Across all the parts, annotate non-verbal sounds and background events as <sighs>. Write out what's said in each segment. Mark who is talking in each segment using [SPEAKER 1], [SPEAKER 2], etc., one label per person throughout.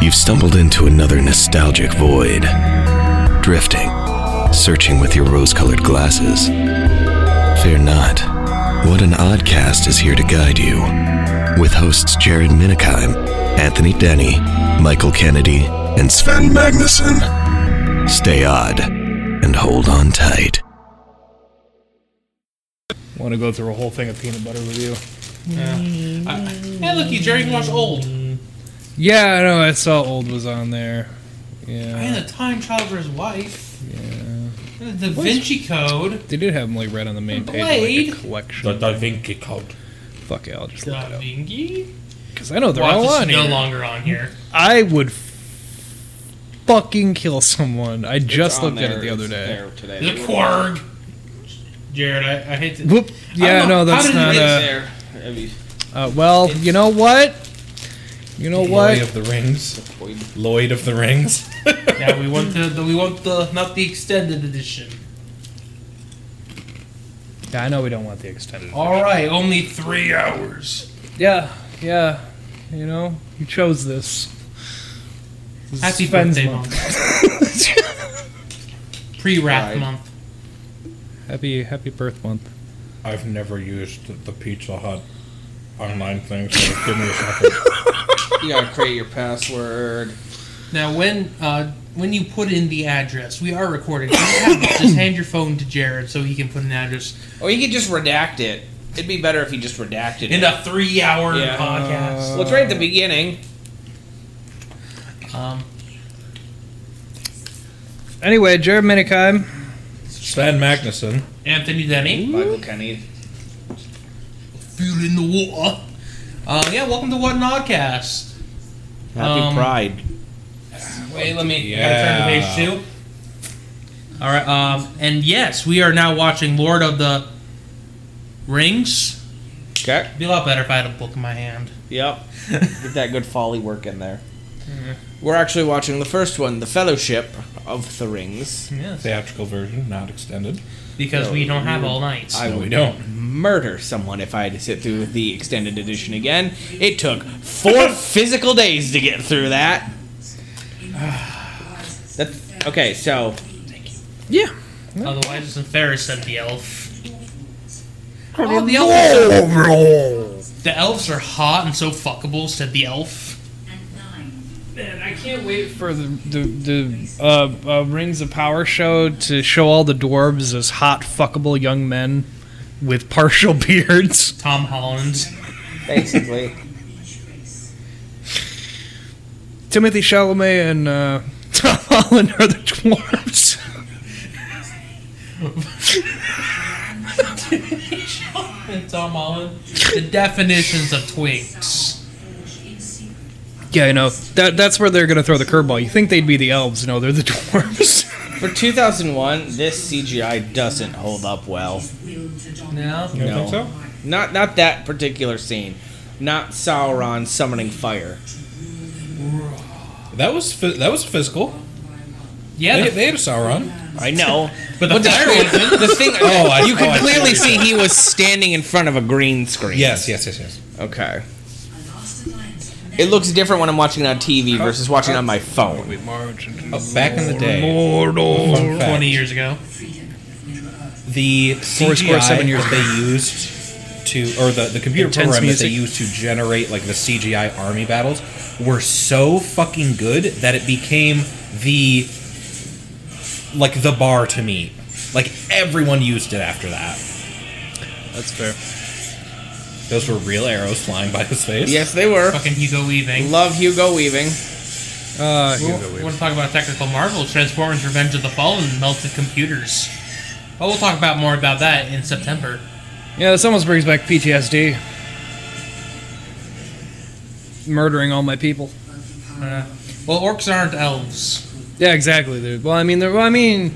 [SPEAKER 1] You've stumbled into another nostalgic void. Drifting, searching with your rose colored glasses. Fear not. What an Odd Cast is here to guide you. With hosts Jared Minikheim, Anthony Denny, Michael Kennedy, and Sven Magnuson. Stay odd and hold on tight.
[SPEAKER 2] Want to go through a whole thing of peanut butter with you?
[SPEAKER 3] Hey, look, you Jerry can watch old.
[SPEAKER 2] Mm. Yeah, I know. I saw old was on there.
[SPEAKER 3] And
[SPEAKER 2] Yeah,
[SPEAKER 3] the time child for his wife. Yeah. And the Da Vinci Code.
[SPEAKER 2] they did have them like right on the main page,
[SPEAKER 3] Blade?
[SPEAKER 2] like a collection.
[SPEAKER 3] Da Vinci Code.
[SPEAKER 2] Fuck it, I'll just look it
[SPEAKER 3] Da
[SPEAKER 2] up
[SPEAKER 3] Vinci?
[SPEAKER 2] because I know they're
[SPEAKER 3] Well,
[SPEAKER 2] all
[SPEAKER 3] this
[SPEAKER 2] on
[SPEAKER 3] is no
[SPEAKER 2] here.
[SPEAKER 3] longer on here.
[SPEAKER 2] I would fucking kill someone. I just
[SPEAKER 4] It's on
[SPEAKER 2] looked at it
[SPEAKER 4] there,
[SPEAKER 2] the other
[SPEAKER 4] it's
[SPEAKER 2] day.
[SPEAKER 4] there today.
[SPEAKER 3] The Quarg. Jared, I, I hate to.
[SPEAKER 2] Whoop. Yeah,
[SPEAKER 3] know,
[SPEAKER 2] no,
[SPEAKER 3] how
[SPEAKER 2] that's
[SPEAKER 3] did it
[SPEAKER 2] not uh,
[SPEAKER 3] get
[SPEAKER 2] a.
[SPEAKER 4] There. I mean,
[SPEAKER 2] Uh, well, you know what? You know
[SPEAKER 5] Lloyd
[SPEAKER 2] what?
[SPEAKER 5] of the Rings. Lloyd of the Rings.
[SPEAKER 3] Yeah, we want the, the we want the not the extended edition.
[SPEAKER 2] Yeah, I know we don't want the extended.
[SPEAKER 3] All right, only three hours.
[SPEAKER 2] Yeah, yeah. You know, you chose this. This is
[SPEAKER 3] Happy
[SPEAKER 2] Sven's
[SPEAKER 3] birthday
[SPEAKER 2] month.
[SPEAKER 3] month. Pre-wrath
[SPEAKER 4] Right.
[SPEAKER 3] month.
[SPEAKER 2] Happy happy birth month.
[SPEAKER 5] I've never used the Pizza Hut online thing, so give me
[SPEAKER 4] <laughs>
[SPEAKER 5] a second.
[SPEAKER 4] you gotta create your password.
[SPEAKER 3] Now, when uh, when you put in the address, we are recording. Just hand your phone to Jared so he can put an address
[SPEAKER 4] Or you could just redact it. It'd be better if you just redacted
[SPEAKER 3] in
[SPEAKER 4] it.
[SPEAKER 3] a three-hour
[SPEAKER 4] Yeah.
[SPEAKER 3] podcast.
[SPEAKER 4] Well, it's right at the beginning.
[SPEAKER 3] Um,
[SPEAKER 2] Anyway, Jared Minikheim.
[SPEAKER 5] Sven Magnuson.
[SPEAKER 3] Anthony Denny,
[SPEAKER 4] Michael
[SPEAKER 2] Mm.
[SPEAKER 4] Kenny.
[SPEAKER 3] feel in the water. Uh, yeah, welcome to What an Oddcast.
[SPEAKER 4] Happy
[SPEAKER 3] Um,
[SPEAKER 4] Pride.
[SPEAKER 3] Wait, let me. I gotta turn to page two. All right. Um, and yes, we are now watching Lord of the Rings.
[SPEAKER 4] Okay.
[SPEAKER 3] It'd be a lot better if I had a book in my hand.
[SPEAKER 4] Yep.
[SPEAKER 2] <laughs>
[SPEAKER 4] Get that good folly work in there. We're actually watching the first one, The Fellowship of the Rings.
[SPEAKER 3] Yes.
[SPEAKER 5] Theatrical version, not extended.
[SPEAKER 3] Because we don't have all nights.
[SPEAKER 4] I
[SPEAKER 5] No, we
[SPEAKER 4] would
[SPEAKER 5] don't.
[SPEAKER 4] murder someone if I had to sit through the extended edition again. It took
[SPEAKER 2] <laughs>
[SPEAKER 4] four physical days to get through that. That's, okay, so
[SPEAKER 2] Yeah.
[SPEAKER 3] Otherwise, it's in Ferris and the elf. Oh, the elves. Are, the elves are hot and so fuckable," said the elf.
[SPEAKER 2] Man, I can't wait for the the, the uh, uh, Rings of Power show to show all the dwarves as hot, fuckable young men with partial <laughs> beards.
[SPEAKER 3] Tom Holland.
[SPEAKER 4] basically,
[SPEAKER 2] Timothy Chalamet and uh, <laughs> Tom Holland are the dwarves.
[SPEAKER 3] <laughs> Tom Holland. The definitions of twigs.
[SPEAKER 2] Yeah, I know. That that's where they're gonna throw the curveball. You think they'd be the elves? No, they're the <laughs> dwarves.
[SPEAKER 4] for 2001, this CGI doesn't hold up well.
[SPEAKER 3] No.
[SPEAKER 5] You
[SPEAKER 4] No.
[SPEAKER 5] don't think
[SPEAKER 4] Not not that particular scene. Not Sauron summoning fire.
[SPEAKER 5] so? That was phy- that was physical.
[SPEAKER 3] Yeah.
[SPEAKER 5] They,
[SPEAKER 3] The,
[SPEAKER 5] they had a Sauron.
[SPEAKER 4] I know,
[SPEAKER 3] but the fire wasn't.
[SPEAKER 4] the thing
[SPEAKER 5] Oh, I,
[SPEAKER 4] <laughs> you could
[SPEAKER 5] oh, I
[SPEAKER 4] clearly
[SPEAKER 5] what
[SPEAKER 4] see he was standing in front of a green screen.
[SPEAKER 5] Yes, yes, yes, yes.
[SPEAKER 4] Okay. It looks different when I'm watching it on TV versus watching it on my
[SPEAKER 2] Oh,
[SPEAKER 4] phone.
[SPEAKER 5] Uh, back in the day, fun fact,
[SPEAKER 3] Twenty years ago.
[SPEAKER 5] the
[SPEAKER 2] Four
[SPEAKER 5] CGI
[SPEAKER 2] score, seven years
[SPEAKER 5] that they used to, or the, the computer
[SPEAKER 2] Intense
[SPEAKER 5] program that
[SPEAKER 2] music.
[SPEAKER 5] they used to generate like the CGI army battles were so fucking good that it became the like the bar to meet. Like everyone used it after that.
[SPEAKER 2] That's fair.
[SPEAKER 5] Those were real arrows flying by his face.
[SPEAKER 4] Yes, they were.
[SPEAKER 3] Fucking Hugo Weaving.
[SPEAKER 4] Love Hugo Weaving.
[SPEAKER 2] Uh,
[SPEAKER 3] We want to talk about a technical marvel, Transformers: Revenge of the Fallen, melted computers. But we'll talk about more about that in September.
[SPEAKER 2] yeah, this almost brings back PTSD. Murdering all my people.
[SPEAKER 3] Uh, well, orcs aren't elves.
[SPEAKER 2] Yeah, exactly. Dude. Well, I mean, they're, well, I mean,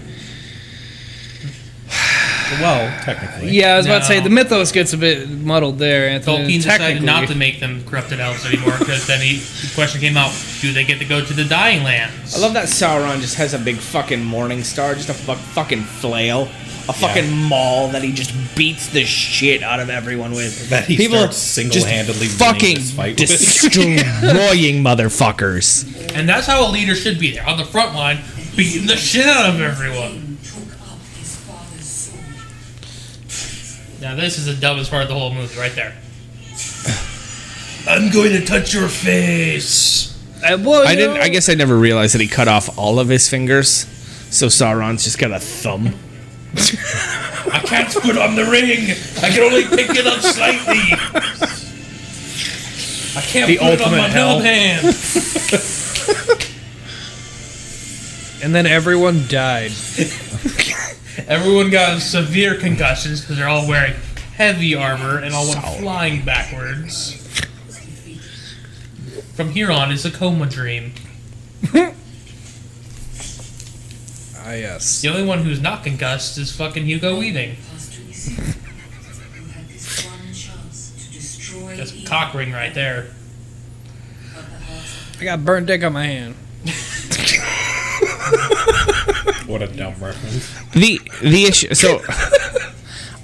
[SPEAKER 5] Well, technically.
[SPEAKER 2] yeah. I was about to say
[SPEAKER 3] No.
[SPEAKER 2] the mythos gets a bit muddled there,
[SPEAKER 5] Uh,
[SPEAKER 2] Anthony.
[SPEAKER 3] Tolkien decided
[SPEAKER 2] Technically,
[SPEAKER 3] not to make them corrupted elves anymore because then he, the question came out: Do they get to go to the Dying Lands?
[SPEAKER 4] I love that Sauron just has a big fucking morning star, just a fu- fucking flail. a fucking maul that he just beats the shit out of everyone with.
[SPEAKER 5] That he
[SPEAKER 4] People
[SPEAKER 5] starts
[SPEAKER 4] just
[SPEAKER 5] single-handedly winning
[SPEAKER 4] fucking
[SPEAKER 5] this fight with.
[SPEAKER 4] destroying <laughs> motherfuckers.
[SPEAKER 3] And that's how a leader should be there on the front line, beating the shit out of everyone. Now, this is the dumbest part of the whole movie, right there. I'm going to touch your face.
[SPEAKER 2] I, well,
[SPEAKER 4] I
[SPEAKER 2] you
[SPEAKER 4] didn't.
[SPEAKER 2] know,
[SPEAKER 4] I guess I never realized that he cut off all of his fingers, so Sauron's just got a thumb.
[SPEAKER 3] I can't put on the ring. I can only pick it up slightly. I can't
[SPEAKER 5] The
[SPEAKER 3] put it on
[SPEAKER 5] ultimate
[SPEAKER 3] my
[SPEAKER 5] hell.
[SPEAKER 3] held hand.
[SPEAKER 2] And then everyone died.
[SPEAKER 3] Everyone got severe concussions because they're all wearing heavy armor and all went flying backwards. From here on, it's a coma dream.
[SPEAKER 2] Ah, yes.
[SPEAKER 3] The only one who's not concussed is fucking Hugo Weaving. That's a cock ring right there.
[SPEAKER 2] I got burnt dick on my hand.
[SPEAKER 5] What a dumb reference.
[SPEAKER 4] The the issue. So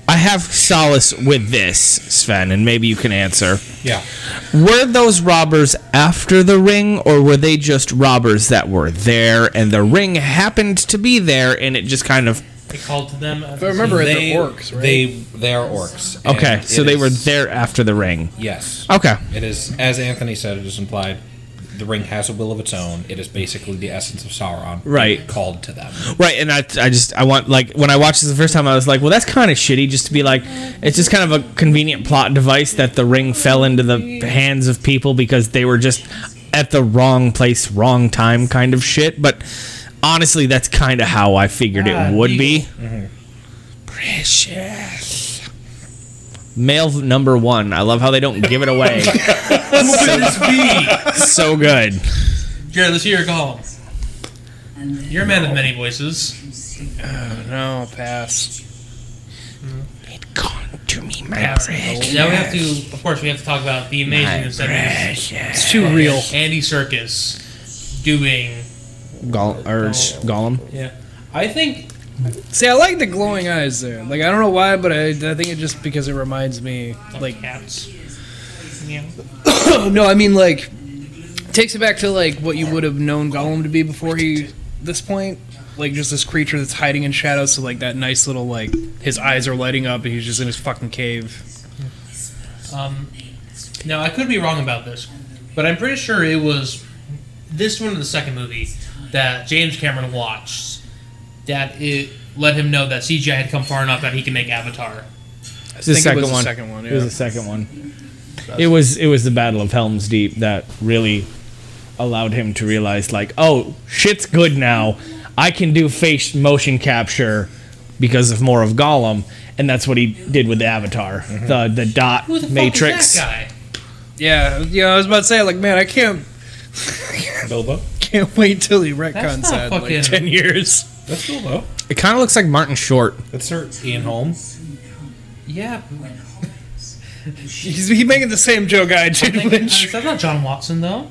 [SPEAKER 4] I have solace with this, Sven, and maybe you can answer.
[SPEAKER 5] Yeah.
[SPEAKER 4] Were those robbers after the ring, or were they just robbers that were there and the ring happened to be there and it just kind of.
[SPEAKER 3] They called to them. at
[SPEAKER 2] But
[SPEAKER 3] the
[SPEAKER 2] remember,
[SPEAKER 5] they,
[SPEAKER 2] they're orcs, right?
[SPEAKER 5] They they are orcs. and
[SPEAKER 4] Okay,
[SPEAKER 5] it
[SPEAKER 4] so they
[SPEAKER 5] is-
[SPEAKER 4] were there after the ring.
[SPEAKER 5] Yes.
[SPEAKER 4] Okay.
[SPEAKER 5] It is as Anthony said. It is implied. The ring has a will of its own. It is basically the essence of Sauron.
[SPEAKER 4] Right.
[SPEAKER 5] Called to them.
[SPEAKER 4] Right, and I, I just, I want, like, when I watched this the first time, I was like, well, that's kind of shitty just to be like, it's just kind of a convenient plot device that the ring fell into the hands of people because they were just at the wrong place, wrong time kind of shit. But honestly, that's kind of how I figured
[SPEAKER 3] Ah,
[SPEAKER 4] it would be.
[SPEAKER 3] Eagle.
[SPEAKER 4] Precious. Male number one. I love how they don't give it away.
[SPEAKER 3] Jared,
[SPEAKER 4] so good.
[SPEAKER 3] let's hear your call. You're a man of many voices.
[SPEAKER 2] No, pass.
[SPEAKER 4] It gone to me, my
[SPEAKER 2] Pass.
[SPEAKER 4] precious.
[SPEAKER 3] Now we have to, of course, we have to talk about the amazing and seventies.
[SPEAKER 2] It's too real.
[SPEAKER 3] Andy Circus doing.
[SPEAKER 4] Gol- or sh- Gollum.
[SPEAKER 3] Yeah. I think
[SPEAKER 2] See, I like the glowing eyes there. Like, I don't know why, but I, I think it just because it reminds me, like,
[SPEAKER 3] like cats. Yeah.
[SPEAKER 2] no, I mean like takes it back to like what you would have known Gollum to be before he this point. Like just this creature that's hiding in shadows, so like that nice little like his eyes are lighting up and he's just in his fucking cave.
[SPEAKER 3] Um, now I could be wrong about this, but I'm pretty sure it was this one or the second movie <laughs> that James Cameron watched that it let him know that CGI had come far enough that he can make Avatar.
[SPEAKER 2] I
[SPEAKER 4] The
[SPEAKER 2] think
[SPEAKER 4] second
[SPEAKER 2] it was
[SPEAKER 4] one.
[SPEAKER 2] the second one.
[SPEAKER 4] It was
[SPEAKER 2] Yeah.
[SPEAKER 4] the second one. It was it was the Battle of Helm's Deep that really allowed him to realize like, oh, shit's good now. I can do face motion capture because of more of Gollum, and that's what he did with Avatar,
[SPEAKER 5] Mm-hmm.
[SPEAKER 4] the the dot
[SPEAKER 3] Who the
[SPEAKER 4] matrix.
[SPEAKER 3] fuck is that guy?
[SPEAKER 2] yeah, you know, I was about to say like, man, I can't
[SPEAKER 5] Bilbo.
[SPEAKER 2] can't wait till he retcons
[SPEAKER 3] That's not
[SPEAKER 2] that in
[SPEAKER 3] fucking-
[SPEAKER 2] like
[SPEAKER 4] <laughs>
[SPEAKER 2] ten years.
[SPEAKER 5] That's Bilbo.
[SPEAKER 4] It kind of looks like Martin <laughs> Short.
[SPEAKER 5] That's Sir Ian Holmes.
[SPEAKER 3] Yeah,
[SPEAKER 2] He's he making the same joke I
[SPEAKER 3] I
[SPEAKER 2] did.
[SPEAKER 3] think,
[SPEAKER 2] when-
[SPEAKER 3] uh, <laughs> that's not John Watson though.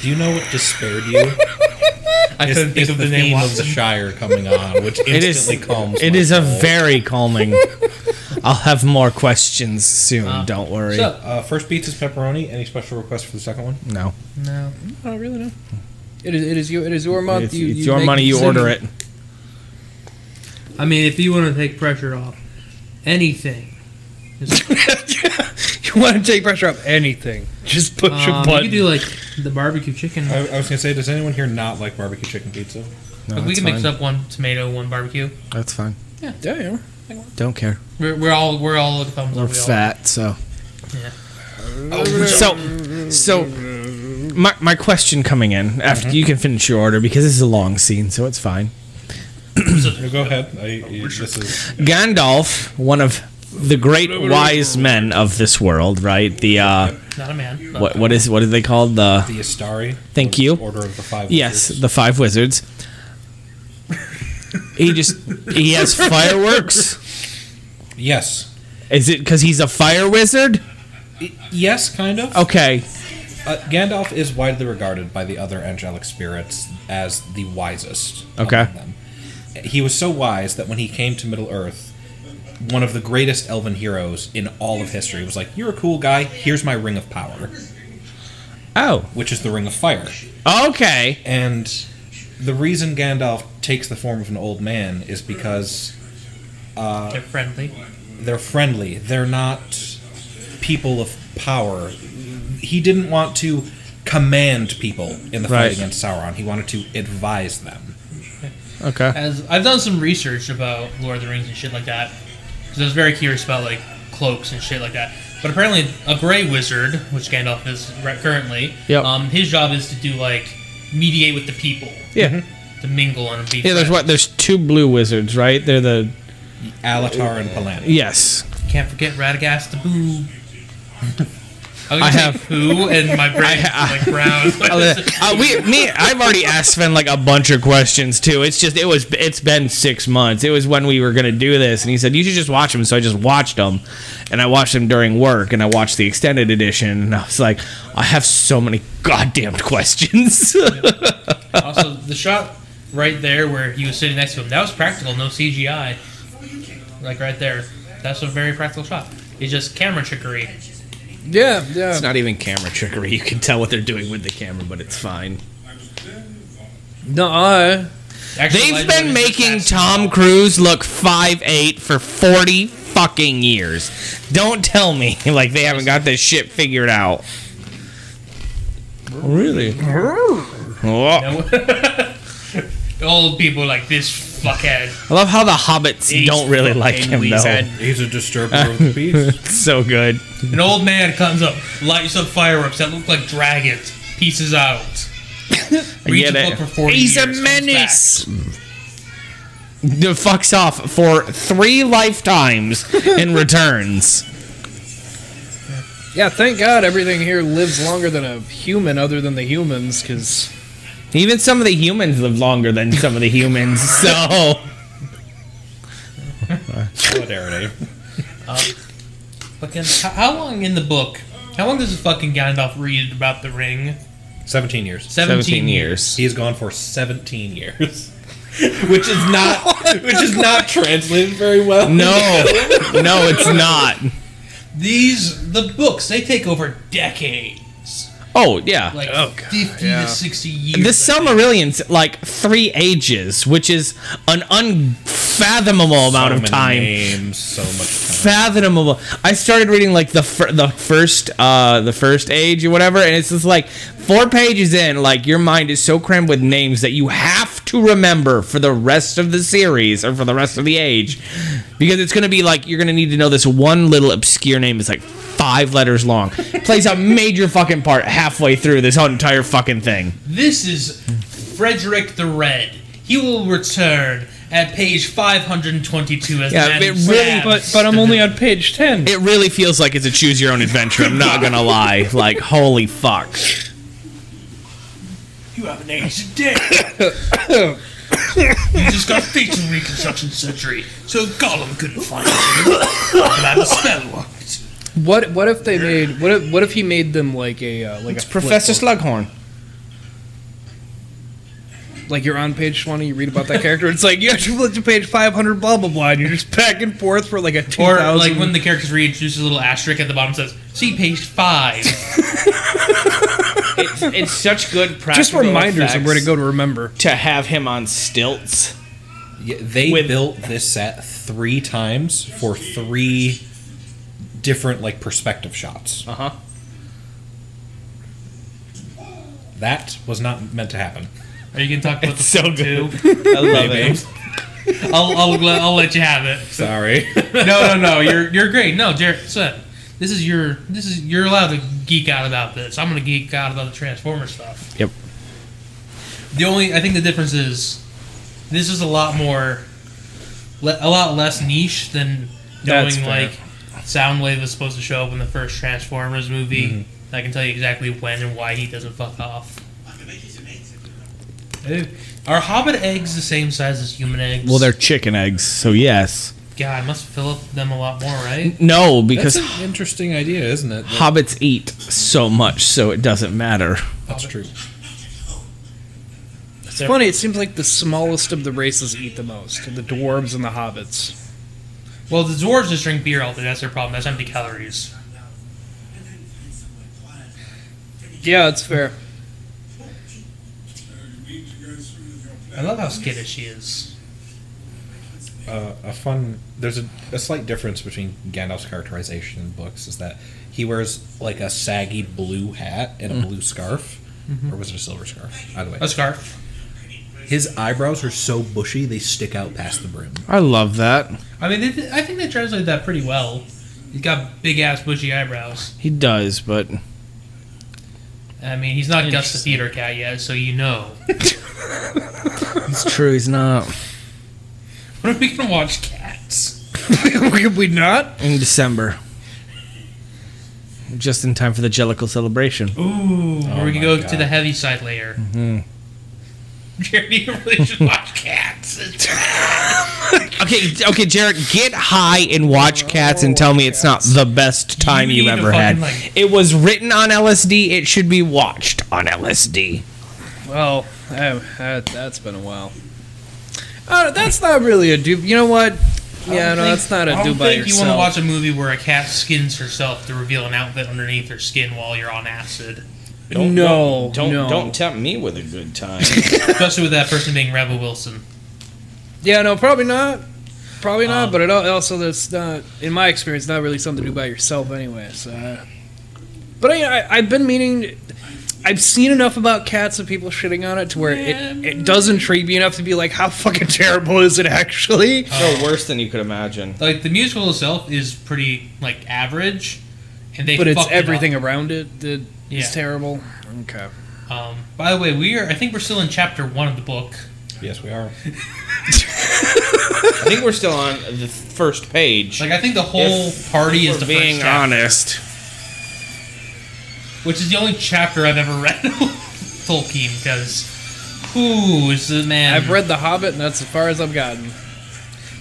[SPEAKER 5] Do you know what despaired you?
[SPEAKER 3] I
[SPEAKER 5] It's-
[SPEAKER 3] couldn't <laughs> think
[SPEAKER 5] it's
[SPEAKER 3] of the,
[SPEAKER 5] theme
[SPEAKER 3] name
[SPEAKER 5] of the
[SPEAKER 3] Watson.
[SPEAKER 5] Shire coming on, which instantly
[SPEAKER 4] <laughs> It is
[SPEAKER 5] calms.
[SPEAKER 4] It
[SPEAKER 5] my
[SPEAKER 4] is a
[SPEAKER 5] soul.
[SPEAKER 4] very calming.
[SPEAKER 5] <laughs>
[SPEAKER 4] I'll have more questions soon. don't worry.
[SPEAKER 3] so-
[SPEAKER 5] Uh, first beats is pepperoni. Any special requests for the second one?
[SPEAKER 4] no,
[SPEAKER 3] no,
[SPEAKER 2] Oh, really? No. It is. It is your. It is your month.
[SPEAKER 4] it's,
[SPEAKER 2] you,
[SPEAKER 4] it's
[SPEAKER 2] you
[SPEAKER 4] your
[SPEAKER 2] make
[SPEAKER 4] money.
[SPEAKER 2] the
[SPEAKER 4] You
[SPEAKER 2] decision.
[SPEAKER 4] order it.
[SPEAKER 3] I mean if you want to take pressure off
[SPEAKER 4] <laughs>
[SPEAKER 3] anything,
[SPEAKER 2] <laughs> you want to take pressure off anything? Just push
[SPEAKER 3] um,
[SPEAKER 2] a
[SPEAKER 3] you
[SPEAKER 2] button.
[SPEAKER 3] could do like the barbecue chicken.
[SPEAKER 5] I, I was gonna say, does anyone here not like barbecue chicken pizza?
[SPEAKER 4] No,
[SPEAKER 3] we
[SPEAKER 4] that's
[SPEAKER 3] can mix
[SPEAKER 4] fine.
[SPEAKER 3] up one tomato, one barbecue.
[SPEAKER 4] That's fine.
[SPEAKER 2] yeah, yeah.
[SPEAKER 4] Don't care.
[SPEAKER 3] We're, we're all we're all thumbs
[SPEAKER 4] We're
[SPEAKER 3] up, we all-
[SPEAKER 4] fat, so.
[SPEAKER 3] Yeah.
[SPEAKER 4] So, so my, my question coming in after
[SPEAKER 3] Mm-hmm.
[SPEAKER 4] you can finish your order because this is a long scene, so it's fine.
[SPEAKER 5] No, go ahead. I, I- this is
[SPEAKER 4] Gandalf, one of the great wise men of this world, right? The uh,
[SPEAKER 3] Not a man.
[SPEAKER 4] what what is what are they called? The
[SPEAKER 5] the Astari.
[SPEAKER 4] Thank you.
[SPEAKER 5] Order of the Five.
[SPEAKER 4] yes,
[SPEAKER 5] Wizards.
[SPEAKER 4] the five wizards. He just he has fireworks.
[SPEAKER 5] Yes.
[SPEAKER 4] Is it because he's a fire wizard?
[SPEAKER 5] Yes, kind of.
[SPEAKER 4] Okay.
[SPEAKER 5] Uh, Gandalf is widely regarded by the other angelic spirits as the wisest.
[SPEAKER 4] Okay.
[SPEAKER 5] among Them. He was so wise that when he came to Middle Earth, one of the greatest elven heroes in all of history was like, "You're a cool guy. Here's my ring of power,
[SPEAKER 4] Oh,
[SPEAKER 5] which is the ring of fire."
[SPEAKER 4] okay.
[SPEAKER 5] And the reason Gandalf takes the form of an old man is because
[SPEAKER 3] They're friendly.
[SPEAKER 5] they're friendly. They're not people of power. He didn't want to command people in the
[SPEAKER 4] Right.
[SPEAKER 5] fight against Sauron. He wanted to advise them.
[SPEAKER 4] Okay.
[SPEAKER 3] As I've done some research about Lord of the Rings and shit like that, because I was very curious about like cloaks and shit like that. But apparently, a Grey Wizard, which Gandalf is right currently,
[SPEAKER 4] Yep.
[SPEAKER 3] um, his job is to do like mediate with the people,
[SPEAKER 4] Yeah.
[SPEAKER 3] to mingle and be.
[SPEAKER 4] Yeah, there's
[SPEAKER 3] friends.
[SPEAKER 4] what? There's two blue wizards, right? They're the.
[SPEAKER 5] Alatar and Palan.
[SPEAKER 4] Yes.
[SPEAKER 3] Can't forget Radagast the
[SPEAKER 4] <laughs>
[SPEAKER 3] Boo. I, was
[SPEAKER 4] I
[SPEAKER 3] gonna say
[SPEAKER 4] have-
[SPEAKER 3] who and
[SPEAKER 4] <laughs>
[SPEAKER 3] my brain is like brown. <laughs>
[SPEAKER 4] Uh, we, me, I've already asked Sven like a bunch of questions too. It's just it was it's been six months. It was when we were gonna do this, and he said you should just watch them. So I just watched them, and I watched them during work, and I watched the extended edition, and I was like, I have so many goddamn questions. <laughs>
[SPEAKER 3] also, the shot right there where he was sitting next to him, that was practical, no CGI. Like right there. That's a very practical shot. It's just camera trickery.
[SPEAKER 2] Yeah, yeah.
[SPEAKER 4] it's not even camera trickery. You can tell what they're doing with the camera, but it's fine.
[SPEAKER 2] No,
[SPEAKER 3] Actual
[SPEAKER 4] They've
[SPEAKER 3] lighting
[SPEAKER 4] been
[SPEAKER 3] is just
[SPEAKER 4] making
[SPEAKER 3] fast.
[SPEAKER 4] Tom Cruise look five eight for 40 fucking years. Don't tell me <laughs> like they haven't got this shit figured out. Really? Oh,
[SPEAKER 3] Old people like this fuckhead.
[SPEAKER 4] I love how the hobbits don't really like him though.
[SPEAKER 5] He's a disturber of the peace.
[SPEAKER 4] It's <laughs> so good.
[SPEAKER 3] An old man comes up, lights up fireworks that look like dragons, pieces out.
[SPEAKER 4] <laughs> I
[SPEAKER 3] Reads
[SPEAKER 4] get
[SPEAKER 3] a book
[SPEAKER 4] it.
[SPEAKER 3] for 40
[SPEAKER 4] He's
[SPEAKER 3] years,
[SPEAKER 4] a
[SPEAKER 3] comes
[SPEAKER 4] menace. The fucks off for three lifetimes
[SPEAKER 3] <laughs>
[SPEAKER 4] and returns.
[SPEAKER 2] yeah. Thank God everything here lives longer than a human, other than the humans, because
[SPEAKER 4] Even some of the humans live longer than some of the humans.
[SPEAKER 3] <laughs>
[SPEAKER 4] So
[SPEAKER 5] Solidarity.
[SPEAKER 3] Fucking, how, how long in the book? How long does fucking Gandalf read about the ring?
[SPEAKER 5] 17 years.
[SPEAKER 3] 17,
[SPEAKER 5] He is gone for
[SPEAKER 4] <laughs>
[SPEAKER 5] 17 years. which is
[SPEAKER 3] <laughs> Oh
[SPEAKER 5] not which is not translated very well.
[SPEAKER 4] No, no, it's not.
[SPEAKER 3] These the books they take over decades,
[SPEAKER 4] Oh yeah,
[SPEAKER 3] like
[SPEAKER 2] Oh, God,
[SPEAKER 3] fifty
[SPEAKER 2] yeah.
[SPEAKER 3] to sixty years.
[SPEAKER 4] the Silmarillion's like three ages, which is an unfathomable
[SPEAKER 5] So
[SPEAKER 4] amount of
[SPEAKER 5] many
[SPEAKER 4] time.
[SPEAKER 5] Names, so much time.
[SPEAKER 4] Fathomable. I started reading like the fir- the first uh the first age or whatever, and it's just like four pages in, like your mind is so crammed with names that you have to remember for the rest of the series or for the rest of the age, because it's gonna be like you're gonna need to know this one little obscure name. It's like five letters <laughs> long. Plays a major fucking part halfway through this whole entire fucking thing.
[SPEAKER 3] This is Frederick the Red. He will return at page five hundred and twenty-two as
[SPEAKER 4] Yeah,
[SPEAKER 3] Madame
[SPEAKER 4] it really-
[SPEAKER 3] Sand.
[SPEAKER 2] but but I'm only on page ten.
[SPEAKER 4] It really feels like it's a choose your own adventure. I'm not gonna lie. Like holy fuck.
[SPEAKER 3] you have an aged dick. you just got featured in Reconstruction Century, so Gollum couldn't find you. but I'm a spell worked.
[SPEAKER 2] What what if they made what if, what if he made them like a uh, like a flip book?
[SPEAKER 4] Slughorn.
[SPEAKER 2] like you're on page twenty, you read about that character, it's like you have to flip to page five hundred, blah blah blah, and you're just back and forth for like a two
[SPEAKER 3] Or
[SPEAKER 2] thousand.
[SPEAKER 3] like when the character's reintroduced, a little asterisk at the bottom says, "See page five.
[SPEAKER 4] It's, it's such good practice.
[SPEAKER 2] just reminders of where to go to remember.
[SPEAKER 4] to have him on stilts.
[SPEAKER 5] Yeah, they
[SPEAKER 4] With-
[SPEAKER 5] built this set three times for three different like perspective shots.
[SPEAKER 4] Uh huh.
[SPEAKER 5] That was not meant
[SPEAKER 4] <laughs>
[SPEAKER 5] to happen.
[SPEAKER 3] Are you gonna talk about
[SPEAKER 4] It's
[SPEAKER 3] the
[SPEAKER 4] so
[SPEAKER 3] book
[SPEAKER 4] good.
[SPEAKER 3] too?
[SPEAKER 4] I love it.
[SPEAKER 3] I'll, I'll, let- I'll let you have it.
[SPEAKER 5] Sorry. <laughs>
[SPEAKER 3] No, no, no. You're you're great. No, Jared, son, this is your this is you're allowed to geek out about this. I'm gonna geek out about the Transformer stuff.
[SPEAKER 4] Yep.
[SPEAKER 3] The only I think the difference is this is a lot more le- a lot less niche than
[SPEAKER 2] That's
[SPEAKER 3] knowing
[SPEAKER 2] fair.
[SPEAKER 3] like Soundwave was supposed to show up in the first Transformers movie.
[SPEAKER 2] Mm-hmm.
[SPEAKER 3] I can tell you exactly when and why he doesn't fuck off. Ew. Are Hobbit eggs the same size as human eggs?
[SPEAKER 4] Well, they're chicken eggs, so yes.
[SPEAKER 3] God, it must fill up them a lot more, right?
[SPEAKER 4] No,
[SPEAKER 5] That's
[SPEAKER 4] because
[SPEAKER 5] an interesting idea, isn't it? That-
[SPEAKER 4] hobbits eat so much, so it doesn't matter.
[SPEAKER 5] That's true.
[SPEAKER 2] It's funny. It seems like the smallest of the races eat the most: the dwarves and the hobbits.
[SPEAKER 3] Well, the dwarves just drink beer all day. That's their problem. That's empty calories.
[SPEAKER 2] Yeah, it's fair. <laughs>
[SPEAKER 3] I love how skittish she is.
[SPEAKER 5] Uh, a fun. There's a, a slight difference between Gandalf's characterization in books is that he wears like a saggy blue hat and a
[SPEAKER 4] Mm.
[SPEAKER 5] blue scarf,
[SPEAKER 4] Mm-hmm.
[SPEAKER 5] or was it a silver scarf? Either way,
[SPEAKER 3] A scarf.
[SPEAKER 5] his eyebrows are so bushy they stick out past the brim.
[SPEAKER 4] I love that.
[SPEAKER 3] I mean, they, I think they translated that pretty well. He's got big ass bushy eyebrows.
[SPEAKER 4] He does, but
[SPEAKER 3] I mean, he's not Gus the theater cat yet, so you know. <laughs>
[SPEAKER 4] it's true. He's not
[SPEAKER 3] When are we gonna watch Cats?
[SPEAKER 2] Could we not?
[SPEAKER 4] in December. Just in time for the Jellicle celebration.
[SPEAKER 3] Ooh, or we
[SPEAKER 5] my
[SPEAKER 3] can go to
[SPEAKER 5] God.
[SPEAKER 3] the heavy side layer. Mm-hmm. Jeremy, <laughs> you really should watch <laughs> Cats.
[SPEAKER 4] Okay, okay, Jared, get high and watch Cats and tell me it's not the best time
[SPEAKER 3] You
[SPEAKER 4] you,
[SPEAKER 3] need
[SPEAKER 4] have
[SPEAKER 3] to
[SPEAKER 4] ever had.
[SPEAKER 3] fucking, like-
[SPEAKER 4] it was written on LSD. It should be watched on LSD.
[SPEAKER 2] Well, I, I, that's been a while. Uh, that's not really a do. You know what? Yeah, no, that's not a
[SPEAKER 3] I
[SPEAKER 2] do
[SPEAKER 3] don't
[SPEAKER 2] by
[SPEAKER 3] think you want to
[SPEAKER 2] yourself.
[SPEAKER 3] watch a movie where a cat skins herself to reveal an outfit underneath her skin while you're on <laughs> acid,
[SPEAKER 2] no, no.
[SPEAKER 4] tempt me with a good time.
[SPEAKER 3] especially with that person being Rebel Wilson.
[SPEAKER 2] Yeah, no, probably not. Probably not.
[SPEAKER 3] Um,
[SPEAKER 2] but it al- also that's not, in my experience, not really something to do by yourself anyway. So, uh, but I, I, I've been meaning. I've seen enough about cats and people shitting on it to where it, it does intrigue me enough to be like, how fucking terrible is it actually?
[SPEAKER 4] no worse than you could imagine.
[SPEAKER 3] Like the musical itself is pretty like average, and they
[SPEAKER 2] But it's
[SPEAKER 3] fucked it up.
[SPEAKER 2] everything around it that is
[SPEAKER 3] Yeah.
[SPEAKER 2] terrible. Okay.
[SPEAKER 3] Um, by the way, we are. I think we're still in chapter one of the book.
[SPEAKER 5] Yes, we are.
[SPEAKER 4] I think we're still on the first page.
[SPEAKER 3] Like I think the whole party is the
[SPEAKER 4] being
[SPEAKER 3] first chapter,
[SPEAKER 4] honest.
[SPEAKER 3] which is the only chapter I've ever read <laughs> of Tolkien because who is the man?
[SPEAKER 2] I've read The Hobbit, and that's as far as I've gotten.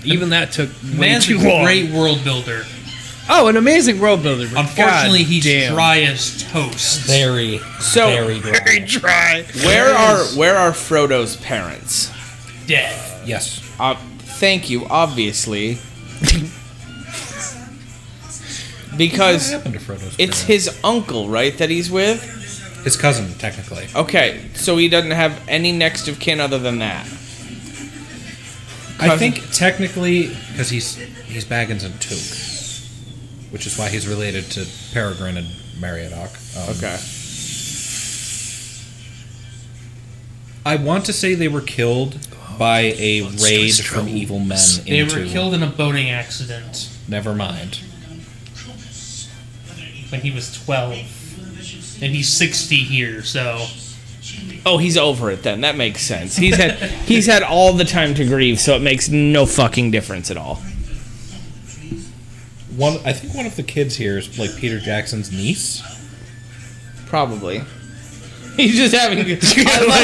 [SPEAKER 2] Even that took way
[SPEAKER 3] Man's
[SPEAKER 2] too
[SPEAKER 3] a
[SPEAKER 2] long.
[SPEAKER 3] great world builder.
[SPEAKER 2] Oh, an amazing world builder. but
[SPEAKER 3] Unfortunately,
[SPEAKER 2] God
[SPEAKER 3] he's
[SPEAKER 2] damn.
[SPEAKER 3] dry as toast.
[SPEAKER 5] Very,
[SPEAKER 4] So-
[SPEAKER 5] very
[SPEAKER 2] Very
[SPEAKER 5] dry.
[SPEAKER 2] dry.
[SPEAKER 4] Where are where are Frodo's parents?
[SPEAKER 3] Dead.
[SPEAKER 5] Yes,
[SPEAKER 4] Uh, thank you, obviously. because
[SPEAKER 5] happened to Frodo's.
[SPEAKER 4] it's
[SPEAKER 5] parents?
[SPEAKER 4] his uncle, right, that he's with?
[SPEAKER 5] his cousin technically.
[SPEAKER 4] Okay, so he doesn't have any next of kin other than that.
[SPEAKER 5] I
[SPEAKER 4] Cousin-
[SPEAKER 5] think technically because he's he's Baggins and Took, which is why he's related to Peregrine and Mariadoc. Um,
[SPEAKER 4] Okay.
[SPEAKER 5] I want to say they were killed by
[SPEAKER 3] Oh,
[SPEAKER 5] a raid from evil men.
[SPEAKER 3] They
[SPEAKER 5] into,
[SPEAKER 3] were killed in a boating accident
[SPEAKER 5] Never mind.
[SPEAKER 3] when he was 12. And he's 60 here, so.
[SPEAKER 4] Oh, he's over it then. That makes sense. He's had <laughs> he's had all the time to grieve, so it makes no fucking difference at all.
[SPEAKER 5] One, I think one of the kids here is like Peter Jackson's niece.
[SPEAKER 4] Probably. <laughs> He's just having. <laughs> I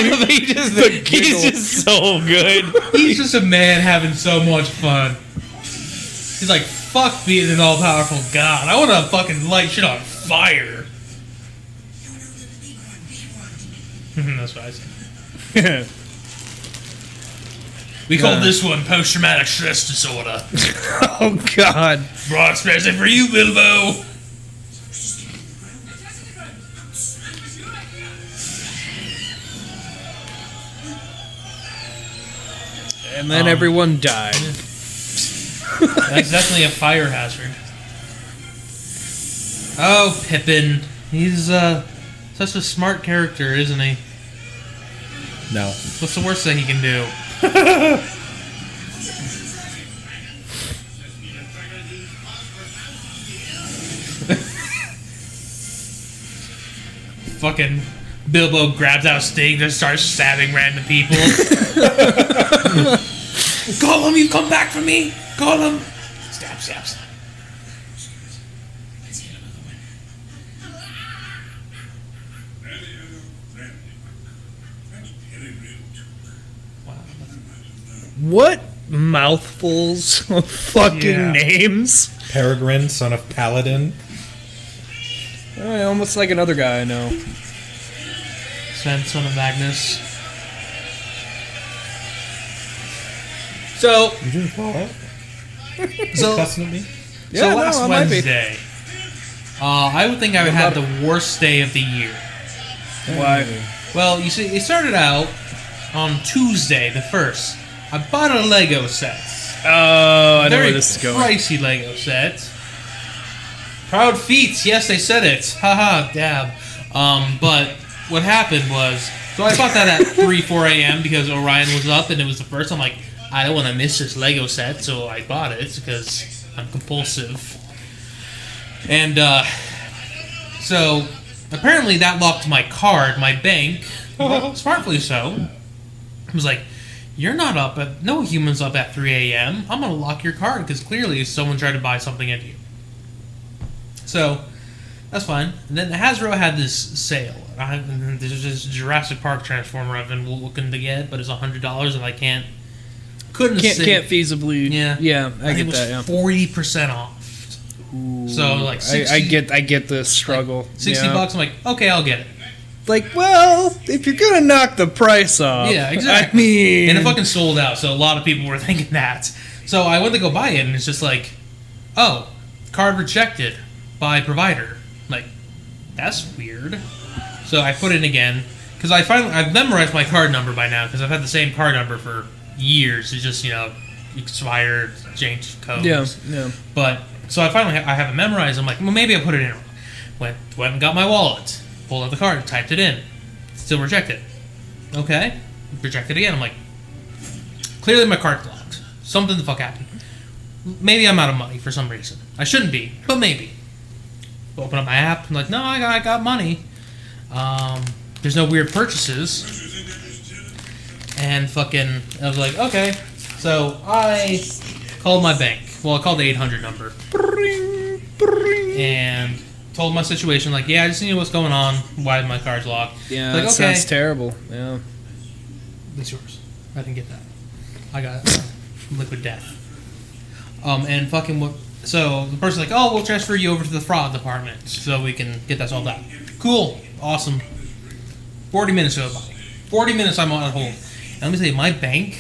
[SPEAKER 4] love that he just, <laughs> he's just so <laughs> good.
[SPEAKER 3] He's just a man having so much fun. He's like, fuck being an all powerful god. I want to fucking light shit on fire. <laughs> That's what I said. We call this one post traumatic stress disorder.
[SPEAKER 2] <laughs> Oh God!
[SPEAKER 3] Broad expression for you, Bilbo.
[SPEAKER 2] And then everyone died.
[SPEAKER 3] That's definitely a fire hazard. Oh, Pippin. He's uh such a smart character, isn't he?
[SPEAKER 5] No,
[SPEAKER 3] What's the worst thing he can do? Fucking Bilbo grabs out a sting and starts stabbing random people. <laughs> Golem, you come back for me! Golem! Stab, stab, stab.
[SPEAKER 2] What mouthfuls of fucking
[SPEAKER 3] Yeah.
[SPEAKER 2] names.
[SPEAKER 5] Peregrine, son of Paladin.
[SPEAKER 2] Uh, almost like another guy I know.
[SPEAKER 3] Sven, son of Magnus. So,
[SPEAKER 5] You doing all right?
[SPEAKER 3] so,
[SPEAKER 5] Cussing at me?
[SPEAKER 2] Yeah,
[SPEAKER 3] so
[SPEAKER 2] no,
[SPEAKER 3] last
[SPEAKER 2] I might be.
[SPEAKER 3] Wednesday, uh, I would think I would have the worst day of the year.
[SPEAKER 2] Why?
[SPEAKER 3] Well, you see, it started out on Tuesday, the first. I bought a Lego set.
[SPEAKER 2] Oh, I know
[SPEAKER 3] Very
[SPEAKER 2] where this is going.
[SPEAKER 3] pricey Lego set. Proud feats. Yes, they said it. Haha, dab. Um, but what happened was, so I bought
[SPEAKER 2] <laughs>
[SPEAKER 3] that at 3, 4 a.m. because Orion was up and it was the first. I'm like, I don't want to miss this Lego set, so I bought it because I'm compulsive. And uh, so apparently that locked my card, my bank, smartly so. I was like, "You're not up at no humans up at 3 a.m. I'm gonna lock your card because clearly someone tried to buy something at you." So that's fine. And then Hasbro had this sale. And I, and there's this Jurassic Park Transformer I've been looking to get, but it's hundred dollars, and I can't. Couldn't
[SPEAKER 2] Can't
[SPEAKER 3] save-
[SPEAKER 2] can't feasibly.
[SPEAKER 3] Yeah.
[SPEAKER 2] yeah, I,
[SPEAKER 3] I think
[SPEAKER 2] get
[SPEAKER 3] it
[SPEAKER 2] that. Yeah.
[SPEAKER 3] was forty percent off. So like 60,
[SPEAKER 2] I, I get I get the struggle.
[SPEAKER 3] sixty
[SPEAKER 2] yeah.
[SPEAKER 3] bucks. I'm like, okay, I'll get it.
[SPEAKER 2] Like, well, if you're gonna knock the price off,
[SPEAKER 3] Yeah, exactly.
[SPEAKER 2] Um, I mean,
[SPEAKER 3] And it fucking sold out, so a lot of people were <laughs> thinking that. So I went to go buy it, and it's just like, oh, card rejected by provider. I'm Like, that's weird. So I put in again because I finally I've memorized my card number by now because I've had the same card number for years. It's just you know expired, change codes.
[SPEAKER 2] yeah, yeah.
[SPEAKER 3] But so I finally ha- I have it memorized. I'm like, well, maybe I put it in. wrong. Went went and got my wallet, pulled out the card, typed it in, still rejected. Okay, rejected again. I'm like, clearly my card's locked. Something the fuck happened. Maybe I'm out of money for some reason. I shouldn't be, but maybe. Open up my app. I'm like, no, I got, I got money. Um, there's no weird purchases. And fucking, I was like, okay. So I called my bank. Well, I called the 800 number and told my situation. Like, yeah, I just need to know what's going on. Why my car's locked?
[SPEAKER 2] Yeah,
[SPEAKER 3] like
[SPEAKER 2] that sounds terrible. Yeah,
[SPEAKER 3] It's yours. I didn't get that. I got uh, liquid death. Um, and fucking what? So the person's like, oh, we'll transfer you over to the fraud department so we can get that solved out. Cool. Awesome. 40 minutes go by. 40 minutes I'm on hold. And let me tell you, my bank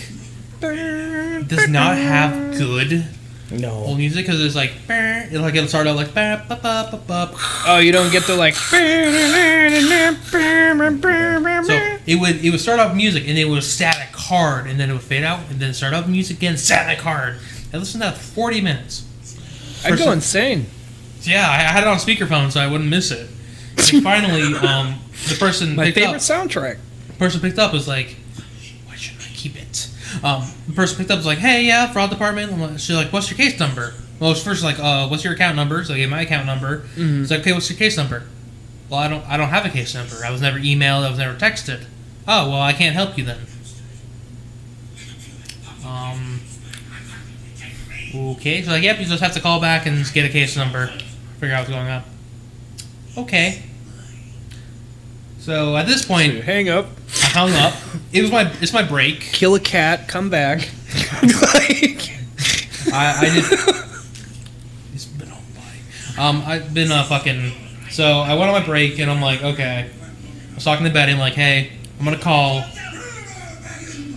[SPEAKER 3] does not have good
[SPEAKER 4] No.
[SPEAKER 3] old music because it's like, "Brr," it'll, like it'll start out like, "Ba, ba, ba, ba, ba."
[SPEAKER 2] Oh, you don't get the <laughs> like.
[SPEAKER 3] So it would it would start off music and it would static hard and then it would fade out and then start off music again <laughs> static hard. I listened to that for 40 minutes.
[SPEAKER 2] I'd go insane.
[SPEAKER 3] Yeah, I I had it on speakerphone so I wouldn't miss it.
[SPEAKER 2] <laughs>
[SPEAKER 3] And finally, um, the person
[SPEAKER 2] My
[SPEAKER 3] picked
[SPEAKER 2] favorite
[SPEAKER 3] up.
[SPEAKER 2] soundtrack.
[SPEAKER 3] person picked up was like, why should I keep it? Um, the person picked up was like, hey, yeah, fraud department. I'm like, she's like, what's your case number? Well, she's first like, uh, what's your account number? So I gave my account number. It's like, okay, what's your case number? Well, I don't, I don't have a case number. I was never emailed. I was never texted. Oh, well, I can't help you then. Um. Okay, so like, yep, you just have to call back and just get a case number, figure out what's going on. Okay. So at this point,
[SPEAKER 2] Hang up,
[SPEAKER 3] I hung up. It was my it's my break.
[SPEAKER 2] kill a cat, come <laughs> back. <laughs> like,
[SPEAKER 3] I, I did. It's been on my. Um, I've been uh, fucking. So I went on my break and I'm like, okay. I was talking to Betty. I'm like, hey, I'm gonna call.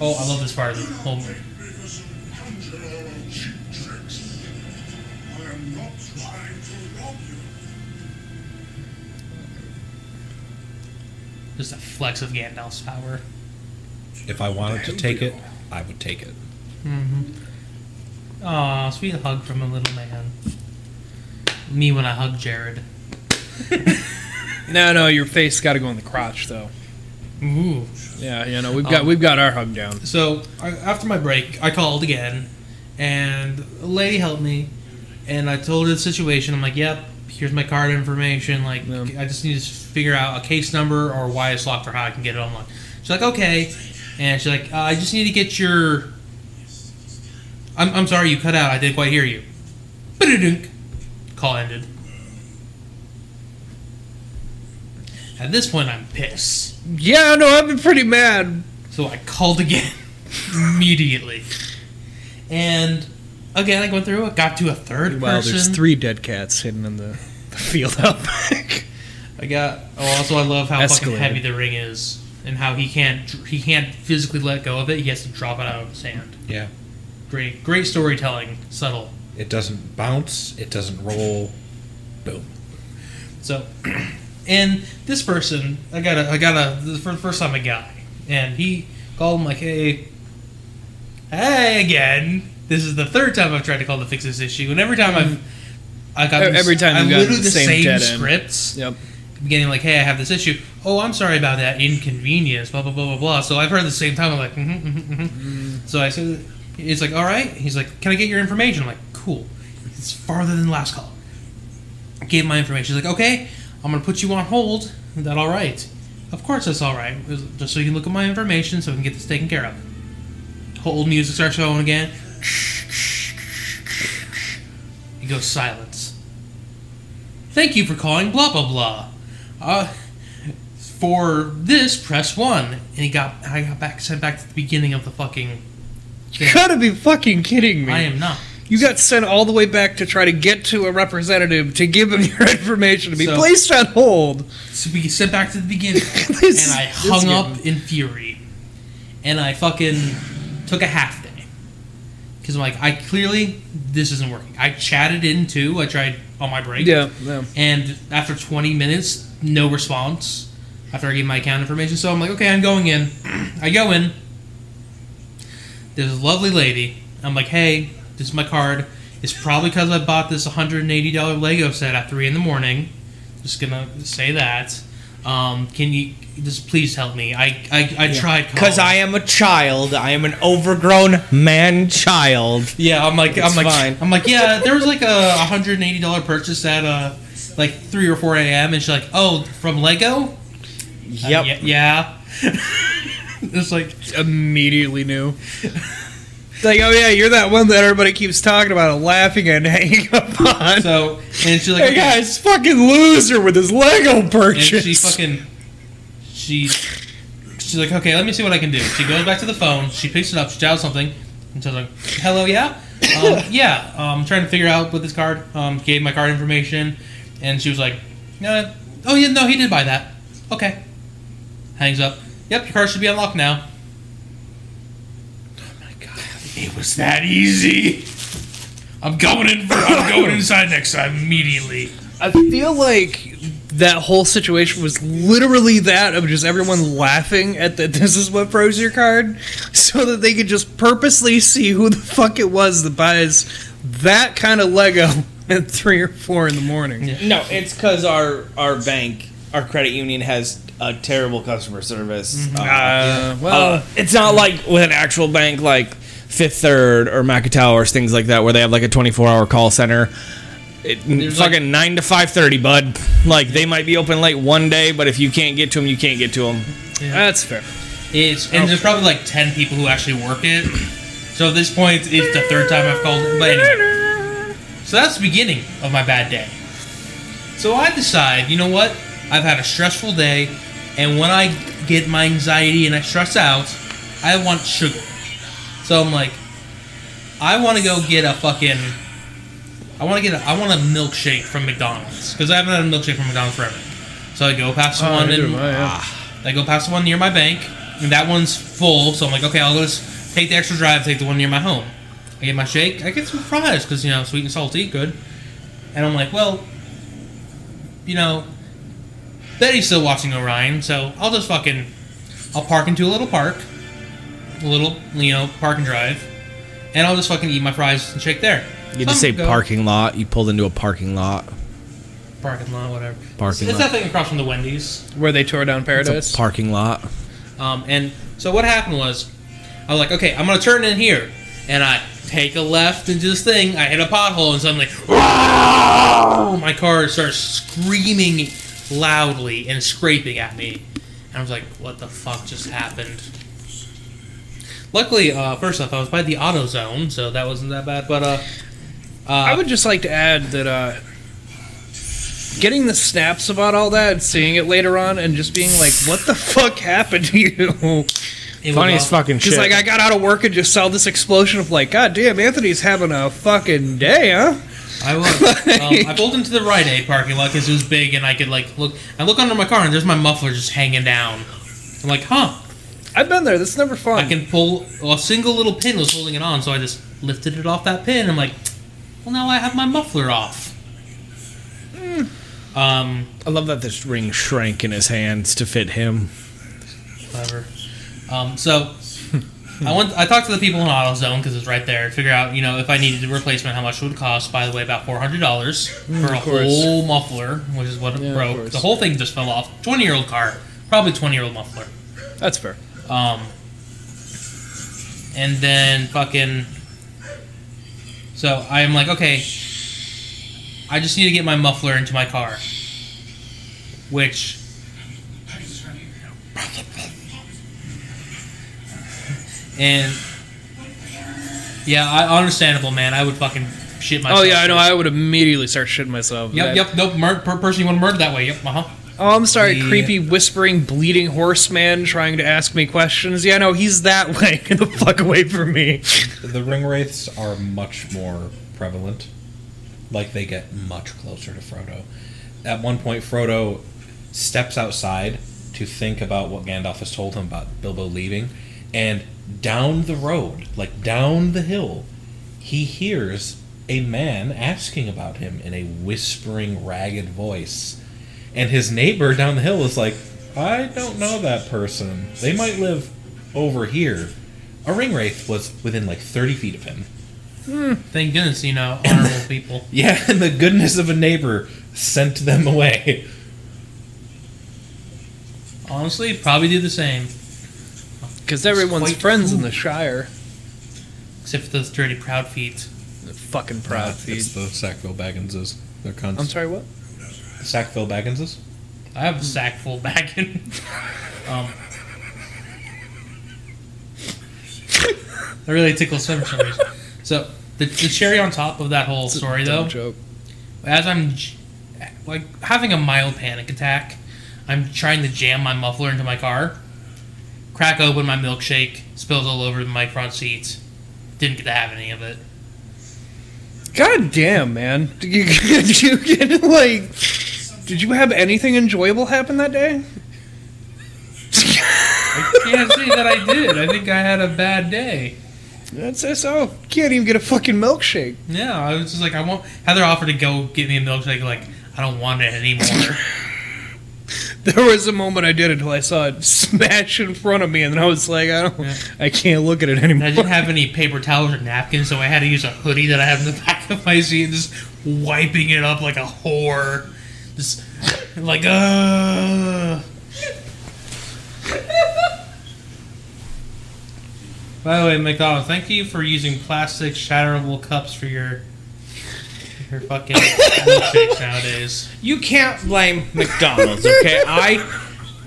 [SPEAKER 3] Oh, I love this part of the whole movie. Just a flex of Gandalf's power.
[SPEAKER 5] If I wanted to take it, I would take it.
[SPEAKER 3] Aw, sweet hug from a little man. Me when I hug Jared.
[SPEAKER 2] no, no, your face got to go in the crotch though. Oh.
[SPEAKER 3] Ooh.
[SPEAKER 2] Yeah, you know we've got we've got our hug down.
[SPEAKER 3] So I, after my break, I called again, and a lady helped me, and I told her the situation. I'm like, "Yep, here's my card information. Like,
[SPEAKER 2] Yeah.
[SPEAKER 3] I just need to figure out a case number or why it's locked or how I can get it online." She's like, "Okay," and she's like, uh, "I just need to get your." I'm, I'm sorry, you cut out. I didn't quite hear you. Ba-da-dunk. Call ended. At this point, I'm pissed.
[SPEAKER 2] Yeah, no, I've been pretty mad.
[SPEAKER 3] <laughs> So I called again immediately. And again, I went through it, got to a third
[SPEAKER 2] Wow,
[SPEAKER 3] person.
[SPEAKER 2] there's three dead cats hidden in the, the field out back.
[SPEAKER 3] I got. Oh, also, I love how
[SPEAKER 2] Escalated.
[SPEAKER 3] fucking heavy the ring is, and how he can't he can't physically let go of it. He has to drop it out of the sand.
[SPEAKER 5] Yeah.
[SPEAKER 3] Great, great storytelling, subtle.
[SPEAKER 5] It doesn't bounce. It doesn't roll. Boom.
[SPEAKER 3] So, <clears throat> and this person, I got a, I got a, the fir- first time a guy, and he called him like, hey, hey again. This is the third time I've tried to call to fix this issue, and every time I've, I got
[SPEAKER 2] E-, Every
[SPEAKER 3] this-
[SPEAKER 2] time
[SPEAKER 3] I'm
[SPEAKER 2] you've gotten
[SPEAKER 3] literally
[SPEAKER 2] the same dead end.
[SPEAKER 3] scripts.
[SPEAKER 2] Yep.
[SPEAKER 3] beginning like, "Hey, I have this issue. Oh, I'm sorry about that inconvenience." Blah blah blah blah blah. So I've heard the same time. I'm like, mm-hmm, mm-hmm,
[SPEAKER 2] Mm.
[SPEAKER 3] mm-hmm. so I said, "He's like, all right." He's like, "Can I get your information?" I'm like, "Cool." It's farther than last call. I gave my information. He's like, "Okay, I'm gonna put you on hold. Is that all right?" Of course, that's all right. It was Just so you can look at my information, so we can get this taken care of. Hold music starts going again. It goes silence. Thank you for calling blah blah blah. Uh, for this, press one. And he got I got back sent back to the beginning of the fucking
[SPEAKER 2] <laughs> You gotta be fucking kidding me.
[SPEAKER 3] I am not.
[SPEAKER 2] You got sent all the way back to try to get to a representative to give him <laughs> your information to be
[SPEAKER 3] So-
[SPEAKER 2] placed on hold.
[SPEAKER 3] So we get sent back to the beginning.
[SPEAKER 2] <laughs> This-
[SPEAKER 3] and I
[SPEAKER 2] this
[SPEAKER 3] hung
[SPEAKER 2] game.
[SPEAKER 3] up in fury. And I fucking took a half day. Because I'm like, I clearly, this isn't working. I chatted in too. I tried on my break.
[SPEAKER 2] Yeah, yeah.
[SPEAKER 3] And after 20 minutes, no response. After I gave my account information, so I'm like, okay, I'm going in. I go in. There's a lovely lady. I'm like, hey, this is my card. It's probably because I bought this $180 Lego set at three in the morning. Just gonna say that. Um, can you just please help me? I I, I tried
[SPEAKER 4] Because
[SPEAKER 3] calling.
[SPEAKER 4] I am a child. I am an overgrown man child.
[SPEAKER 3] Yeah, I'm like, I'm
[SPEAKER 4] It's
[SPEAKER 3] like,
[SPEAKER 4] fine.
[SPEAKER 3] I'm like, yeah. There was like a 180 dollar purchase at uh, like three or four a.m. and she's like, oh, from Lego.
[SPEAKER 4] Yep.
[SPEAKER 3] Yeah. yeah. <laughs> it's like,
[SPEAKER 2] Immediately knew. like, oh yeah, you're that one that everybody keeps talking about and laughing and <laughs> hanging up on.
[SPEAKER 3] so, and she's like,
[SPEAKER 2] Hey
[SPEAKER 3] okay.
[SPEAKER 2] guys, fucking loser with his Lego
[SPEAKER 3] and
[SPEAKER 2] purchase.
[SPEAKER 3] she fucking, she, she's like, okay, let me see what I can do. She goes back to the phone. She picks it up. She dials something, and she's like, hello, yeah,
[SPEAKER 6] <laughs>
[SPEAKER 3] um, yeah. I'm um, trying to figure out with this card. Um, gave my card information, and she was like, no, oh yeah, no, he did buy that. Okay. Hangs up. Yep, your card should be unlocked now.
[SPEAKER 6] Oh It was that easy. I'm going in. For, I'm <laughs> going inside next time immediately.
[SPEAKER 2] I feel like that whole situation was literally that of just everyone laughing at that <laughs> this is what froze your card so that they could just purposely see who the fuck it was that buys that kind of Lego <laughs> at three or four in the morning.
[SPEAKER 4] No, it's because our our bank, our credit union has a terrible customer service. Uh,
[SPEAKER 2] Uh, well,
[SPEAKER 4] uh, it's not like with an actual bank like Fifth Third or Macatow or things like that, where they have like a 24 hour call center. It,
[SPEAKER 3] like-
[SPEAKER 4] fucking nine to five thirty, bud. Like they might be open late one day, but if you can't get to them, you can't get to them.
[SPEAKER 2] that's fair.
[SPEAKER 3] It's and there's probably like ten people who actually work it. So at this point, it's the third time I've called. But anyway, so that's the beginning of my bad day. So I decide, you know what? I've had a stressful day, and when I get my anxiety and I stress out, I want sugar. So I'm like, I want to go get a fucking. I want to get. A, I want a milkshake from McDonald's because I haven't had a milkshake from McDonald's forever. So I go past one
[SPEAKER 2] Oh, neither
[SPEAKER 3] and
[SPEAKER 2] have I, yeah.
[SPEAKER 3] ah, I go past the one near my bank, and that one's full. So I'm like, okay, I'll just take the extra drive, take the one near my home. I get my shake. I get some fries because you know sweet and salty, good. And I'm like, well, you know, Betty's still watching Orion, so I'll just fucking I'll park into a little park, a little you know park and drive, and I'll just fucking eat my fries and shake there.
[SPEAKER 4] You
[SPEAKER 3] So
[SPEAKER 4] just say
[SPEAKER 3] I'm go-
[SPEAKER 4] parking lot. You pulled into a parking lot.
[SPEAKER 3] parking lot, whatever.
[SPEAKER 4] Parking
[SPEAKER 3] It's
[SPEAKER 4] lot.
[SPEAKER 3] that thing across from the Wendy's.
[SPEAKER 2] Where they tore down
[SPEAKER 4] It's
[SPEAKER 2] Paradise.
[SPEAKER 4] a parking lot.
[SPEAKER 3] Um, and so what happened was, I was like, okay, I'm gonna turn in here, and I take a left into this thing. I hit a pothole, and suddenly, "Wow!" my car starts screaming loudly and scraping at me. And I was like, what the fuck just happened? Luckily, uh, first off, I was by the auto zone, so that wasn't that bad. But uh,
[SPEAKER 2] I would just like to add that uh, getting the snaps about all that, and seeing it later on, and just being like, "What the fuck happened to you?" <laughs>
[SPEAKER 3] It
[SPEAKER 4] Funny
[SPEAKER 3] was
[SPEAKER 4] as
[SPEAKER 3] awful.
[SPEAKER 4] fucking shit.
[SPEAKER 2] Because like I got out of work and just saw this explosion of like, God damn, Anthony's having a fucking day, huh?
[SPEAKER 3] I was. um, I pulled into the Rite Aid parking lot because it was big, and I could like look. I look under my car, and there's my muffler just hanging down. I'm like, huh?
[SPEAKER 2] I've been there. That's never fun.
[SPEAKER 3] I can pull well, a single little pin was holding it on, so I just lifted it off that pin. I'm like, well, now I have my muffler off. Um,
[SPEAKER 4] I love that this ring shrank in his hands to fit him.
[SPEAKER 3] whatever. Um, so <laughs> I went. I talked to the people in AutoZone because it's right there. to Figure out, you know, if I needed a replacement, how much it would cost. By the way, about four hundred dollars
[SPEAKER 2] Mm,
[SPEAKER 3] for a whole muffler, which is what it
[SPEAKER 2] of
[SPEAKER 3] broke.
[SPEAKER 2] course.
[SPEAKER 3] The whole thing just fell off. Twenty year old car, probably twenty year old muffler.
[SPEAKER 2] That's fair.
[SPEAKER 3] Um, and then fucking. So I'm like, okay, I just need to get my muffler into my car. Which. And. Yeah, I, understandable, man. I would fucking shit myself.
[SPEAKER 2] Oh yeah, I know. I would immediately start shitting myself.
[SPEAKER 3] Yep, yep, nope. Mur- per- person you want to murder that way. Yep, uh huh.
[SPEAKER 2] Oh, I'm sorry,
[SPEAKER 3] Yeah.
[SPEAKER 2] creepy, whispering, bleeding horseman trying to ask me questions. Yeah, no, he's that <laughs> way. Get the fuck away from me.
[SPEAKER 5] The ring wraiths are much more prevalent. Like they get much closer to Frodo. At one point, Frodo steps outside to think about what Gandalf has told him about Bilbo leaving, and down the road, like down the hill, he hears a man asking about him in a whispering, ragged voice. And his neighbor down the hill is like, I don't know that person. They might live over here. A ring wraith was within like 30 feet of him.
[SPEAKER 3] Thank goodness, you know,
[SPEAKER 2] <laughs>
[SPEAKER 3] honorable people.
[SPEAKER 5] Yeah, <laughs> and the goodness of a neighbor sent them away.
[SPEAKER 3] Honestly, probably do the same.
[SPEAKER 2] Because everyone's
[SPEAKER 3] quite
[SPEAKER 2] friends in the Shire.
[SPEAKER 3] Except for those dirty proud feet.
[SPEAKER 2] Fucking proud. feet.
[SPEAKER 5] the Sackville Bagginses. They're cons.
[SPEAKER 2] I'm sorry, what?
[SPEAKER 5] Sackville Bagginses?
[SPEAKER 3] I have a sack full back in. Um, that really tickles him for some reason. So the, the cherry on top of that whole story,
[SPEAKER 2] Dumb
[SPEAKER 3] though,
[SPEAKER 2] joke.
[SPEAKER 3] as I'm j- like having a mild panic attack, I'm trying to jam my muffler into my car. Crack open my milkshake, spills all over my front seat. Didn't get to have any of it.
[SPEAKER 2] God damn, man. <laughs> Did you, did you get, like, did you have anything enjoyable happen that day?
[SPEAKER 3] Can't say that I did. I think I had a bad day.
[SPEAKER 2] <laughs> That's SO. Can't even get a fucking milkshake.
[SPEAKER 3] Yeah, I was just like, I want Heather offered to go get me a milkshake. Like, I don't want it anymore.
[SPEAKER 2] There was a moment I did until I saw it <laughs> smash in front of me, and then I was like, I don't,
[SPEAKER 3] Yeah.
[SPEAKER 2] I can't look at it
[SPEAKER 3] and
[SPEAKER 2] anymore.
[SPEAKER 3] I didn't have any paper towels or napkins, so I had to use a hoodie that I had in the back of my seat, and just wiping it up like a whore, just like uh. By the way, McDonald, thank you for using plastic shatterable cups for your your fucking milkshakes nowadays.
[SPEAKER 4] You can't blame McDonald's, <laughs> okay? I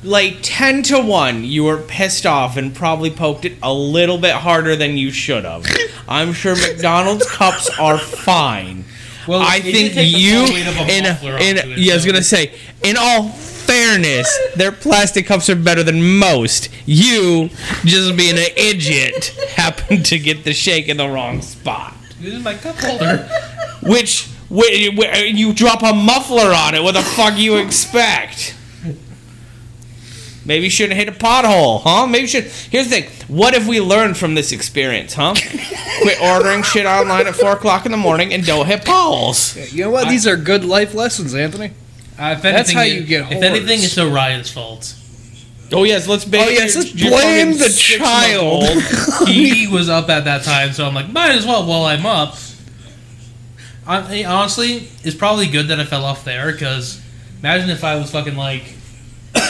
[SPEAKER 4] like 10 to 1, you were pissed off and probably poked it a little bit harder than you should have. I'm sure McDonald's cups are fine.
[SPEAKER 3] Well,
[SPEAKER 4] I
[SPEAKER 3] it did
[SPEAKER 4] think
[SPEAKER 3] take the
[SPEAKER 4] you
[SPEAKER 3] full weight of a
[SPEAKER 4] in,
[SPEAKER 3] muffler onto
[SPEAKER 4] in
[SPEAKER 3] it,
[SPEAKER 4] yeah, I was
[SPEAKER 3] so-
[SPEAKER 4] going to say in all fairness, their plastic cups are better than most. You just being an idiot <laughs> happened to get the shake in the wrong spot
[SPEAKER 3] This is my cup holder.
[SPEAKER 4] which wh- wh- you drop a muffler on it. What the fuck you expect? Maybe you shouldn't hit a pothole, huh? Maybe you should. Here's the thing. What have we learned from this experience, huh? Quit ordering shit online at four o'clock in the morning and don't hit potholes.
[SPEAKER 2] You know what? These are good life lessons, Anthony.
[SPEAKER 3] Uh,
[SPEAKER 2] <laughs>
[SPEAKER 3] if
[SPEAKER 2] That's
[SPEAKER 3] anything,
[SPEAKER 2] how you get
[SPEAKER 3] If anything,
[SPEAKER 2] whores.
[SPEAKER 3] it's Orion's fault.
[SPEAKER 4] Oh yes, let's. Ba-
[SPEAKER 2] Oh, yes, let's
[SPEAKER 4] you're
[SPEAKER 2] blame
[SPEAKER 4] fucking
[SPEAKER 2] the
[SPEAKER 4] six-month-old.
[SPEAKER 3] he was up at that time, so I'm like, might as well while I'm up. Hon- hey, honestly, it's probably good that I fell off there because imagine if I was fucking like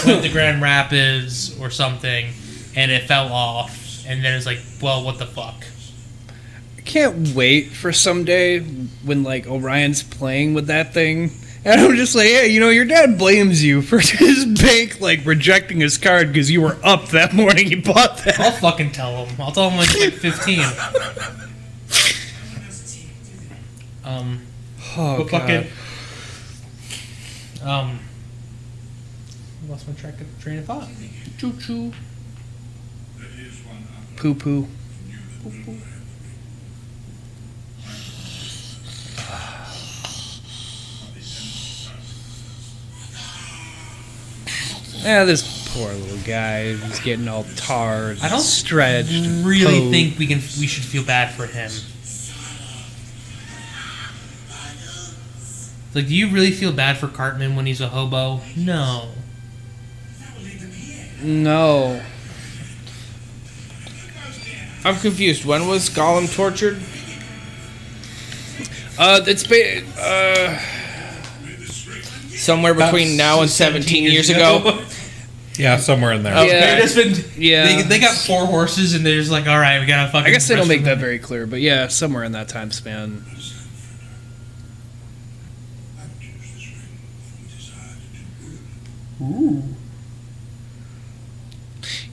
[SPEAKER 3] went to Grand Rapids or something and it fell off, and then it's like, well, what the fuck?
[SPEAKER 2] I can't wait for someday when like Orion's playing with that thing. And I'm just like, hey, you know, your dad blames you for <laughs> his bank like rejecting his card because you were up that morning you bought that.
[SPEAKER 3] I'll fucking tell him. I'll tell him like, like 15. Um.
[SPEAKER 2] Oh,
[SPEAKER 3] But fucking. Um. I Lost my track of train of thought. Choo choo.
[SPEAKER 2] Poo poo. Yeah, this poor little guy was getting all tarred.
[SPEAKER 3] I don't
[SPEAKER 2] stretched. and
[SPEAKER 3] Really
[SPEAKER 2] poked.
[SPEAKER 3] think we can we should feel bad for him. Like, do you really feel bad for Cartman when he's a hobo? No.
[SPEAKER 2] No.
[SPEAKER 4] <laughs> I'm confused. When was Gollum tortured?
[SPEAKER 2] Uh, it's been. Uh,
[SPEAKER 4] Somewhere between now and 17 years ago.
[SPEAKER 5] Yeah, somewhere in there.
[SPEAKER 2] yeah.
[SPEAKER 3] It's been-
[SPEAKER 2] Yeah.
[SPEAKER 3] They, they got four horses and they're just like, all right, we gotta fucking.
[SPEAKER 2] I guess they don't make that
[SPEAKER 3] very.
[SPEAKER 2] very clear, but yeah, somewhere in that time span.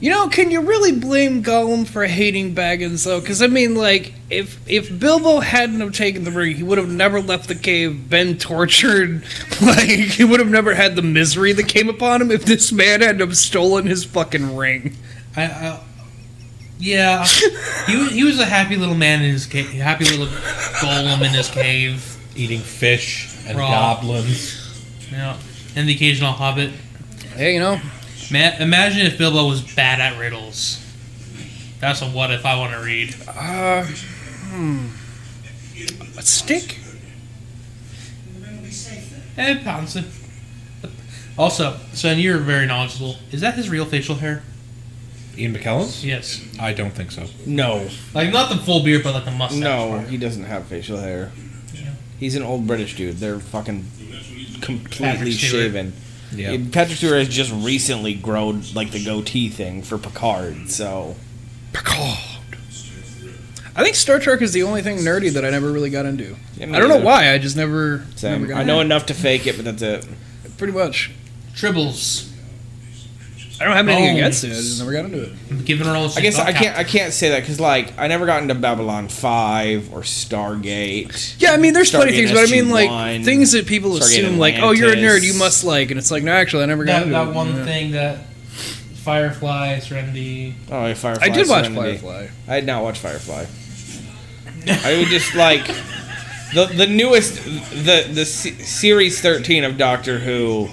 [SPEAKER 2] You know, can you really blame Gollum for hating Baggins though? Because I mean, like, if if Bilbo hadn't have taken the ring, he would have never left the cave, been tortured. <laughs> Like, he would have never had the misery that came upon him if this man had have stolen his fucking ring.
[SPEAKER 3] I, I yeah, he was, he was a happy little man in his cave, happy little golem in his cave.
[SPEAKER 5] Eating fish and
[SPEAKER 3] Raw.
[SPEAKER 5] goblins.
[SPEAKER 3] Yeah, and the occasional hobbit.
[SPEAKER 2] Hey, you know,
[SPEAKER 3] Ma- imagine if Bilbo was bad at riddles. That's a what if I want to read.
[SPEAKER 2] a stick.
[SPEAKER 3] And Pattinson. Also, Son, you're very knowledgeable. Is that his real facial hair?
[SPEAKER 5] Ian McKellen's?
[SPEAKER 3] Yes.
[SPEAKER 5] I don't think so.
[SPEAKER 4] No.
[SPEAKER 3] Like not the full beard, but like the mustache.
[SPEAKER 4] No,
[SPEAKER 3] part.
[SPEAKER 4] he doesn't have facial hair. He's an old British dude. They're fucking completely
[SPEAKER 3] Patrick Stewart.
[SPEAKER 4] shaven.
[SPEAKER 5] Yeah.
[SPEAKER 4] Patrick Stewart has just recently grown like the goatee thing for Picard, so
[SPEAKER 2] Picard. I think Star Trek is the only thing nerdy that I never really got into.
[SPEAKER 4] Yeah, me
[SPEAKER 2] I don't know
[SPEAKER 4] neither.
[SPEAKER 2] why. I just never.
[SPEAKER 4] same.
[SPEAKER 2] never got
[SPEAKER 4] I know
[SPEAKER 2] into
[SPEAKER 4] enough to fake it, but that's it.
[SPEAKER 2] it. Pretty much.
[SPEAKER 3] Tribbles.
[SPEAKER 2] I don't have anything
[SPEAKER 3] Oh.
[SPEAKER 2] against it. I just never got into it.
[SPEAKER 3] I'm giving her all.
[SPEAKER 4] I guess I can't. I can't say that because like I never got into Babylon Five or Stargate.
[SPEAKER 2] Yeah, I mean, there's plenty
[SPEAKER 4] Stargate
[SPEAKER 2] of things, but I mean, like
[SPEAKER 4] SG-1,
[SPEAKER 2] things that people
[SPEAKER 4] Stargate
[SPEAKER 2] assume, like, oh, you're a nerd, you
[SPEAKER 4] Atlantis.
[SPEAKER 2] must like, and it's like, no, actually, I never got
[SPEAKER 3] That,
[SPEAKER 2] into
[SPEAKER 3] that
[SPEAKER 2] it.
[SPEAKER 3] one
[SPEAKER 2] Yeah.
[SPEAKER 3] thing that Firefly, Serenity.
[SPEAKER 4] Oh, yeah, Firefly.
[SPEAKER 2] I did watch
[SPEAKER 4] Serenity.
[SPEAKER 2] Firefly.
[SPEAKER 4] I did not watch Firefly. I would just like the the newest the the se- series thirteen of Doctor Who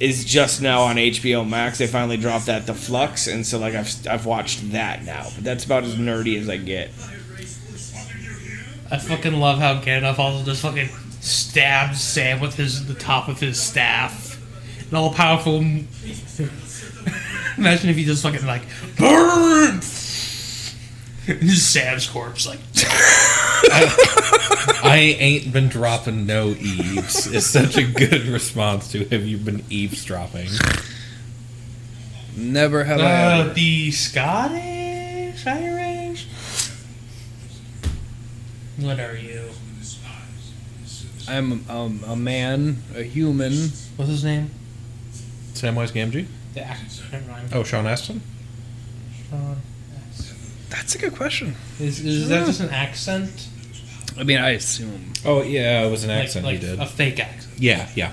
[SPEAKER 4] is just now on HBO Max. They finally dropped that the Flux, and so like I've I've watched that now. But that's about as nerdy as I get.
[SPEAKER 3] I fucking love how Gandalf also just fucking stabs Sam with his the top of his staff. An all powerful. <laughs> Imagine if he just fucking like burn. <laughs> Just Sam's corpse, like
[SPEAKER 5] <laughs> I ain't been dropping no eaves. It's such a good <laughs> response to have you been eavesdropping?
[SPEAKER 2] Never have I
[SPEAKER 3] uh,
[SPEAKER 2] ever.
[SPEAKER 3] the Scottish Irish. What are you?
[SPEAKER 2] I'm um, a man, a human.
[SPEAKER 3] What's his name?
[SPEAKER 5] Samwise Gamgee?
[SPEAKER 3] The actor. Never mind.
[SPEAKER 5] Oh, Sean Astin?
[SPEAKER 3] Uh,
[SPEAKER 2] That's a good question.
[SPEAKER 3] is, is that just an accent?
[SPEAKER 2] I mean, I assume.
[SPEAKER 5] Oh, yeah, it was an
[SPEAKER 3] Like-
[SPEAKER 5] accent
[SPEAKER 3] like,
[SPEAKER 5] he did.
[SPEAKER 3] a fake accent.
[SPEAKER 5] yeah, yeah.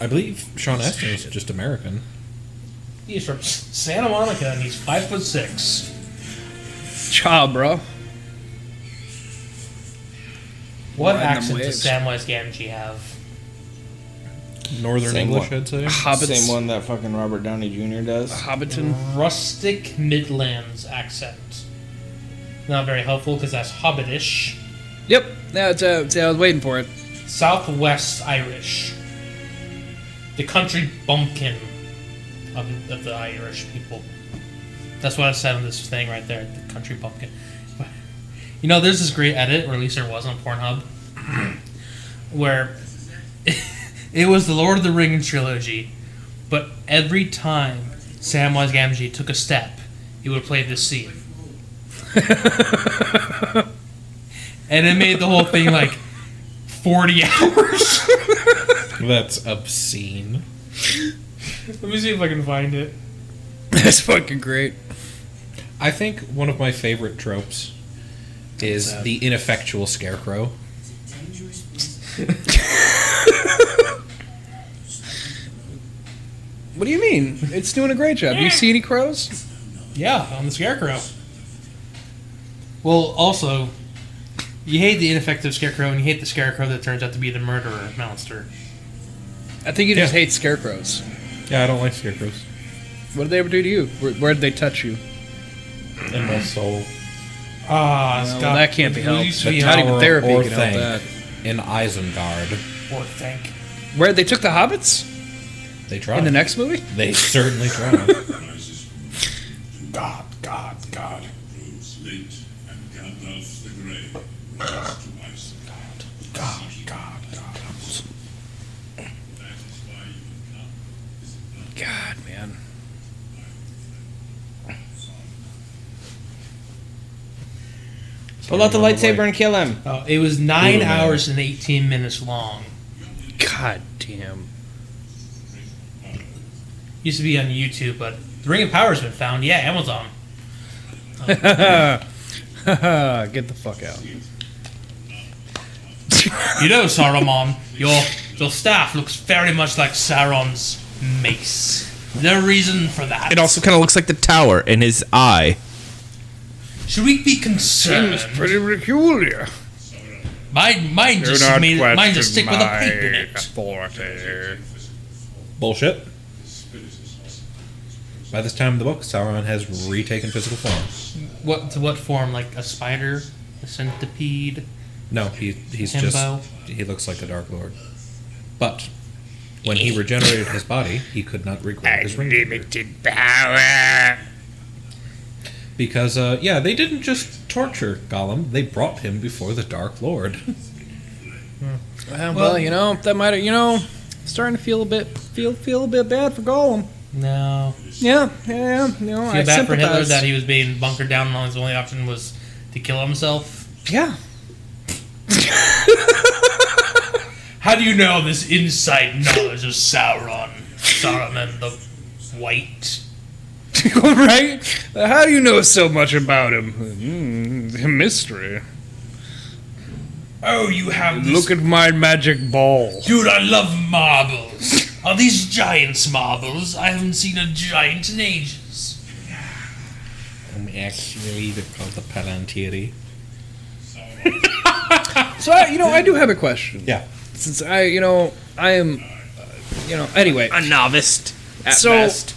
[SPEAKER 5] I believe Sean Astin is just American.
[SPEAKER 3] He's from S- Santa Monica and he's five foot six.
[SPEAKER 2] Cha, bro.
[SPEAKER 3] What
[SPEAKER 2] Riding them
[SPEAKER 3] accent does
[SPEAKER 2] waves.
[SPEAKER 3] Samwise Gamgee have?
[SPEAKER 5] Northern
[SPEAKER 4] Same
[SPEAKER 5] English,
[SPEAKER 4] one.
[SPEAKER 2] <laughs>
[SPEAKER 5] I'd say.
[SPEAKER 2] Hobbits. Ah,
[SPEAKER 4] Same one that fucking Robert Downey Jr. does.
[SPEAKER 2] Hobbiton.
[SPEAKER 3] Rustic Midlands accent. Not very helpful because that's Hobbitish.
[SPEAKER 2] Yep. That's, uh, see, I was waiting for it.
[SPEAKER 3] Southwest Irish. The country bumpkin of, of the Irish people. That's what I said on this thing right there, the country bumpkin. You know, there's this great edit, or at least there was on Pornhub, <clears throat> where <laughs> it was the Lord of the Ring trilogy, but every time Samwise Gamgee took a step, he would play this scene. and it made the whole thing like 40 <laughs> hours.
[SPEAKER 5] That's obscene.
[SPEAKER 3] Let me see if I can find it.
[SPEAKER 2] <laughs> That's fucking great.
[SPEAKER 5] I think one of my favorite tropes is the ineffectual scarecrow.
[SPEAKER 2] What do you mean? It's doing a great job. You see any crows?
[SPEAKER 3] Yeah, on the Scarecrow. Well, also, you hate the ineffective Scarecrow, and you hate the Scarecrow that turns out to be the murderer monster.
[SPEAKER 2] I think you just hate scarecrows.
[SPEAKER 5] Yeah, I don't like scarecrows.
[SPEAKER 2] What did they ever do to you? Where, where did they touch you?
[SPEAKER 5] In my soul.
[SPEAKER 3] Ah,
[SPEAKER 2] Well, that can't be helped.
[SPEAKER 3] Lucy
[SPEAKER 2] Not even
[SPEAKER 5] Tower
[SPEAKER 2] therapy
[SPEAKER 5] or
[SPEAKER 2] can help
[SPEAKER 5] thing.
[SPEAKER 2] that.
[SPEAKER 5] In Isengard.
[SPEAKER 3] Or thank.
[SPEAKER 2] Where they took the hobbits
[SPEAKER 5] They tried.
[SPEAKER 2] in the next movie?
[SPEAKER 5] They certainly tried.
[SPEAKER 2] <laughs>
[SPEAKER 6] God, God, God. God, God, God.
[SPEAKER 2] God, man.
[SPEAKER 7] Pull out the lightsaber and kill him.
[SPEAKER 3] Oh, it was nine hours and eighteen minutes long.
[SPEAKER 2] God damn.
[SPEAKER 3] Used to be on YouTube, but the Ring of Power's been found. Yeah, Amazon.
[SPEAKER 2] Uh, Get the fuck out.
[SPEAKER 3] You know, Saruman, your your staff looks very much like Sauron's mace. No reason for that.
[SPEAKER 4] It also kind of looks like the tower in his eye.
[SPEAKER 3] Should we be concerned?
[SPEAKER 2] peculiar.
[SPEAKER 3] Mine, mine just made it- mine just stick with a pipe in it.
[SPEAKER 5] Bullshit. By this time in the book, Sauron has retaken physical form.
[SPEAKER 3] What to what form? Like a spider, a centipede.
[SPEAKER 5] No, he he's
[SPEAKER 3] Himbo.
[SPEAKER 5] just he looks like a Dark Lord. But when he regenerated his body, he could not regrow his ring. finger. Because uh, yeah, they didn't just torture Gollum; they brought him before the Dark <laughs> Lord.
[SPEAKER 2] Well, you know that might. You know, starting to feel a bit feel feel a bit bad for Gollum.
[SPEAKER 3] No.
[SPEAKER 2] Yeah, yeah. yeah, You know, I
[SPEAKER 3] Feel bad for Hitler
[SPEAKER 2] sympathize.
[SPEAKER 3] that he was being bunkered down and all his only option was to kill himself.
[SPEAKER 2] yeah.
[SPEAKER 3] How do you know this inside knowledge of Sauron? Saruman the White.
[SPEAKER 2] <laughs> right? How do you know so much about him? Mm, mystery.
[SPEAKER 3] Oh, you have this.
[SPEAKER 2] Look at my magic ball.
[SPEAKER 3] Dude, I love marbles. Are these giants marbles? I haven't seen a giant in ages.
[SPEAKER 5] Um, actually, they're called the Palantiri.
[SPEAKER 2] So I, you know, I do have a question.
[SPEAKER 5] Yeah.
[SPEAKER 2] Since I, you know, I am, uh, you know, anyway.
[SPEAKER 4] A novice at
[SPEAKER 2] So- best.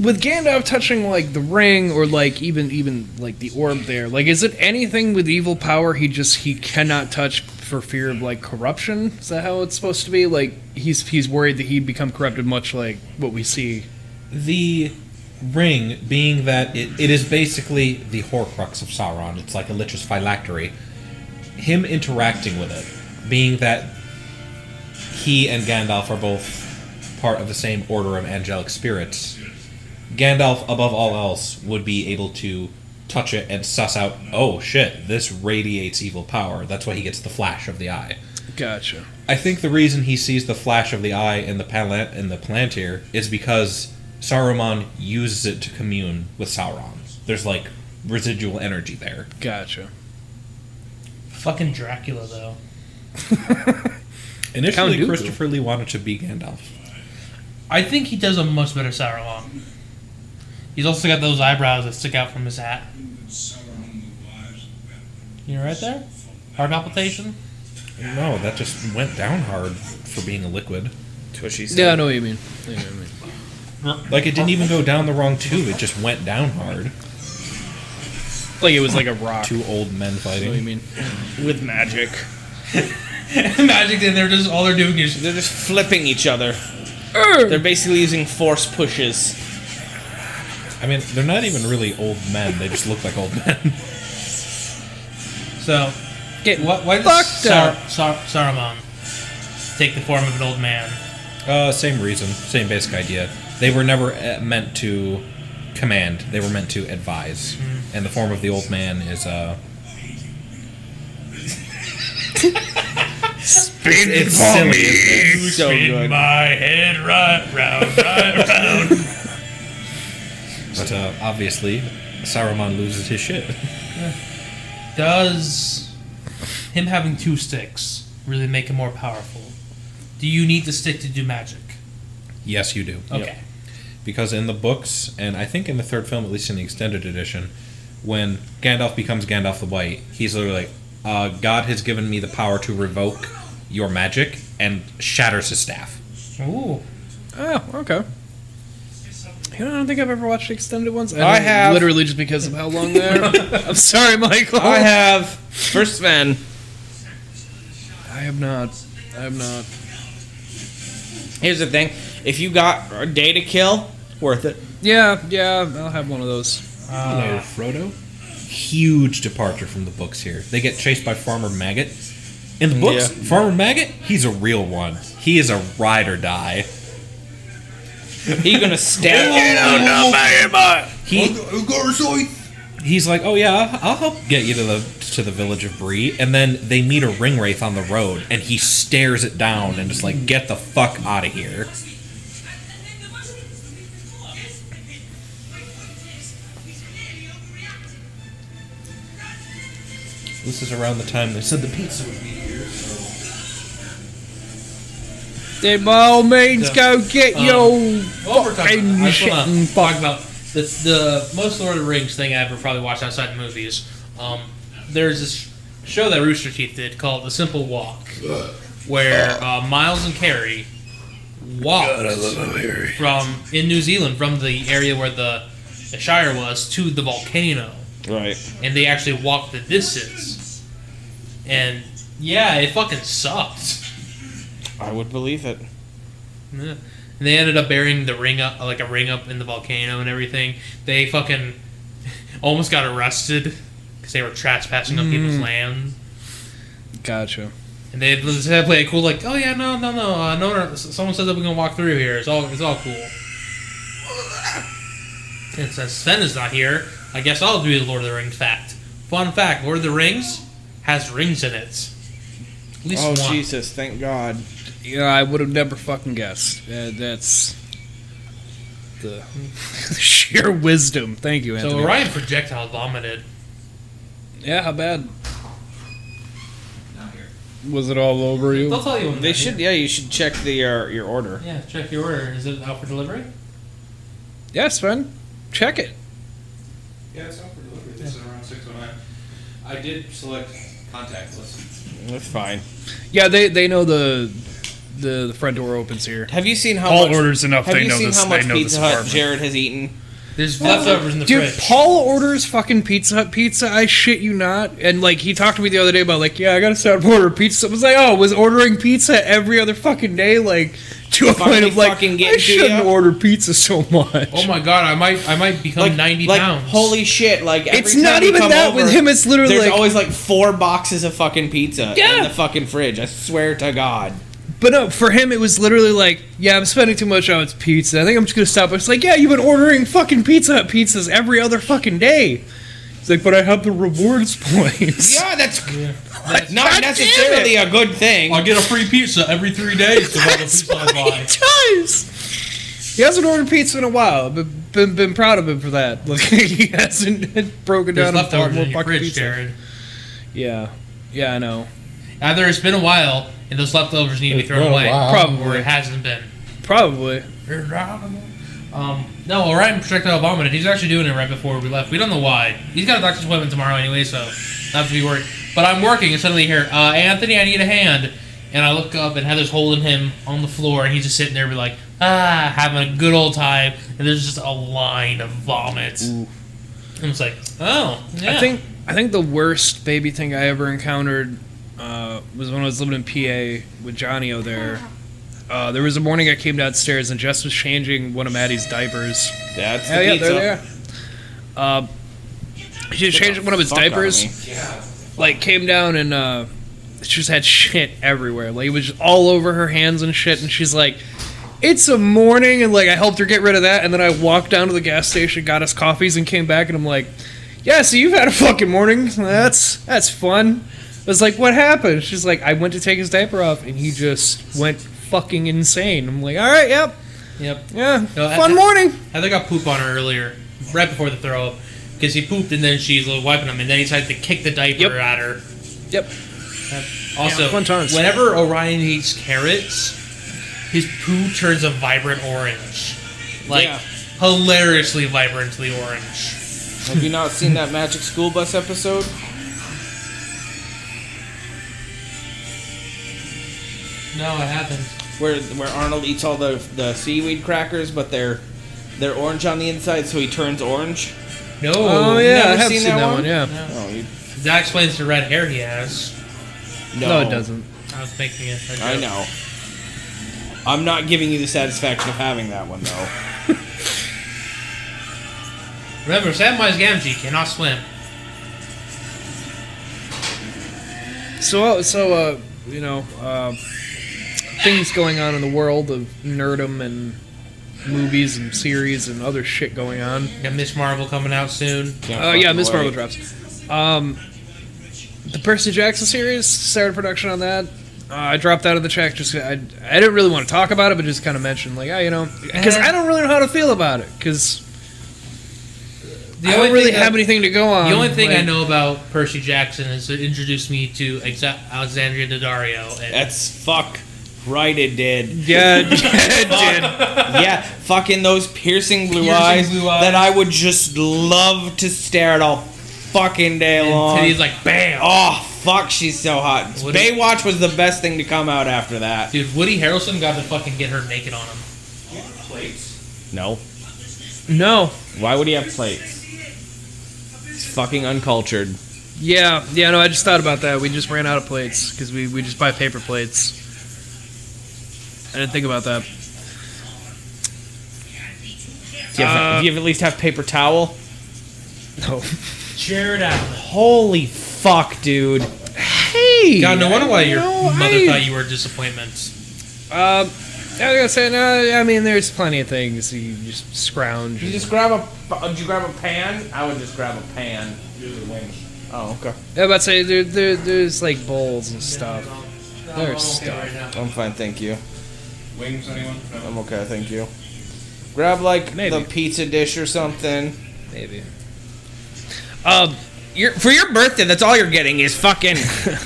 [SPEAKER 2] with Gandalf touching like the ring or like even even like the orb there, like is it anything with evil power he just he cannot touch for fear of like corruption? Is that how it's supposed to be? Like he's he's worried that he'd become corrupted much like what we see.
[SPEAKER 5] The ring being that it, it is basically the Horcrux of Sauron. It's like a Lich's phylactery. Him interacting with it, being that he and Gandalf are both part of the same order of angelic spirits. Gandalf, above all else, would be able to touch it and suss out, oh shit, this radiates evil power. That's why he gets the flash of the eye.
[SPEAKER 2] Gotcha.
[SPEAKER 5] I think the reason he sees the flash of the eye in the palant in the Palantir is because Saruman uses it to commune with Sauron. There's like residual energy there.
[SPEAKER 2] Gotcha.
[SPEAKER 3] Fucking Dracula, though.
[SPEAKER 5] Initially,
[SPEAKER 2] Dooku.
[SPEAKER 5] Christopher Lee wanted to be Gandalf.
[SPEAKER 3] I think he does a much better Saruman. He's also got those eyebrows that stick out from his hat. You're right there? Heart palpitation? <laughs>
[SPEAKER 5] No, that just went down hard for being a liquid.
[SPEAKER 2] Yeah, I know what you mean. I know what you mean.
[SPEAKER 5] Like it didn't even go down the wrong tube; it just went down hard.
[SPEAKER 2] Like it was like a rock.
[SPEAKER 5] Two old
[SPEAKER 2] I
[SPEAKER 5] men
[SPEAKER 2] know what you
[SPEAKER 5] fighting.
[SPEAKER 2] mean?
[SPEAKER 7] With magic.
[SPEAKER 3] Magic, and they're just all they're doing is
[SPEAKER 7] They're just flipping each other. They're basically using force pushes.
[SPEAKER 5] I mean, they're not even really old men; they just look like old men.
[SPEAKER 3] so.
[SPEAKER 2] Get
[SPEAKER 3] Why, why does
[SPEAKER 2] fucked
[SPEAKER 3] Sar-
[SPEAKER 2] up.
[SPEAKER 3] Sar- Saruman take the form of an old man?
[SPEAKER 5] Uh, same reason, same basic idea. They were never uh, meant to command; they were meant to advise. And the form of the old man is uh,
[SPEAKER 6] Spin
[SPEAKER 5] it's silly. isn't it?
[SPEAKER 7] So good.
[SPEAKER 3] My head right round, right round.
[SPEAKER 5] But uh, obviously, Saruman loses his shit. <laughs>
[SPEAKER 3] Does him having two sticks really make him more powerful? Do you need the stick to do magic?
[SPEAKER 5] yes, you do.
[SPEAKER 3] Okay.
[SPEAKER 5] because in the books, and I think in the third film, at least in the extended edition, when Gandalf becomes Gandalf the White, he's literally like, uh, "God has given me the power to revoke your magic," and shatters his staff.
[SPEAKER 3] Ooh.
[SPEAKER 2] Oh, okay. You know, I don't think I've ever watched the extended ones.
[SPEAKER 7] I
[SPEAKER 2] don't-
[SPEAKER 7] have.
[SPEAKER 2] literally just because of how long they <laughs> are. I'm sorry, Michael.
[SPEAKER 7] I have for Sven.
[SPEAKER 2] I have not. I have not.
[SPEAKER 7] Here's the thing: if you got a day to kill, worth it.
[SPEAKER 2] Yeah, yeah. I'll have one of those.
[SPEAKER 5] Hello, Frodo. Huge departure from the books here. They get chased by Farmer Maggot. In the books, Farmer Maggot, he's a real one. He is a ride or die.
[SPEAKER 7] He
[SPEAKER 2] <laughs>
[SPEAKER 7] gonna stab.
[SPEAKER 5] He, he's like, oh yeah, I'll help get you to the to the village of Bree, and then they meet a ring wraith on the road, and he stares it down and just like, get the fuck out of here. This is around the time they said the pizza would be here.
[SPEAKER 2] Then by all means,
[SPEAKER 3] So,
[SPEAKER 2] go get
[SPEAKER 3] um,
[SPEAKER 2] your
[SPEAKER 3] While we're talking
[SPEAKER 2] fucking
[SPEAKER 3] about, I
[SPEAKER 2] shit
[SPEAKER 3] just
[SPEAKER 2] and
[SPEAKER 3] want to talk
[SPEAKER 2] fuck.
[SPEAKER 3] about the, the most Lord of the Rings thing I ever probably watched outside the movies. Um, there's this show that Rooster Teeth did called The Simple Walk, where uh, Miles and Carrie walked from in New Zealand from the area where the, the Shire was to the volcano,
[SPEAKER 7] Right.
[SPEAKER 3] and they actually walked the distance. And yeah, it fucking sucked.
[SPEAKER 7] I would believe it.
[SPEAKER 3] Yeah. And they ended up burying the ring up, like a ring up in the volcano and everything. They fucking <laughs> almost got arrested because they were trespassing
[SPEAKER 7] Mm.
[SPEAKER 3] on people's land.
[SPEAKER 2] Gotcha.
[SPEAKER 3] And they had play it cool, like, oh yeah, no, no, no, uh, no, no. s- Someone said that we can walk through here. It's all, it's all cool. And since Sven is not here, I guess I'll do the Lord of the Rings fact. Fun fact: Lord of the Rings has rings in it. At least
[SPEAKER 7] Oh
[SPEAKER 3] one.
[SPEAKER 7] Jesus! Thank God.
[SPEAKER 2] You know, I would have never fucking guessed. Uh, that's the <laughs> sheer wisdom. Thank you,
[SPEAKER 3] So
[SPEAKER 2] Anthony.
[SPEAKER 3] Orion projectile vomited.
[SPEAKER 2] Yeah, how bad? Was it all over you?
[SPEAKER 3] They'll tell you when
[SPEAKER 7] They
[SPEAKER 3] they're
[SPEAKER 7] should.
[SPEAKER 3] here.
[SPEAKER 7] Yeah, you should check the uh, your order.
[SPEAKER 3] Yeah, check your order. Is it out for delivery?
[SPEAKER 2] Yes, man. Check it.
[SPEAKER 5] Yeah, it's not for delivery. This is around six oh nine. I did select contactless.
[SPEAKER 7] That's fine.
[SPEAKER 2] Yeah, they they know the the, the front door opens here.
[SPEAKER 7] Have you seen how
[SPEAKER 2] Paul
[SPEAKER 7] much,
[SPEAKER 2] orders enough.
[SPEAKER 7] Have
[SPEAKER 2] They
[SPEAKER 7] you
[SPEAKER 2] know
[SPEAKER 7] seen
[SPEAKER 2] this.
[SPEAKER 7] how much
[SPEAKER 2] They know this
[SPEAKER 7] Pizza Hut
[SPEAKER 2] apartment.
[SPEAKER 7] Jared has eaten?
[SPEAKER 3] There's leftovers in the
[SPEAKER 2] Dude,
[SPEAKER 3] fridge.
[SPEAKER 2] Paul orders fucking Pizza Hut pizza. I shit you not. And like he talked to me the other day about like, yeah, I gotta start order pizza. I was like, oh, was ordering pizza every other fucking day like to a point
[SPEAKER 7] Finally
[SPEAKER 2] of like,
[SPEAKER 7] fucking getting
[SPEAKER 2] I
[SPEAKER 7] to
[SPEAKER 2] shouldn't
[SPEAKER 7] ya.
[SPEAKER 2] order pizza so much.
[SPEAKER 3] oh my god, I might I might become
[SPEAKER 7] like,
[SPEAKER 3] 90
[SPEAKER 7] like,
[SPEAKER 3] pounds.
[SPEAKER 7] Holy shit! Like every
[SPEAKER 2] it's
[SPEAKER 7] time
[SPEAKER 2] not
[SPEAKER 7] you
[SPEAKER 2] even
[SPEAKER 7] come
[SPEAKER 2] that
[SPEAKER 7] over,
[SPEAKER 2] with him. It's literally
[SPEAKER 7] There's
[SPEAKER 2] like,
[SPEAKER 7] always like four boxes of fucking pizza in
[SPEAKER 2] Yeah.
[SPEAKER 7] the fucking fridge. I swear to God.
[SPEAKER 2] but no, for him it was literally like, yeah, I'm spending too much on its pizza. I think I'm just gonna stop. I was like, yeah, you've been ordering fucking Pizza Hut pizzas every other fucking day. He's like, but I have the rewards <laughs> points.
[SPEAKER 7] Yeah, that's
[SPEAKER 3] That's-
[SPEAKER 7] not
[SPEAKER 2] God damn
[SPEAKER 7] necessarily a good thing.
[SPEAKER 3] I'll get a free pizza every three days to buy the
[SPEAKER 2] That's
[SPEAKER 3] pizza I
[SPEAKER 2] what he
[SPEAKER 3] buy.
[SPEAKER 2] does. He hasn't ordered pizza in a while. Been been, been proud of him for that. <laughs> Like he hasn't <laughs> broken
[SPEAKER 3] <laughs> There's
[SPEAKER 2] down a lot
[SPEAKER 3] leftovers
[SPEAKER 2] more
[SPEAKER 3] in your
[SPEAKER 2] fucking
[SPEAKER 3] fridge,
[SPEAKER 2] pizza.
[SPEAKER 3] Jared.
[SPEAKER 2] Yeah, yeah, I know.
[SPEAKER 3] Either it's been a while and those leftovers need to be thrown away, or it hasn't been.
[SPEAKER 2] Probably.
[SPEAKER 3] Um, no, Orion projectile vomited. He's actually doing it right before we left. We don't know why. He's got a doctor's appointment tomorrow anyway, so not to be worried. But I'm working and suddenly here, uh, Anthony, I need a hand. And I look up and Heather's holding him on the floor and he's just sitting there, be like, ah, having a good old time. And there's just a line of vomit. And it's like, oh, yeah.
[SPEAKER 2] I think I think the worst baby thing I ever encountered uh, was when I was living in PA with Johnny O there. Uh, there was a morning I came downstairs and Jess was changing one of Maddie's diapers.
[SPEAKER 7] That's
[SPEAKER 2] Yeah,
[SPEAKER 7] the
[SPEAKER 2] yeah,
[SPEAKER 7] pizza.
[SPEAKER 2] there they are. Um, she was changing one of his
[SPEAKER 7] Fuck out of
[SPEAKER 2] diapers.
[SPEAKER 7] me.
[SPEAKER 2] like came down and uh she just had shit everywhere. Like it was just all over her hands and shit and she's like it's a morning and like I helped her get rid of that and then I walked down to the gas station, got us coffees and came back and I'm like, "Yeah, so you've had a fucking morning. That's that's fun." I was like, "What happened?" She's like, "I went to take his diaper off and he just went fucking insane." I'm like, "All right, yep.
[SPEAKER 3] Yep.
[SPEAKER 2] Yeah.
[SPEAKER 3] No, I-
[SPEAKER 2] fun morning."
[SPEAKER 3] Heather got poop on her earlier, right before the throw up, because he pooped and then she's like, wiping him, and then he decided to kick the diaper
[SPEAKER 2] Yep.
[SPEAKER 3] at her.
[SPEAKER 2] Yep.
[SPEAKER 3] Also,
[SPEAKER 2] Yeah, fun times.
[SPEAKER 3] whenever Orion eats carrots, his poo turns a vibrant orange. Like
[SPEAKER 7] Yeah.
[SPEAKER 3] hilariously vibrantly orange.
[SPEAKER 4] Have you not seen that Magic School Bus episode?
[SPEAKER 3] No, I haven't.
[SPEAKER 4] where where Arnold eats all the the seaweed crackers, but they're they're orange on the inside, so he turns orange.
[SPEAKER 3] No.
[SPEAKER 2] Oh yeah,
[SPEAKER 4] never
[SPEAKER 2] I have
[SPEAKER 4] seen
[SPEAKER 2] seen,
[SPEAKER 4] that
[SPEAKER 2] that,
[SPEAKER 4] one?
[SPEAKER 2] one. Yeah.
[SPEAKER 4] Oh, you,
[SPEAKER 3] That explains the red hair he has.
[SPEAKER 4] no,
[SPEAKER 2] No. it doesn't.
[SPEAKER 3] I was making it.
[SPEAKER 4] I know. I'm not giving you the satisfaction of having that one though.
[SPEAKER 3] Remember, Samwise Gamgee cannot swim.
[SPEAKER 2] So uh, so uh, you know, uh, things going on in the world of nerdum and movies and series and other shit going on.
[SPEAKER 3] We got Miss Marvel coming out soon.
[SPEAKER 2] Oh yeah,
[SPEAKER 4] fucking
[SPEAKER 2] Miss
[SPEAKER 4] way.
[SPEAKER 2] Marvel drops. Um, the Percy Jackson series started production on that. Uh, I dropped out of the track. Just I, I didn't really want to talk about it, but just kind of mentioned like, ah, you know, because I don't really know how to feel about it because
[SPEAKER 3] The
[SPEAKER 2] I
[SPEAKER 3] only
[SPEAKER 2] don't really
[SPEAKER 3] thing that-
[SPEAKER 2] have anything to go on.
[SPEAKER 3] The only thing I
[SPEAKER 2] like-
[SPEAKER 3] know about Percy Jackson is it introduced me to Exa- Alexandria Daddario. And
[SPEAKER 4] That's fuck. Right, it did.
[SPEAKER 2] Yeah, <laughs>
[SPEAKER 3] <laughs>
[SPEAKER 2] it did.
[SPEAKER 4] <laughs> Yeah, fucking those piercing blue,
[SPEAKER 3] Piercing
[SPEAKER 4] eyes,
[SPEAKER 3] blue eyes.
[SPEAKER 4] that I would just love to stare at all fucking day long.
[SPEAKER 3] and he's like, bam!
[SPEAKER 4] oh fuck, she's so hot.
[SPEAKER 3] What is-
[SPEAKER 4] Baywatch was the best thing to come out after that.
[SPEAKER 3] Dude, Woody Harrelson got to fucking get her naked on him.
[SPEAKER 4] No,
[SPEAKER 2] No.
[SPEAKER 4] Why would he have plates? It's fucking uncultured.
[SPEAKER 2] Yeah, yeah, no, I just thought about that. We just ran out of plates because we, we just buy paper plates. I didn't think about that.
[SPEAKER 4] Do you, have,
[SPEAKER 2] Uh,
[SPEAKER 4] do you at least have paper towel?
[SPEAKER 2] No.
[SPEAKER 3] Jared Allen.
[SPEAKER 4] Holy fuck, dude.
[SPEAKER 2] Hey!
[SPEAKER 3] God, no wonder why your
[SPEAKER 2] No,
[SPEAKER 3] mother
[SPEAKER 2] I-
[SPEAKER 3] thought you were a disappointment.
[SPEAKER 2] Um, I was gonna say, no, I mean, there's plenty of things you just scrounge.
[SPEAKER 4] You just grab a. uh, Did you grab a pan? I would just grab a pan. Oh,
[SPEAKER 2] I
[SPEAKER 4] okay.
[SPEAKER 2] was about to say, there, there, there's like bowls and stuff. There's stuff.
[SPEAKER 4] I'm fine, thank you.
[SPEAKER 8] Wings, anyone? No.
[SPEAKER 4] I'm okay, thank you. Grab like
[SPEAKER 2] Maybe.
[SPEAKER 4] the pizza dish or something.
[SPEAKER 2] Maybe.
[SPEAKER 4] Um, your, for your birthday, that's all you're getting is <laughs> fucking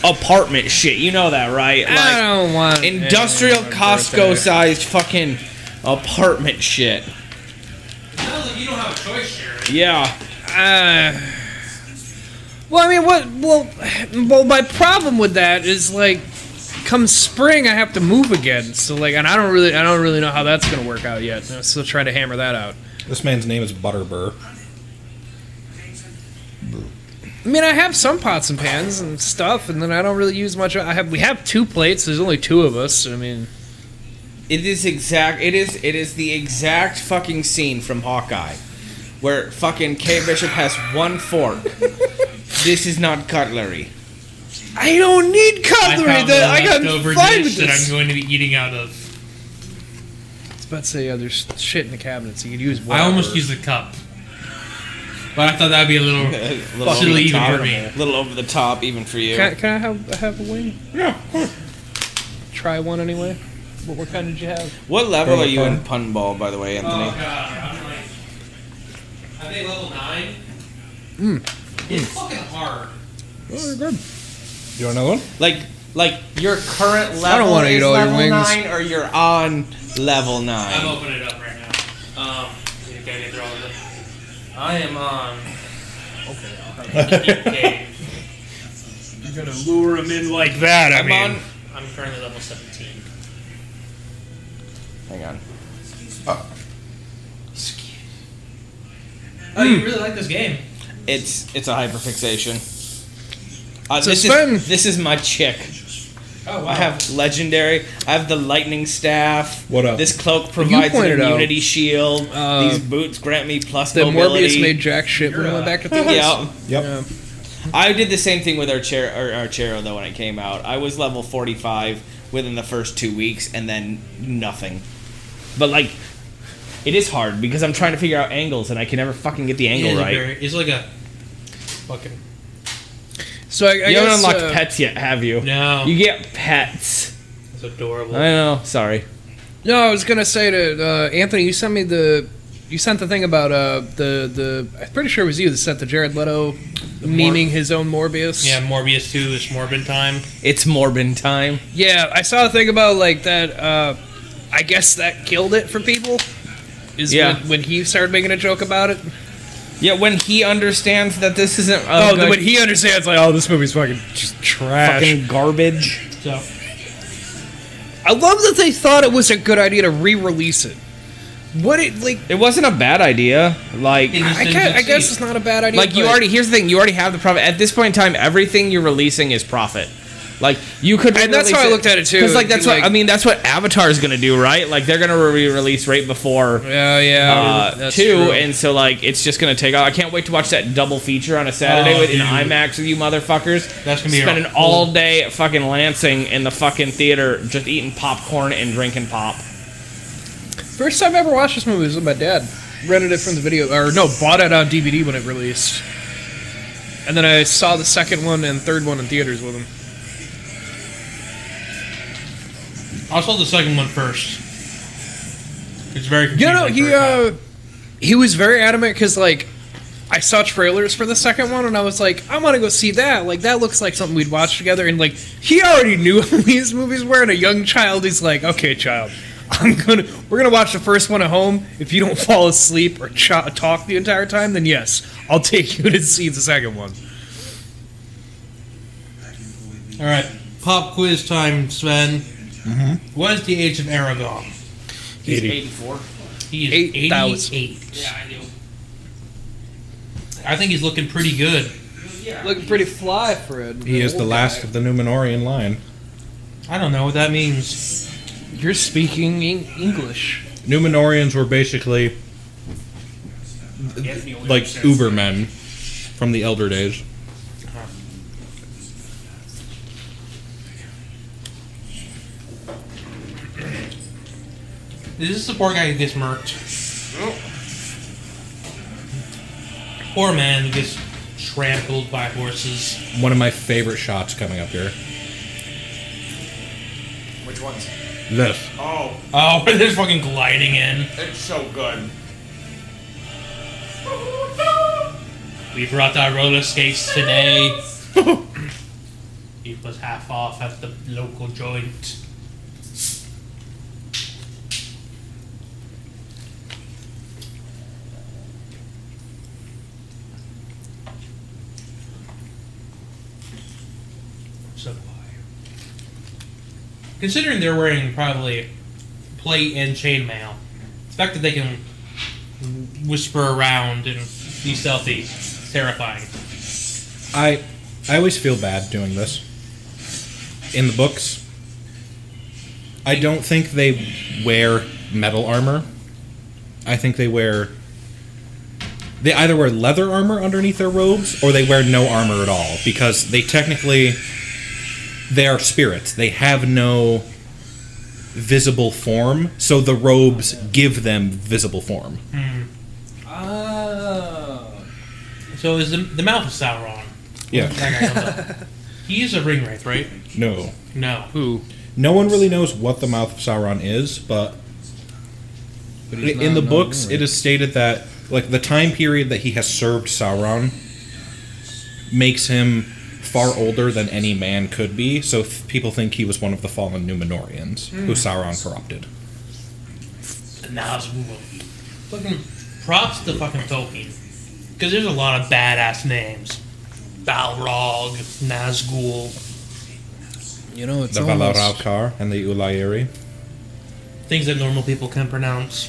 [SPEAKER 4] apartment shit. You know that, right?
[SPEAKER 2] I don't want
[SPEAKER 4] industrial
[SPEAKER 2] anything on my
[SPEAKER 4] Costco
[SPEAKER 2] birthday.
[SPEAKER 4] sized fucking apartment shit.
[SPEAKER 3] Sounds like you don't have a choice, Jared.
[SPEAKER 4] Yeah.
[SPEAKER 2] Uh, well, I mean, what? Well, well, my problem with that is like, come spring, I have to move again. So like, and I don't really, I don't really know how that's gonna work out yet. I'm still trying to hammer that out.
[SPEAKER 5] This man's name is Butterbur.
[SPEAKER 2] I mean, I have some pots and pans and stuff, and then I don't really use much. I have we have two plates. There's only two of us. I mean,
[SPEAKER 4] It is exact. It is. It is the exact fucking scene from Hawkeye, where fucking K Bishop has one <laughs> fork. this is not cutlery.
[SPEAKER 2] I don't need cutlery.
[SPEAKER 3] I found
[SPEAKER 2] that
[SPEAKER 3] a
[SPEAKER 2] I got
[SPEAKER 3] leftover
[SPEAKER 2] fine
[SPEAKER 3] dish
[SPEAKER 2] with
[SPEAKER 3] that I'm
[SPEAKER 2] this.
[SPEAKER 3] going to be eating out of.
[SPEAKER 2] It's about to say, yeah, there's shit in the cabinets. You could use.
[SPEAKER 3] I almost
[SPEAKER 2] whatever.
[SPEAKER 3] used a cup. But I thought that'd be a little
[SPEAKER 4] <laughs> little
[SPEAKER 3] silly
[SPEAKER 4] over the
[SPEAKER 3] even
[SPEAKER 4] top.
[SPEAKER 3] for me.
[SPEAKER 4] Little over the top, even for you.
[SPEAKER 2] Can, can I have have a wing? Yeah. Try one anyway. What, what kind did you have?
[SPEAKER 4] What level are you in pun ball, by the way,
[SPEAKER 3] Oh.
[SPEAKER 4] Anthony?
[SPEAKER 3] god, I'm like, I think level nine.
[SPEAKER 8] Hmm.
[SPEAKER 3] It's fucking hard.
[SPEAKER 5] You want another one?
[SPEAKER 4] Like, like your current level
[SPEAKER 2] I don't wanna
[SPEAKER 4] is
[SPEAKER 2] eat all your
[SPEAKER 4] level
[SPEAKER 2] wings.
[SPEAKER 4] nine, or you're on level nine.
[SPEAKER 3] I'm opening it up right
[SPEAKER 8] Hmm.
[SPEAKER 3] now. Um, you gotta get through all of it. I am on. Okay, I'll have
[SPEAKER 8] <laughs> You're gonna lure him in like that. I
[SPEAKER 4] I'm
[SPEAKER 8] mean,
[SPEAKER 4] on.
[SPEAKER 3] I'm currently level 17.
[SPEAKER 4] Hang on.
[SPEAKER 2] uh,
[SPEAKER 3] Oh, you really like this game?
[SPEAKER 4] It's it's a hyperfixation. Uh,
[SPEAKER 2] So
[SPEAKER 4] this
[SPEAKER 2] Sven-
[SPEAKER 4] is this is my chick.
[SPEAKER 3] Oh,
[SPEAKER 4] I have legendary. I have the lightning staff.
[SPEAKER 5] What up?
[SPEAKER 4] This cloak provides an
[SPEAKER 2] pointed out,
[SPEAKER 4] immunity shield.
[SPEAKER 2] uh,
[SPEAKER 4] These boots grant me plus
[SPEAKER 2] The
[SPEAKER 4] mobility.
[SPEAKER 2] Morbius made <laughs> jack shit when we went back to the
[SPEAKER 4] <laughs> yeah,
[SPEAKER 5] Yep.
[SPEAKER 4] I did the same thing with our chair, our, our Chero though when it came out. I was level forty five within the first two weeks, and then nothing. But like, it is hard because I'm trying to figure out angles, and I can never fucking get the angle right.
[SPEAKER 3] It's like a fucking
[SPEAKER 2] So I, I
[SPEAKER 4] you haven't
[SPEAKER 2] guess
[SPEAKER 4] unlocked
[SPEAKER 2] uh,
[SPEAKER 4] pets yet, have you?
[SPEAKER 3] no.
[SPEAKER 4] You get pets.
[SPEAKER 3] it's adorable.
[SPEAKER 4] I know. Sorry.
[SPEAKER 2] No, I was gonna say to uh, Anthony, you sent me the, you sent the thing about uh the the. I'm pretty sure it was you that sent the Jared Leto memeing his own Morbius.
[SPEAKER 3] yeah, Morbius 2 is Morbin time.
[SPEAKER 4] It's Morbin time.
[SPEAKER 2] Yeah, I saw a thing about like that. Uh, I guess that killed it for people. Is
[SPEAKER 7] Yeah.
[SPEAKER 2] when, when he started making a joke about it.
[SPEAKER 7] Yeah, when he understands that this isn't.
[SPEAKER 2] Oh,
[SPEAKER 7] A good
[SPEAKER 2] when he understands, like, oh, this movie's fucking just trash.
[SPEAKER 7] fucking garbage.
[SPEAKER 3] So
[SPEAKER 2] I love that they thought it was a good idea to re-release it. What it like?
[SPEAKER 7] It wasn't a bad idea. Like,
[SPEAKER 3] It just
[SPEAKER 2] I,
[SPEAKER 3] didn't
[SPEAKER 2] can't, I
[SPEAKER 3] succeed.
[SPEAKER 2] guess it's not a bad idea.
[SPEAKER 7] like you
[SPEAKER 2] but-
[SPEAKER 7] already. Here's the thing. You already have the profit. At this point in time, everything you're releasing is profit. Like you could,
[SPEAKER 2] And that's how I looked at it, too.
[SPEAKER 7] Because like that's
[SPEAKER 2] Like-
[SPEAKER 7] what I mean. That's what Avatar's gonna do, right? Like they're gonna re-release right before
[SPEAKER 2] Yeah, yeah.
[SPEAKER 7] uh,
[SPEAKER 2] that's
[SPEAKER 7] two,
[SPEAKER 2] true.
[SPEAKER 7] and so like it's just gonna take off. I can't wait to watch that double feature on a Saturday
[SPEAKER 3] Oh,
[SPEAKER 7] with, in
[SPEAKER 3] dude.
[SPEAKER 7] IMAX with you motherfuckers.
[SPEAKER 3] That's gonna be
[SPEAKER 7] spending
[SPEAKER 3] a-
[SPEAKER 7] all day at fucking Lansing in the fucking theater, just eating popcorn and drinking pop.
[SPEAKER 2] First time I ever watched this movie was with my dad. Rented it from the video, or no, bought it on DVD when it released. And then I saw the second one and third one in theaters with him.
[SPEAKER 3] I saw the second one first. It's very.
[SPEAKER 2] You
[SPEAKER 3] confusing
[SPEAKER 2] know,
[SPEAKER 3] the
[SPEAKER 2] he
[SPEAKER 3] first time.
[SPEAKER 2] uh, he was very adamant because like I saw trailers for the second one and I was like, I want to go see that. Like that looks like something we'd watch together. And like he already knew <laughs> these movies were. And a young child, he's like, okay, child. I'm gonna. We're gonna watch the first one at home. If you don't fall asleep or ch- talk the entire time, then yes, I'll take you to see the second one. uh,
[SPEAKER 3] All right, pop quiz time, Sven.
[SPEAKER 2] Mm-hmm.
[SPEAKER 3] What is the age of Aragon?
[SPEAKER 7] He's 84.
[SPEAKER 3] He is
[SPEAKER 2] Eight thousand.
[SPEAKER 3] eighty-eight. Yeah, I do. I think he's looking pretty good.
[SPEAKER 2] Looking pretty fly, Fred.
[SPEAKER 5] He is the last of the Numenorian line.
[SPEAKER 3] I don't know what that means.
[SPEAKER 2] You're speaking in English.
[SPEAKER 5] Numenorians were basically like Ubermen from the Elder Days.
[SPEAKER 3] Is this the poor guy who gets murked? Poor man who gets trampled by horses.
[SPEAKER 5] One of my favorite shots coming up here.
[SPEAKER 9] Which ones?
[SPEAKER 5] This.
[SPEAKER 9] Oh,
[SPEAKER 3] Oh, <laughs> they're just fucking gliding in.
[SPEAKER 9] it's so good.
[SPEAKER 3] We brought our roller skates today. it was half off at the local joint. So why? Considering they're wearing probably plate and chainmail, the fact that they can whisper around and be stealthy. It's terrifying.
[SPEAKER 5] I I always feel bad doing this. In the books, I don't think they wear metal armor. I think they wear they either wear leather armor underneath their robes or they wear no armor at all because they technically they are spirits. They have no visible form, so the robes give them visible form.
[SPEAKER 3] So is the, the mouth of Sauron.
[SPEAKER 5] Yeah.
[SPEAKER 3] That guy comes up. He is a ring wraith, right?
[SPEAKER 5] No.
[SPEAKER 3] No.
[SPEAKER 2] Who?
[SPEAKER 5] No one really knows what the Mouth of Sauron is, but, in the books, it is stated that like the time period that he has served Sauron makes him far older than any man could be. So th- people think he was one of the fallen Numenorians
[SPEAKER 2] Hmm.
[SPEAKER 5] who Sauron corrupted.
[SPEAKER 3] Now's Fucking props to fucking Tolkien. Because there's a lot of badass names. Balrog, Nazgul,
[SPEAKER 2] You know, Oh, it's
[SPEAKER 5] The
[SPEAKER 2] almost-
[SPEAKER 5] Valaralkar and the Ulayri.
[SPEAKER 3] things that normal people can pronounce.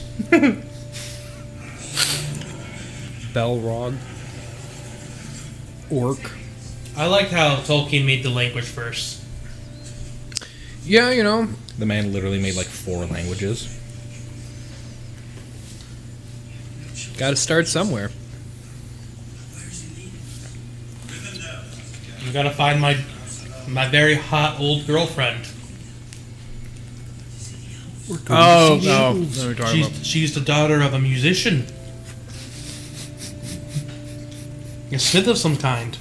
[SPEAKER 2] Belrog. Orc.
[SPEAKER 3] I like how Tolkien made the language first.
[SPEAKER 2] Yeah, you know,
[SPEAKER 5] The man literally made like four languages.
[SPEAKER 2] gotta start somewhere.
[SPEAKER 3] I gotta find my my very hot old girlfriend.
[SPEAKER 2] Oh, no. Let me talk about.
[SPEAKER 3] She's, she's the daughter of a musician. A smith of some kind.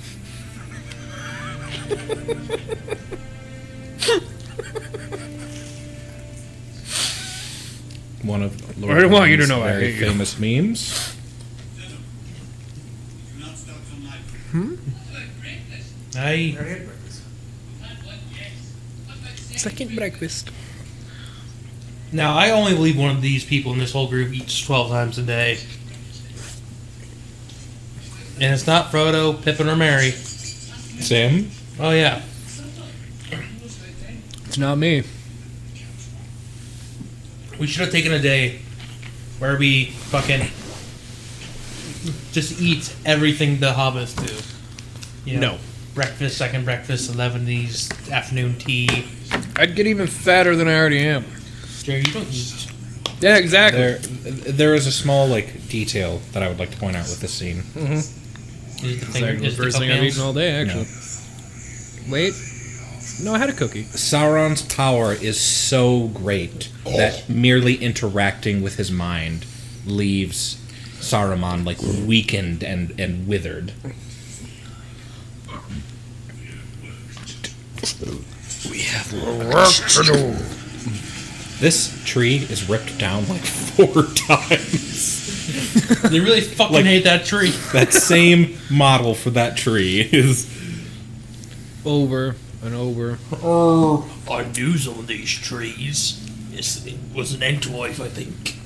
[SPEAKER 5] One of Lord
[SPEAKER 2] I want you to
[SPEAKER 5] Elrond's
[SPEAKER 2] know I
[SPEAKER 5] very
[SPEAKER 2] hate you.
[SPEAKER 5] famous memes.
[SPEAKER 3] I
[SPEAKER 2] Second breakfast.
[SPEAKER 3] Now, I only believe one of these people in this whole group eats 12 times a day. And it's not Frodo, Pippin, or Mary.
[SPEAKER 5] Sam?
[SPEAKER 3] Oh, yeah.
[SPEAKER 2] It's not me.
[SPEAKER 3] We should have taken a day where we fucking just eat everything the hobbits do. You know,
[SPEAKER 4] No.
[SPEAKER 3] Breakfast, second breakfast, 11s, afternoon tea.
[SPEAKER 2] I'd get even fatter than I already am.
[SPEAKER 3] Jerry, you don't eat.
[SPEAKER 2] Yeah, exactly.
[SPEAKER 5] There, there is a small like detail that I would like to point out with this scene.
[SPEAKER 3] Is the thing,
[SPEAKER 2] It's like the
[SPEAKER 3] is the
[SPEAKER 2] first thing I've
[SPEAKER 3] cocaine-
[SPEAKER 2] eaten all day, actually. Wait. No, I had a cookie.
[SPEAKER 5] Sauron's power is so great
[SPEAKER 3] Oh.
[SPEAKER 5] that merely interacting with his mind leaves Saruman like weakened and, and withered. This tree is ripped down like four <laughs> times.
[SPEAKER 3] They really fucking
[SPEAKER 5] Like-
[SPEAKER 3] hate that tree.
[SPEAKER 5] That same model for that tree is
[SPEAKER 2] Over and over.
[SPEAKER 6] Oh, I knew some of these trees. Yes, it was an entourage, I think.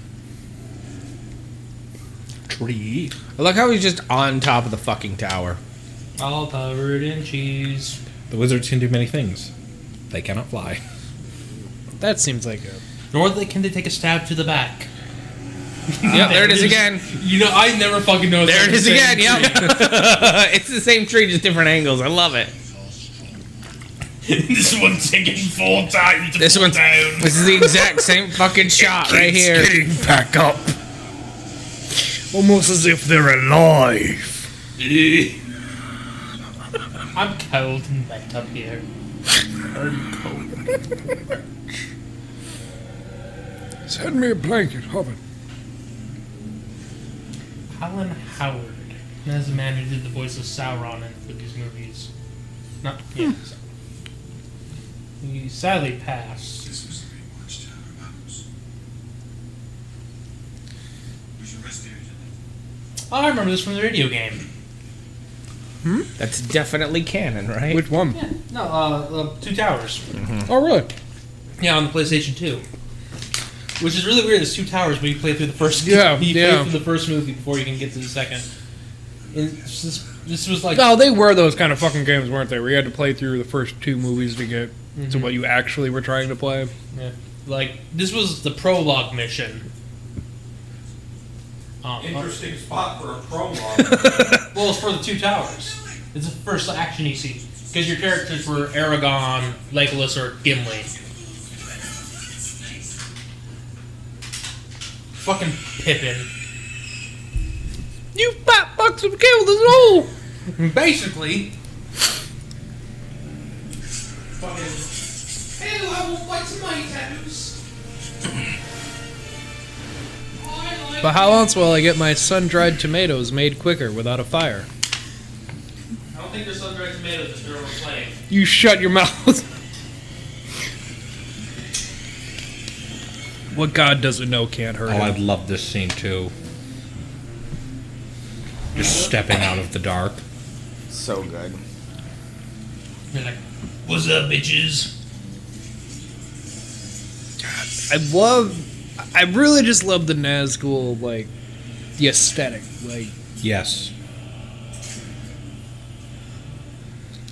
[SPEAKER 8] <laughs>
[SPEAKER 5] tree.
[SPEAKER 4] I like how he's just on top of the fucking tower.
[SPEAKER 3] All covered in cheese.
[SPEAKER 5] The wizards can do many things. They cannot fly.
[SPEAKER 2] That seems like a.
[SPEAKER 3] Nor they, can they take a stab to the back. <laughs>
[SPEAKER 7] Yeah, there it is
[SPEAKER 3] There's-
[SPEAKER 7] again.
[SPEAKER 3] You know, I never fucking know.
[SPEAKER 7] There it is again. Yep. Uh, it's the same tree, just different angles. I love it.
[SPEAKER 6] this one's taking four times to
[SPEAKER 7] This
[SPEAKER 6] fall
[SPEAKER 7] one's-
[SPEAKER 6] down.
[SPEAKER 7] This is the exact same fucking shot right here.
[SPEAKER 6] back up.
[SPEAKER 2] Almost as if they're alive.
[SPEAKER 3] I'm cold and bent up here.
[SPEAKER 2] Send me a blanket, Hobbit.
[SPEAKER 3] Colin Howard as the man who did the voice of Sauron in these movies. Not yeah. so- He sadly passed. Oh, I remember this from the video game.
[SPEAKER 4] That's definitely canon, right?
[SPEAKER 2] Which one?
[SPEAKER 3] Yeah, no, uh, uh, Two Towers.
[SPEAKER 2] Oh, really?
[SPEAKER 3] Yeah, on the PlayStation 2. Which is really weird. There's two towers, but you play through the first.
[SPEAKER 2] Yeah,
[SPEAKER 3] <laughs> you
[SPEAKER 2] yeah.
[SPEAKER 3] play through the first movie before you can get to the second. And this, this was like
[SPEAKER 2] No, they were those kind of fucking games, weren't they? Where you had to play through the first two movies to get to what you actually were trying to play.
[SPEAKER 3] like this was the prologue mission. Um,
[SPEAKER 9] Interesting spot for a prologue.
[SPEAKER 3] well, it's for the two towers. It's the first action you see because your characters were Aragon, Legolas, or Gimli. Fucking Pippin.
[SPEAKER 2] You fat fucks have killed us all!
[SPEAKER 3] Basically,
[SPEAKER 10] Hello, I will buy tomatoes. I like
[SPEAKER 2] But how else will I get my sun dried tomatoes made quicker without a fire?
[SPEAKER 3] I don't think there's sun-dried tomatoes if they're playing.
[SPEAKER 2] You shut your mouth! what God doesn't know can't hurt
[SPEAKER 5] Oh,
[SPEAKER 2] him.
[SPEAKER 5] I'd love this scene too. Just stepping out of the dark.
[SPEAKER 7] <laughs> So good.
[SPEAKER 3] They're like,
[SPEAKER 6] What's up, bitches?
[SPEAKER 2] I love. I really just love the Nazgul, like, the aesthetic. Like,
[SPEAKER 5] Yes.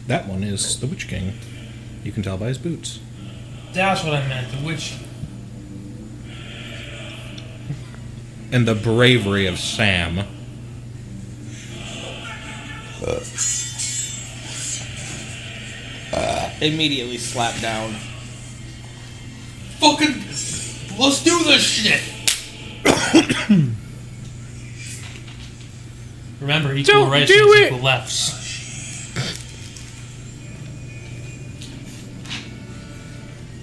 [SPEAKER 5] That one is the Witch King. You can tell by his boots.
[SPEAKER 3] that's what I meant. The witch.
[SPEAKER 5] And the bravery of Sam.
[SPEAKER 7] Immediately slap down.
[SPEAKER 3] Fucking, let's do this shit. <coughs> Remember, equal
[SPEAKER 2] Don't
[SPEAKER 3] rights
[SPEAKER 2] do
[SPEAKER 3] means
[SPEAKER 2] it.
[SPEAKER 3] equal lefts.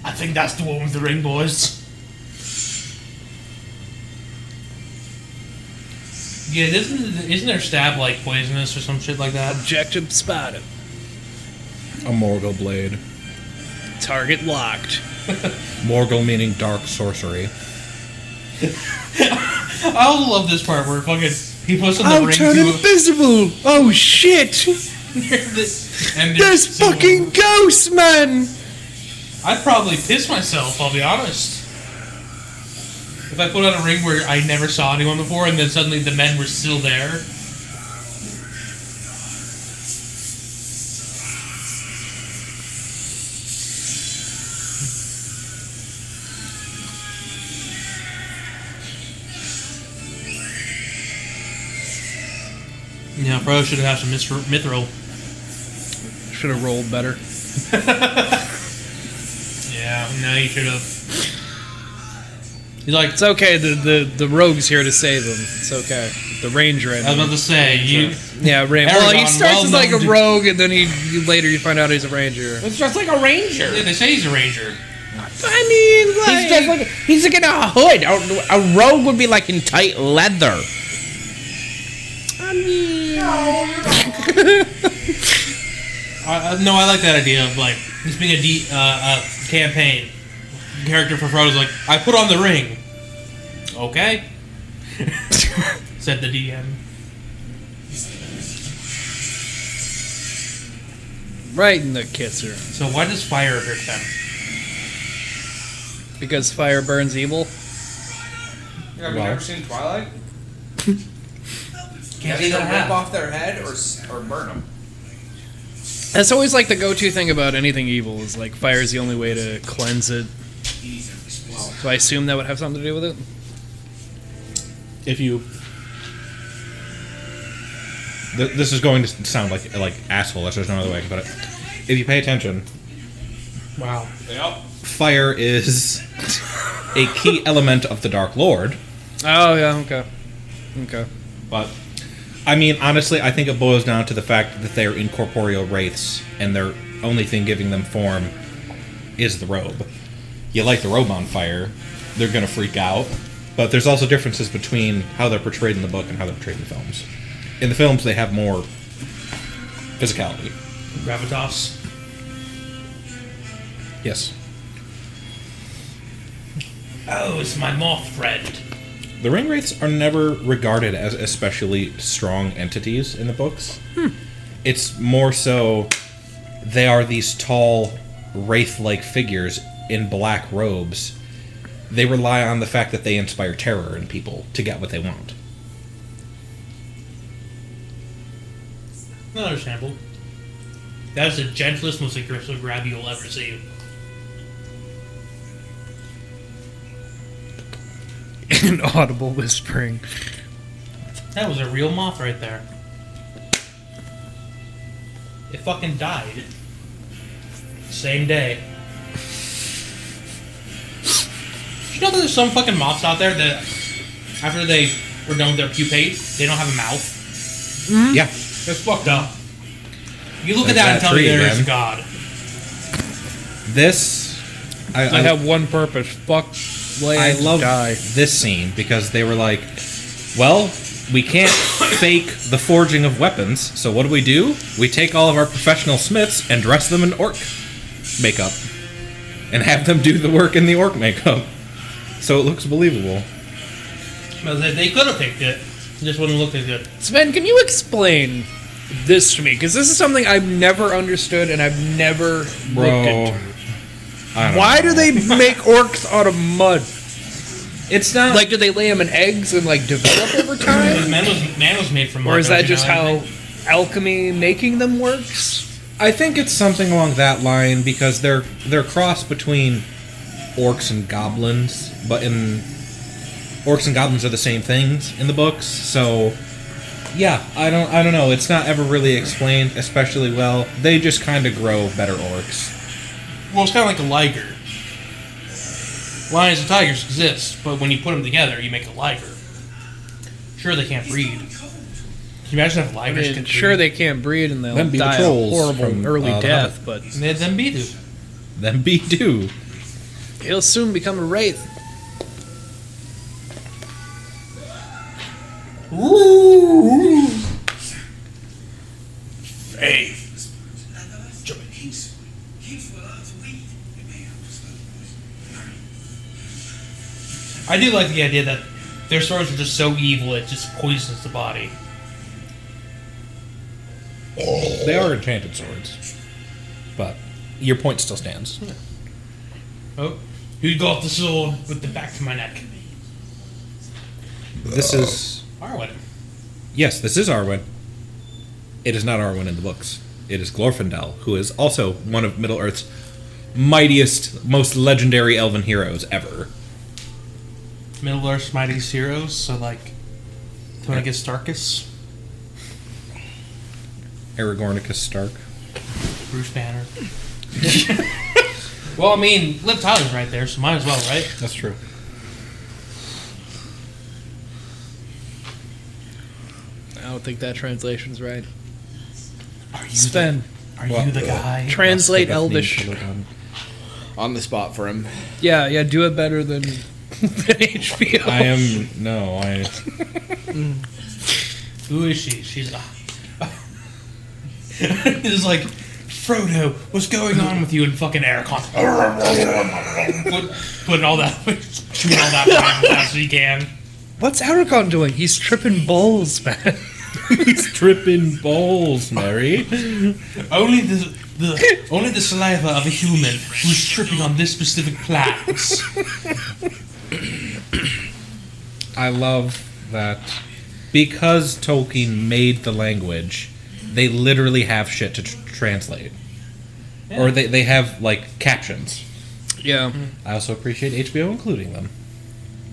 [SPEAKER 6] I think that's the one with the ring, boys.
[SPEAKER 3] Yeah, isn't isn't their stab like poisonous or some shit like that?
[SPEAKER 2] objective spotted.
[SPEAKER 5] A Morgul blade.
[SPEAKER 2] Target locked.
[SPEAKER 5] Morgul meaning dark sorcery.
[SPEAKER 3] I also love this part where fucking he puts on the ring to
[SPEAKER 2] invisible! Oh shit!
[SPEAKER 3] and
[SPEAKER 2] There's
[SPEAKER 3] so-
[SPEAKER 2] fucking ghosts, man!
[SPEAKER 3] I'd probably piss myself. I'll be honest. If I put on a ring where I never saw anyone before, and then suddenly the men were still there. Yeah, probably should have had some mis- mithril.
[SPEAKER 2] Should have rolled better.
[SPEAKER 3] Yeah, no, you should have. He's like,
[SPEAKER 2] It's okay. The, the the rogue's here to save him. It's okay. The ranger. I
[SPEAKER 3] I was
[SPEAKER 2] mean.
[SPEAKER 3] about to say, you.
[SPEAKER 2] Yeah, ranger. Well, he
[SPEAKER 3] Aragon,
[SPEAKER 2] starts
[SPEAKER 3] well
[SPEAKER 2] as like a
[SPEAKER 3] known to-
[SPEAKER 2] rogue, and then he you- later you find out he's a ranger.
[SPEAKER 7] It's just like a ranger.
[SPEAKER 3] Yeah, they say he's a ranger.
[SPEAKER 7] I mean, like he's just like he's like in a hood. A, a rogue would be like in tight leather.
[SPEAKER 3] I, I- no, I like that idea of like this being a de- uh, uh, campaign character for Frodo's like, I put on the ring. Okay, said the DM.
[SPEAKER 2] Right in the kisser,
[SPEAKER 3] So why does fire hurt them?
[SPEAKER 2] because fire burns evil.
[SPEAKER 9] You have never seen Twilight?
[SPEAKER 3] Can't see
[SPEAKER 9] either
[SPEAKER 3] that
[SPEAKER 9] rip
[SPEAKER 3] half.
[SPEAKER 9] off their head or, s- or burn them.
[SPEAKER 2] That's always like the go-to thing about anything evil is like fire is the only way to cleanse it. So I assume that would have something to do with it.
[SPEAKER 5] if you Th- this is going to s- sound like like asshole there's no other way i can put it if you pay attention
[SPEAKER 3] Wow.
[SPEAKER 5] fire is <laughs> a key element of the dark lord
[SPEAKER 2] Oh yeah, okay, okay. <laughs>
[SPEAKER 5] but i mean honestly i think it boils down to the fact that they're incorporeal wraiths and their only thing giving them form is the robe you light the robe on fire they're gonna freak out but there's also differences between how they're portrayed in the book and how they're portrayed in the films in the films they have more physicality
[SPEAKER 3] Gravitas.
[SPEAKER 5] yes
[SPEAKER 3] Oh, it's my moth friend.
[SPEAKER 5] The ring wraiths are never regarded as especially strong entities in the books. It's more so they are these tall wraith-like figures in black robes. They rely on the fact that they inspire terror in people to get what they want.
[SPEAKER 3] Not understandable. That is the gentlest, most aggressive grab you'll ever see.
[SPEAKER 2] An audible whispering.
[SPEAKER 3] That was a real moth right there. It fucking died. Same day. Did you know that there's some fucking moths out there that, after they were done with their pupate, they don't have a mouth?
[SPEAKER 5] Yeah.
[SPEAKER 3] That's fucked up. You look
[SPEAKER 5] There's
[SPEAKER 3] at that and
[SPEAKER 5] that
[SPEAKER 3] tell me
[SPEAKER 5] tree
[SPEAKER 3] there is
[SPEAKER 5] again.
[SPEAKER 3] God.
[SPEAKER 5] This I,
[SPEAKER 2] I have one purpose. Fuck.
[SPEAKER 5] I
[SPEAKER 2] Land,
[SPEAKER 5] love
[SPEAKER 2] die.
[SPEAKER 5] this scene because they were like, well, we can't fake the forging of weapons, so what do we do? We take all of our professional smiths and dress them in orc makeup and have them do the work in the orc makeup. So it looks believable.
[SPEAKER 3] But They, they could have picked it. It just wouldn't look as good.
[SPEAKER 2] Sven, can you explain this to me? Because this is something I've never understood and I've never looked
[SPEAKER 5] Bro.
[SPEAKER 2] into.
[SPEAKER 5] I don't
[SPEAKER 2] Why
[SPEAKER 5] know.
[SPEAKER 2] do they
[SPEAKER 5] <laughs>
[SPEAKER 2] make orcs out of mud?
[SPEAKER 5] It's not
[SPEAKER 2] Like, do they lay them in eggs and like develop over
[SPEAKER 5] <laughs>
[SPEAKER 2] time,
[SPEAKER 3] Man was, man was made from
[SPEAKER 2] or is
[SPEAKER 3] mud,
[SPEAKER 2] that
[SPEAKER 3] don't you
[SPEAKER 2] just
[SPEAKER 3] know?
[SPEAKER 2] how alchemy making them works?
[SPEAKER 5] I think it's something along that line because they're they're a cross between orcs and goblins, but in orcs and goblins are the same things in the books. So yeah, I don't I don't know. It's not ever really explained especially well. They just kind of grow better orcs.
[SPEAKER 3] Well, it's kind of like a liger. Lions and tigers exist, but when you put them together, you make a liger. Sure, they can't breed. Can you imagine if
[SPEAKER 2] I
[SPEAKER 3] ligers
[SPEAKER 2] mean,
[SPEAKER 3] could
[SPEAKER 2] sure
[SPEAKER 3] breed?
[SPEAKER 2] they can't breed and they'll
[SPEAKER 5] Them be the
[SPEAKER 2] die a
[SPEAKER 5] trolls
[SPEAKER 2] horrible
[SPEAKER 5] from,
[SPEAKER 2] early
[SPEAKER 5] uh, The
[SPEAKER 2] death, but
[SPEAKER 3] They then be do.
[SPEAKER 5] <laughs> Then be do.
[SPEAKER 2] he'll soon become a wraith.
[SPEAKER 3] I do like the idea that their swords are just so evil it just poisons the body.
[SPEAKER 5] They are enchanted swords. But your point still stands.
[SPEAKER 3] Oh, you got the sword with the back to my neck.
[SPEAKER 5] This is
[SPEAKER 3] Arwen.
[SPEAKER 5] yes, this is Arwen. It is not Arwen in the books. It is Glorfindel, who is also one of Middle Earth's mightiest, most legendary elven heroes ever.
[SPEAKER 3] Middle Earth's mightiest heroes, so like Tonicus Starkus,
[SPEAKER 5] Aragornicus Stark.
[SPEAKER 3] Bruce
[SPEAKER 2] <laughs>
[SPEAKER 3] Banner. <laughs> well, I mean, Liv Tyler's right there, so might as well, right?
[SPEAKER 5] That's true.
[SPEAKER 2] I don't think that translation's right. Sven,
[SPEAKER 3] Are
[SPEAKER 5] Well,
[SPEAKER 3] you the guy?
[SPEAKER 2] translate Elvish.
[SPEAKER 7] On the spot for him.
[SPEAKER 2] Yeah, yeah, do it better than, <laughs> than HBO.
[SPEAKER 5] I am
[SPEAKER 2] <laughs>
[SPEAKER 5] no, I
[SPEAKER 3] Who is she? She's. Uh, <laughs> it's like, Frodo, what's going on with you and fucking Aragorn? Put- Putting all that, <laughs> chewing all that as fast as you can.
[SPEAKER 2] What's Aragorn doing? He's tripping bowls, man.
[SPEAKER 5] He's tripping balls, <laughs> Mary.
[SPEAKER 3] Only the, the only the saliva of a human who's tripping on this specific plant.
[SPEAKER 5] I love that because Tolkien made the language, they literally have shit to tr- translate, or they they have like captions.
[SPEAKER 2] <laughs> Yeah.
[SPEAKER 5] I also appreciate HBO including them.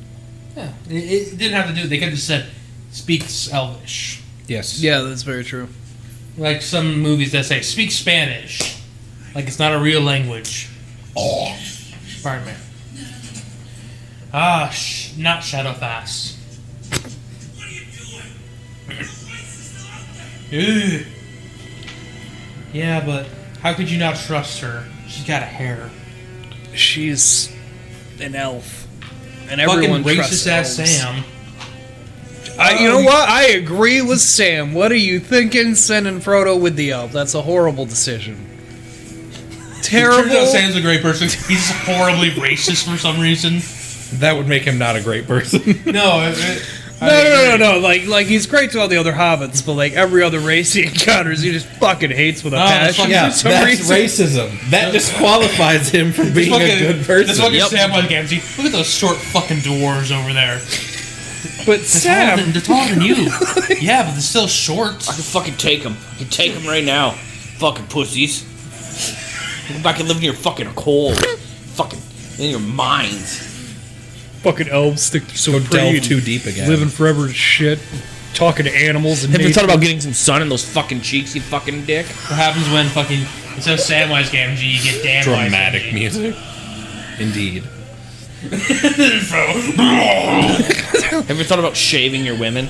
[SPEAKER 3] <laughs> Yeah, it, it didn't have to do. They could have just said speaks Elvish,
[SPEAKER 5] Yes.
[SPEAKER 2] Yeah, that's very true.
[SPEAKER 3] like some movies that say speak Spanish, like it's not a real language. Oh, Spider Man. Ah, sh- not Shadowfax. Ugh. yeah, but how could you not trust her? She's got a hair.
[SPEAKER 2] She's an elf. And
[SPEAKER 3] Fucking
[SPEAKER 2] everyone trusts
[SPEAKER 3] racist ass
[SPEAKER 2] elves.
[SPEAKER 3] Sam. Oh,
[SPEAKER 2] I, you know what? I agree with Sam. What are you thinking, sending Frodo with the elf? That's a horrible
[SPEAKER 3] <laughs>
[SPEAKER 2] decision.
[SPEAKER 3] Turns out
[SPEAKER 2] Terrible.
[SPEAKER 3] Sam's a great person. <laughs> He's horribly racist for
[SPEAKER 2] <laughs>
[SPEAKER 3] some reason.
[SPEAKER 5] That would make him not a great <laughs> person.
[SPEAKER 3] No, it, it,
[SPEAKER 2] No, no, no, no, no. Like, like he's great to all the other hobbits, but like every other race he encounters, he just fucking hates with a
[SPEAKER 3] Oh, that's
[SPEAKER 2] passion.
[SPEAKER 3] fucking- Yeah,
[SPEAKER 2] for some reason.
[SPEAKER 5] racism. That disqualifies him from being a good
[SPEAKER 3] This
[SPEAKER 5] person.
[SPEAKER 3] fucking Sam on Gamgee. Look at those short fucking dwarves over there.
[SPEAKER 2] But
[SPEAKER 3] They're taller
[SPEAKER 2] Sam,
[SPEAKER 3] than, they're taller
[SPEAKER 5] <laughs>
[SPEAKER 3] than you. yeah, but they're still short.
[SPEAKER 7] I can fucking take him. I can take him right now. Fucking pussies. Go back and live in your fucking hole. fucking in your minds.
[SPEAKER 2] fucking elves think they're so pretty.
[SPEAKER 5] Delve
[SPEAKER 2] and
[SPEAKER 5] too deep again.
[SPEAKER 2] Living forever and shit. Talking to animals and
[SPEAKER 4] Have you
[SPEAKER 2] nature.
[SPEAKER 4] thought about getting some
[SPEAKER 7] Son in those fucking cheeks, you fucking dick.
[SPEAKER 3] What happens when fucking instead of Samwise Gamgee, you get Dan
[SPEAKER 5] Dramatic music. Indeed.
[SPEAKER 7] Have you thought about shaving your <laughs> women?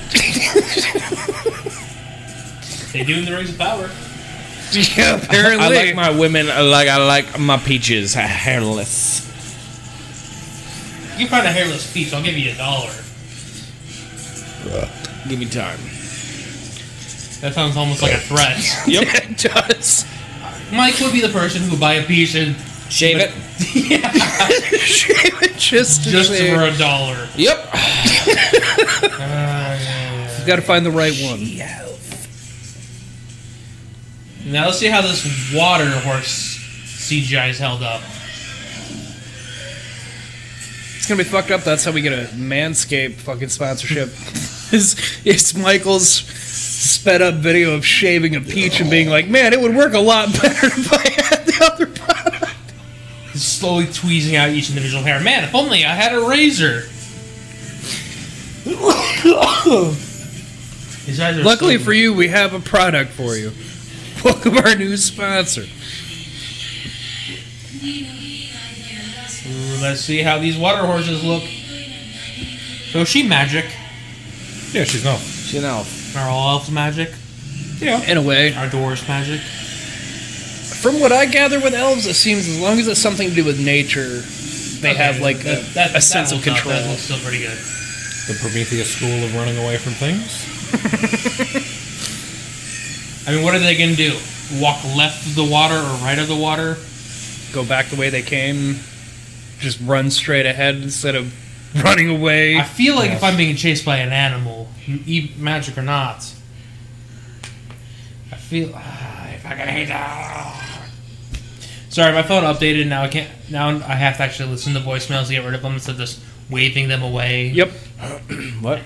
[SPEAKER 3] They do in the Rings of Power.
[SPEAKER 2] <laughs>
[SPEAKER 7] <laughs>
[SPEAKER 2] Yeah, apparently.
[SPEAKER 7] I like my women like I like my peaches hairless.
[SPEAKER 3] You find a hairless peach, I'll give you a dollar.
[SPEAKER 7] Give me time.
[SPEAKER 3] That sounds almost like a threat.
[SPEAKER 2] <laughs>
[SPEAKER 7] Yep. it does.
[SPEAKER 3] Mike would be the person who would buy a peach and
[SPEAKER 7] Shave it.
[SPEAKER 2] just
[SPEAKER 3] just
[SPEAKER 2] just
[SPEAKER 3] for a dollar.
[SPEAKER 7] Yep.
[SPEAKER 2] <laughs> you got to find the right one.
[SPEAKER 3] Now let's see how this water horse CGI is held up.
[SPEAKER 2] It's gonna be fucked up. That's how we get a Manscaped fucking sponsorship. <laughs> it's, it's Michael's sped up video of shaving a peach and being like, "Man, it would work a lot <laughs> better if I had the other product." <laughs>
[SPEAKER 3] He's slowly tweezing out each individual hair. Man, if only I had a razor. His eyes are
[SPEAKER 2] Luckily
[SPEAKER 3] so-
[SPEAKER 2] for you, we have a product for you. Welcome our new sponsor.
[SPEAKER 3] Ooh, Let's see how these water horses look. So is she magic?
[SPEAKER 5] Yeah, she's not.
[SPEAKER 7] You know.
[SPEAKER 3] Are all elves magic?
[SPEAKER 2] In a way,
[SPEAKER 3] Are dwarves magic?
[SPEAKER 2] from what I gather with elves, it seems as long as it's something to do with nature, they have like a,
[SPEAKER 3] That- that-
[SPEAKER 2] a
[SPEAKER 3] that
[SPEAKER 2] sense of
[SPEAKER 3] holds up.
[SPEAKER 2] control.
[SPEAKER 3] That looks still pretty good.
[SPEAKER 5] The Prometheus school of running away from things.
[SPEAKER 3] I mean, what are they gonna do? Walk left of the water or right of the water?
[SPEAKER 2] go back the way they came, just run straight ahead instead of <laughs> running away.
[SPEAKER 3] I feel like if I'm being chased by an animal, e- magic or not, I feel ah, I fucking hate that. Sorry, my phone updated now. I can't now. I have to actually listen to voicemails to get rid of them instead of just waving them away.
[SPEAKER 2] yep.
[SPEAKER 7] What?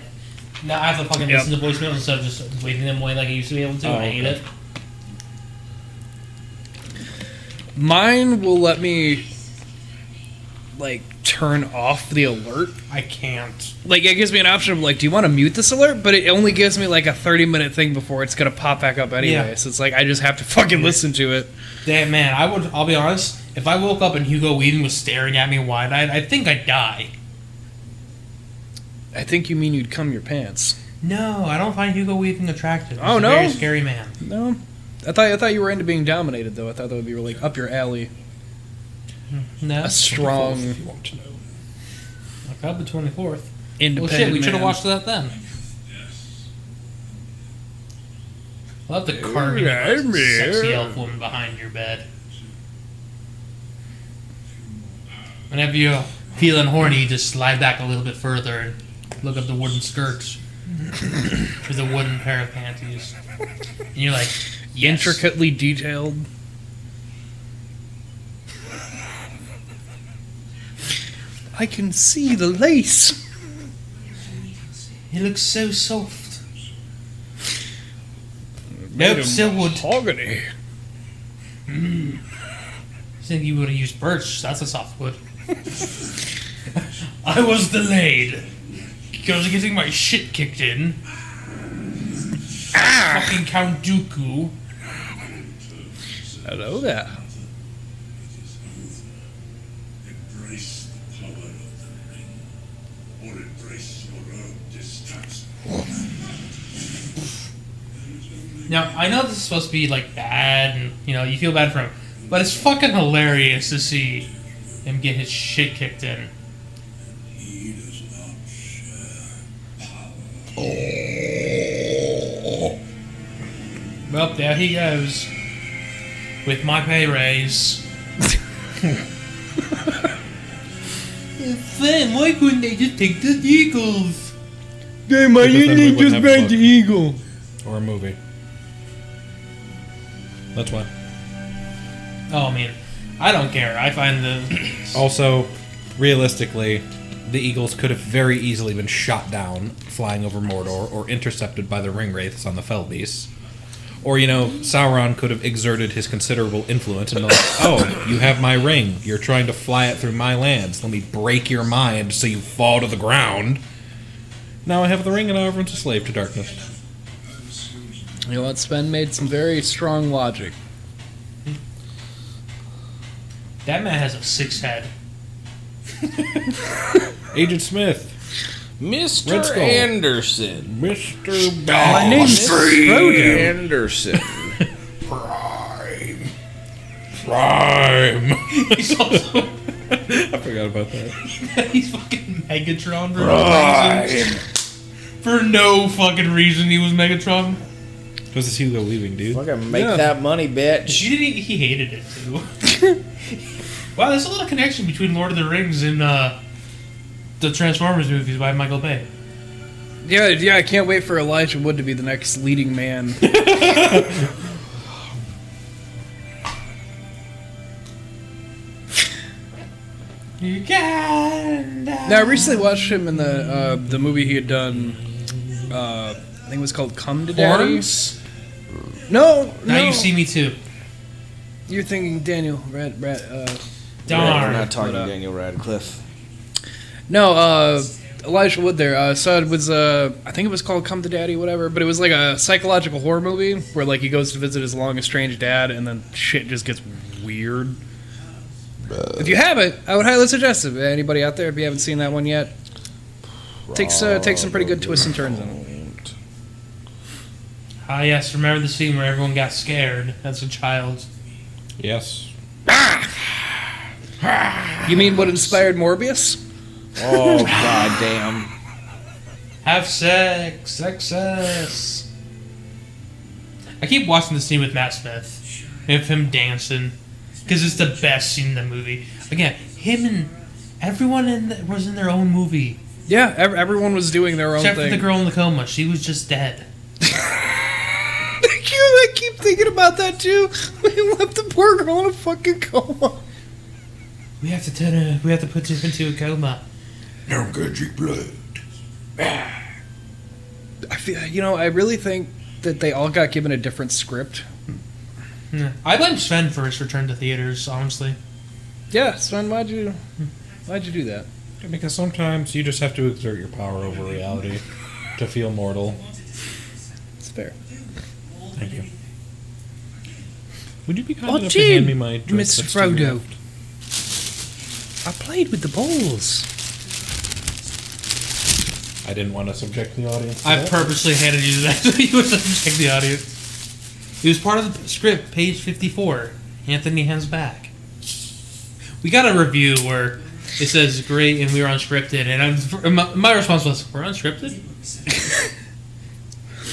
[SPEAKER 3] Now I have to fucking
[SPEAKER 2] Yep.
[SPEAKER 3] listen to voicemails instead of just waiting them away like I used to be able to.
[SPEAKER 2] Oh,
[SPEAKER 3] and I hate it.
[SPEAKER 2] Mine will let me like turn off the alert.
[SPEAKER 3] I can't.
[SPEAKER 2] Like it gives me an option of like, do you want to mute this alert? But it only gives me like a thirty minute thing before it's gonna pop back up anyway.
[SPEAKER 3] Yeah.
[SPEAKER 2] So it's like I just have to fucking listen to it.
[SPEAKER 3] Damn man, I would. I'll be honest. If I woke up and Hugo Weaving was staring at me wide eyed, I think I'd die.
[SPEAKER 2] I think you mean you'd cum your pants.
[SPEAKER 3] No, I don't find Hugo Weaving attractive. He's
[SPEAKER 2] Oh,
[SPEAKER 3] a
[SPEAKER 2] no?
[SPEAKER 3] very scary man.
[SPEAKER 2] No, I thought I thought you were into being dominated though. I thought that would be really up your alley.
[SPEAKER 3] No,
[SPEAKER 2] A strong,
[SPEAKER 3] I got the twenty fourth.
[SPEAKER 2] independent.
[SPEAKER 3] Well, shit, we should have
[SPEAKER 2] man.
[SPEAKER 3] watched that then. I love the carving
[SPEAKER 2] Yeah,
[SPEAKER 3] of a sexy
[SPEAKER 2] yeah.
[SPEAKER 3] elf woman behind your bed. Whenever you're feeling horny, just slide back a little bit further and look up the wooden skirts or the wooden pair of panties. And you're like, yes.
[SPEAKER 2] intricately detailed. I can see the lace.
[SPEAKER 3] It looks so soft. Nope, still wood.
[SPEAKER 2] Mahogany.
[SPEAKER 3] I think you would have used birch. That's a softwood. <laughs> I was delayed because of getting my shit kicked in. Fucking Count Dooku.
[SPEAKER 2] Hello there.
[SPEAKER 8] Embrace the power of the ring, or embrace your own destruction.
[SPEAKER 3] Now I know this is supposed to be like bad, and you know you feel bad for him, but it's fucking hilarious to see him get his shit kicked in.
[SPEAKER 8] He does not share power.
[SPEAKER 3] Well, there he goes with my pay raise. Sam, why couldn't they just take the Eagles?
[SPEAKER 5] Damn, I didn't just read the Eagle. Or a movie. That's why.
[SPEAKER 3] Oh man, I don't care. I find the
[SPEAKER 5] Also, realistically, the Eagles could have very easily been shot down flying over Mordor or intercepted by the ring wraiths on the Felbeasts. Or, you know, Sauron could have exerted his considerable influence and been like, oh, you have my ring. You're trying to fly it through my lands. Let me break your mind so you fall to the ground. Now I have the ring and everyone's a slave to darkness.
[SPEAKER 2] You know what? Sven made some very strong logic.
[SPEAKER 3] that man has a six head. <laughs>
[SPEAKER 5] Agent Smith. Red
[SPEAKER 7] Mr.
[SPEAKER 5] Skull.
[SPEAKER 7] Anderson.
[SPEAKER 5] Mr.
[SPEAKER 2] My name's
[SPEAKER 7] Mr. Anderson.
[SPEAKER 5] Prime.
[SPEAKER 3] He's also
[SPEAKER 5] <laughs> I forgot about that.
[SPEAKER 3] <laughs> he's fucking Megatron for no reason. For no fucking reason, he was Megatron.
[SPEAKER 5] Because it's Hugo leaving, dude.
[SPEAKER 7] We're gonna make that money, bitch.
[SPEAKER 3] She didn't. e, He hated it
[SPEAKER 5] <laughs>
[SPEAKER 3] too. wow, there's a lot of connection between Lord of the Rings and uh, the Transformers movies by Michael Bay.
[SPEAKER 2] Yeah, yeah. I can't wait for Elijah Wood to be the next leading man.
[SPEAKER 3] You can.
[SPEAKER 2] Now, I recently watched him in the uh, the movie he had done. Uh, I think it was called "Come to Daddy."
[SPEAKER 3] Horns?
[SPEAKER 2] No, no.
[SPEAKER 3] Now you see me too.
[SPEAKER 2] You're thinking Daniel Rad, Rad, uh,
[SPEAKER 7] Yeah, we're
[SPEAKER 3] Darn.
[SPEAKER 7] not talking
[SPEAKER 2] What up?
[SPEAKER 7] Daniel
[SPEAKER 2] uh,
[SPEAKER 7] Radcliffe.
[SPEAKER 2] No, uh, Elijah Wood there. Uh, so it was, uh, I think it was called Come to Daddy, whatever, but it was like a psychological horror movie where, like, he goes to visit his long estranged dad and then shit just gets weird. If you haven't, I would highly suggest it. Anybody out there, if you haven't seen that one yet, takes uh, takes some pretty good twists and turns in it.
[SPEAKER 3] Ah, yes. Remember the scene where everyone got scared as a child?
[SPEAKER 5] Yes.
[SPEAKER 2] You mean what inspired Morbius?
[SPEAKER 7] Oh goddamn!
[SPEAKER 3] Have sex, success. I keep watching the scene with Matt Smith, of him dancing, because it's the best scene in the movie. Again, him and everyone in the, was in their own movie,
[SPEAKER 2] Yeah, ev- everyone was doing their own
[SPEAKER 3] except for
[SPEAKER 2] thing.
[SPEAKER 3] the girl in the coma. She was just dead.
[SPEAKER 2] <laughs> Thank you. I keep thinking about that too. <laughs> We left the poor girl in a fucking coma.
[SPEAKER 3] We have to turn her. We have to put her into a coma.
[SPEAKER 8] Now get your blood.
[SPEAKER 2] feel, you know, I really think that they all got given a different script.
[SPEAKER 3] Yeah. I blame Sven for his return to theaters, honestly.
[SPEAKER 2] Yeah, Sven, why'd you, why'd you do that?
[SPEAKER 5] Because sometimes you just have to exert your power over reality to feel mortal.
[SPEAKER 2] It's fair.
[SPEAKER 5] Thank you. Would you be kind
[SPEAKER 2] Oh,
[SPEAKER 5] enough
[SPEAKER 2] gee,
[SPEAKER 5] to hand me my dress
[SPEAKER 2] Miss
[SPEAKER 5] that's still
[SPEAKER 2] Frodo.
[SPEAKER 5] left?
[SPEAKER 2] I played with the balls.
[SPEAKER 5] I didn't want to subject the audience. To
[SPEAKER 3] I
[SPEAKER 5] that.
[SPEAKER 3] purposely handed you that so you would check the audience. It was part of the script, page 54. Anthony hands back. We got a review where it says great and we were unscripted, and I'm, my, my response was,
[SPEAKER 2] <laughs>
[SPEAKER 3] We're unscripted?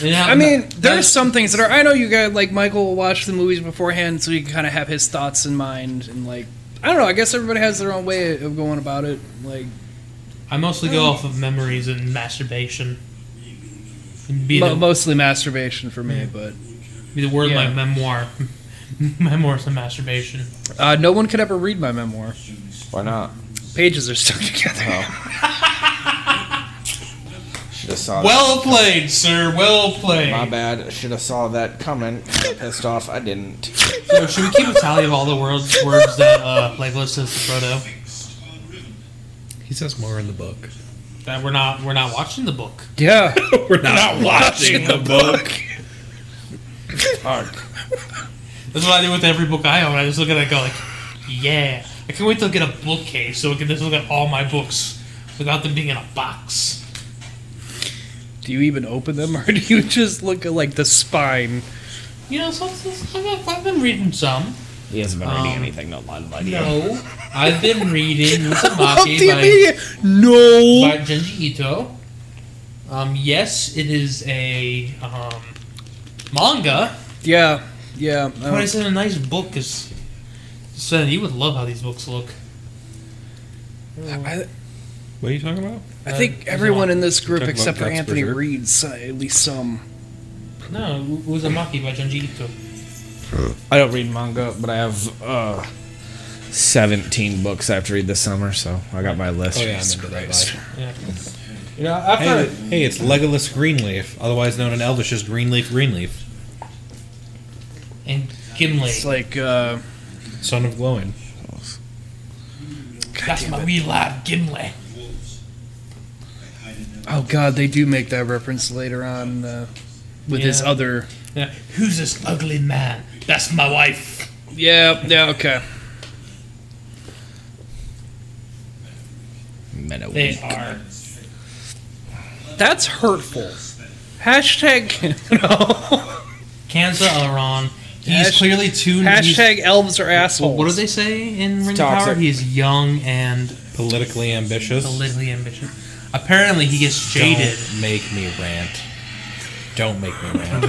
[SPEAKER 3] And
[SPEAKER 2] I mean, there are some things that are. I know you guys like Michael will watch the movies beforehand, so he can kind of have his thoughts in mind and like. I don't know. I guess everybody has their own way of going about it. Like
[SPEAKER 3] I mostly go off of memories and masturbation. And be,
[SPEAKER 2] mo-
[SPEAKER 3] the,
[SPEAKER 2] mostly masturbation for me, but
[SPEAKER 3] be the word of
[SPEAKER 2] yeah.
[SPEAKER 3] my memoir. <laughs> Memoirs of masturbation.
[SPEAKER 2] uh, no one could ever read my memoir.
[SPEAKER 7] Why not?
[SPEAKER 2] Pages are stuck <laughs> together.
[SPEAKER 7] Should have saw.
[SPEAKER 3] Well played, sir. Well played.
[SPEAKER 7] that. Uh, My bad. Should have saw that coming. Got pissed off. I didn't.
[SPEAKER 3] So should we keep a tally of all the words words that uh, Legolas says to Frodo?
[SPEAKER 5] He says more in the book.
[SPEAKER 3] That we're not we're not watching the book.
[SPEAKER 4] <laughs>
[SPEAKER 2] Yeah,
[SPEAKER 5] We're not, watching the book.
[SPEAKER 3] That's what I do with every book I own. I just look at it and go like, yeah. I can't wait to get a bookcase so I can just look at all my books without them being in a box.
[SPEAKER 2] do you even open them, or <laughs> do you just look at like the spine?
[SPEAKER 3] You know, so, so- so I've, I've been reading some.
[SPEAKER 4] He hasn't been
[SPEAKER 3] Um,
[SPEAKER 4] anything, no lie, lie.
[SPEAKER 3] No, I've been reading
[SPEAKER 5] <laughs>
[SPEAKER 2] Well, do you
[SPEAKER 3] Uzumaki
[SPEAKER 2] mean- No.
[SPEAKER 3] by, by Junji Ito. Um, yes, it is a um, manga.
[SPEAKER 2] Yeah, yeah. I
[SPEAKER 3] But
[SPEAKER 2] don't-
[SPEAKER 3] it's in a nice book. Is Sven, you would love how these books look.
[SPEAKER 2] I,
[SPEAKER 5] What are you talking about?
[SPEAKER 2] I
[SPEAKER 3] Uh,
[SPEAKER 2] think
[SPEAKER 3] there's
[SPEAKER 2] everyone
[SPEAKER 3] not-
[SPEAKER 2] in this group
[SPEAKER 5] Talk about
[SPEAKER 2] except for
[SPEAKER 5] Guts
[SPEAKER 2] Anthony
[SPEAKER 5] Berserk.
[SPEAKER 2] reads uh, at least some.
[SPEAKER 3] No, U- Uzumaki by Junji Ito.
[SPEAKER 4] I don't read manga, but I have uh, 17 books I have to read this summer, so I got my list.
[SPEAKER 5] Oh yeah, I'm into that life.
[SPEAKER 3] Yeah.
[SPEAKER 5] You know, after hey, hey, it's Legolas Greenleaf, otherwise known in Elvish as Greenleaf Greenleaf,
[SPEAKER 3] And Gimli.
[SPEAKER 2] It's like, uh,
[SPEAKER 5] son of Glowin.
[SPEAKER 3] That's my wee lad, Gimli.
[SPEAKER 2] oh god, they do make that reference later on uh, with his
[SPEAKER 3] Yeah.
[SPEAKER 2] other.
[SPEAKER 3] Yeah. Who's this ugly man? That's my wife.
[SPEAKER 2] Yeah, yeah, okay.
[SPEAKER 4] Men are
[SPEAKER 3] They
[SPEAKER 4] weak.
[SPEAKER 3] are.
[SPEAKER 2] That's hurtful. Hashtag <laughs> no.
[SPEAKER 3] Kanza Aron. He's
[SPEAKER 2] Hash-
[SPEAKER 3] clearly too. he's-
[SPEAKER 2] Hashtag elves are assholes.
[SPEAKER 3] What do they say in Ring of
[SPEAKER 7] toxic.
[SPEAKER 3] Power? He is young and
[SPEAKER 5] Politically ambitious.
[SPEAKER 3] politically ambitious. Apparently, he gets jaded.
[SPEAKER 5] Don't make me rant. Don't make me rant.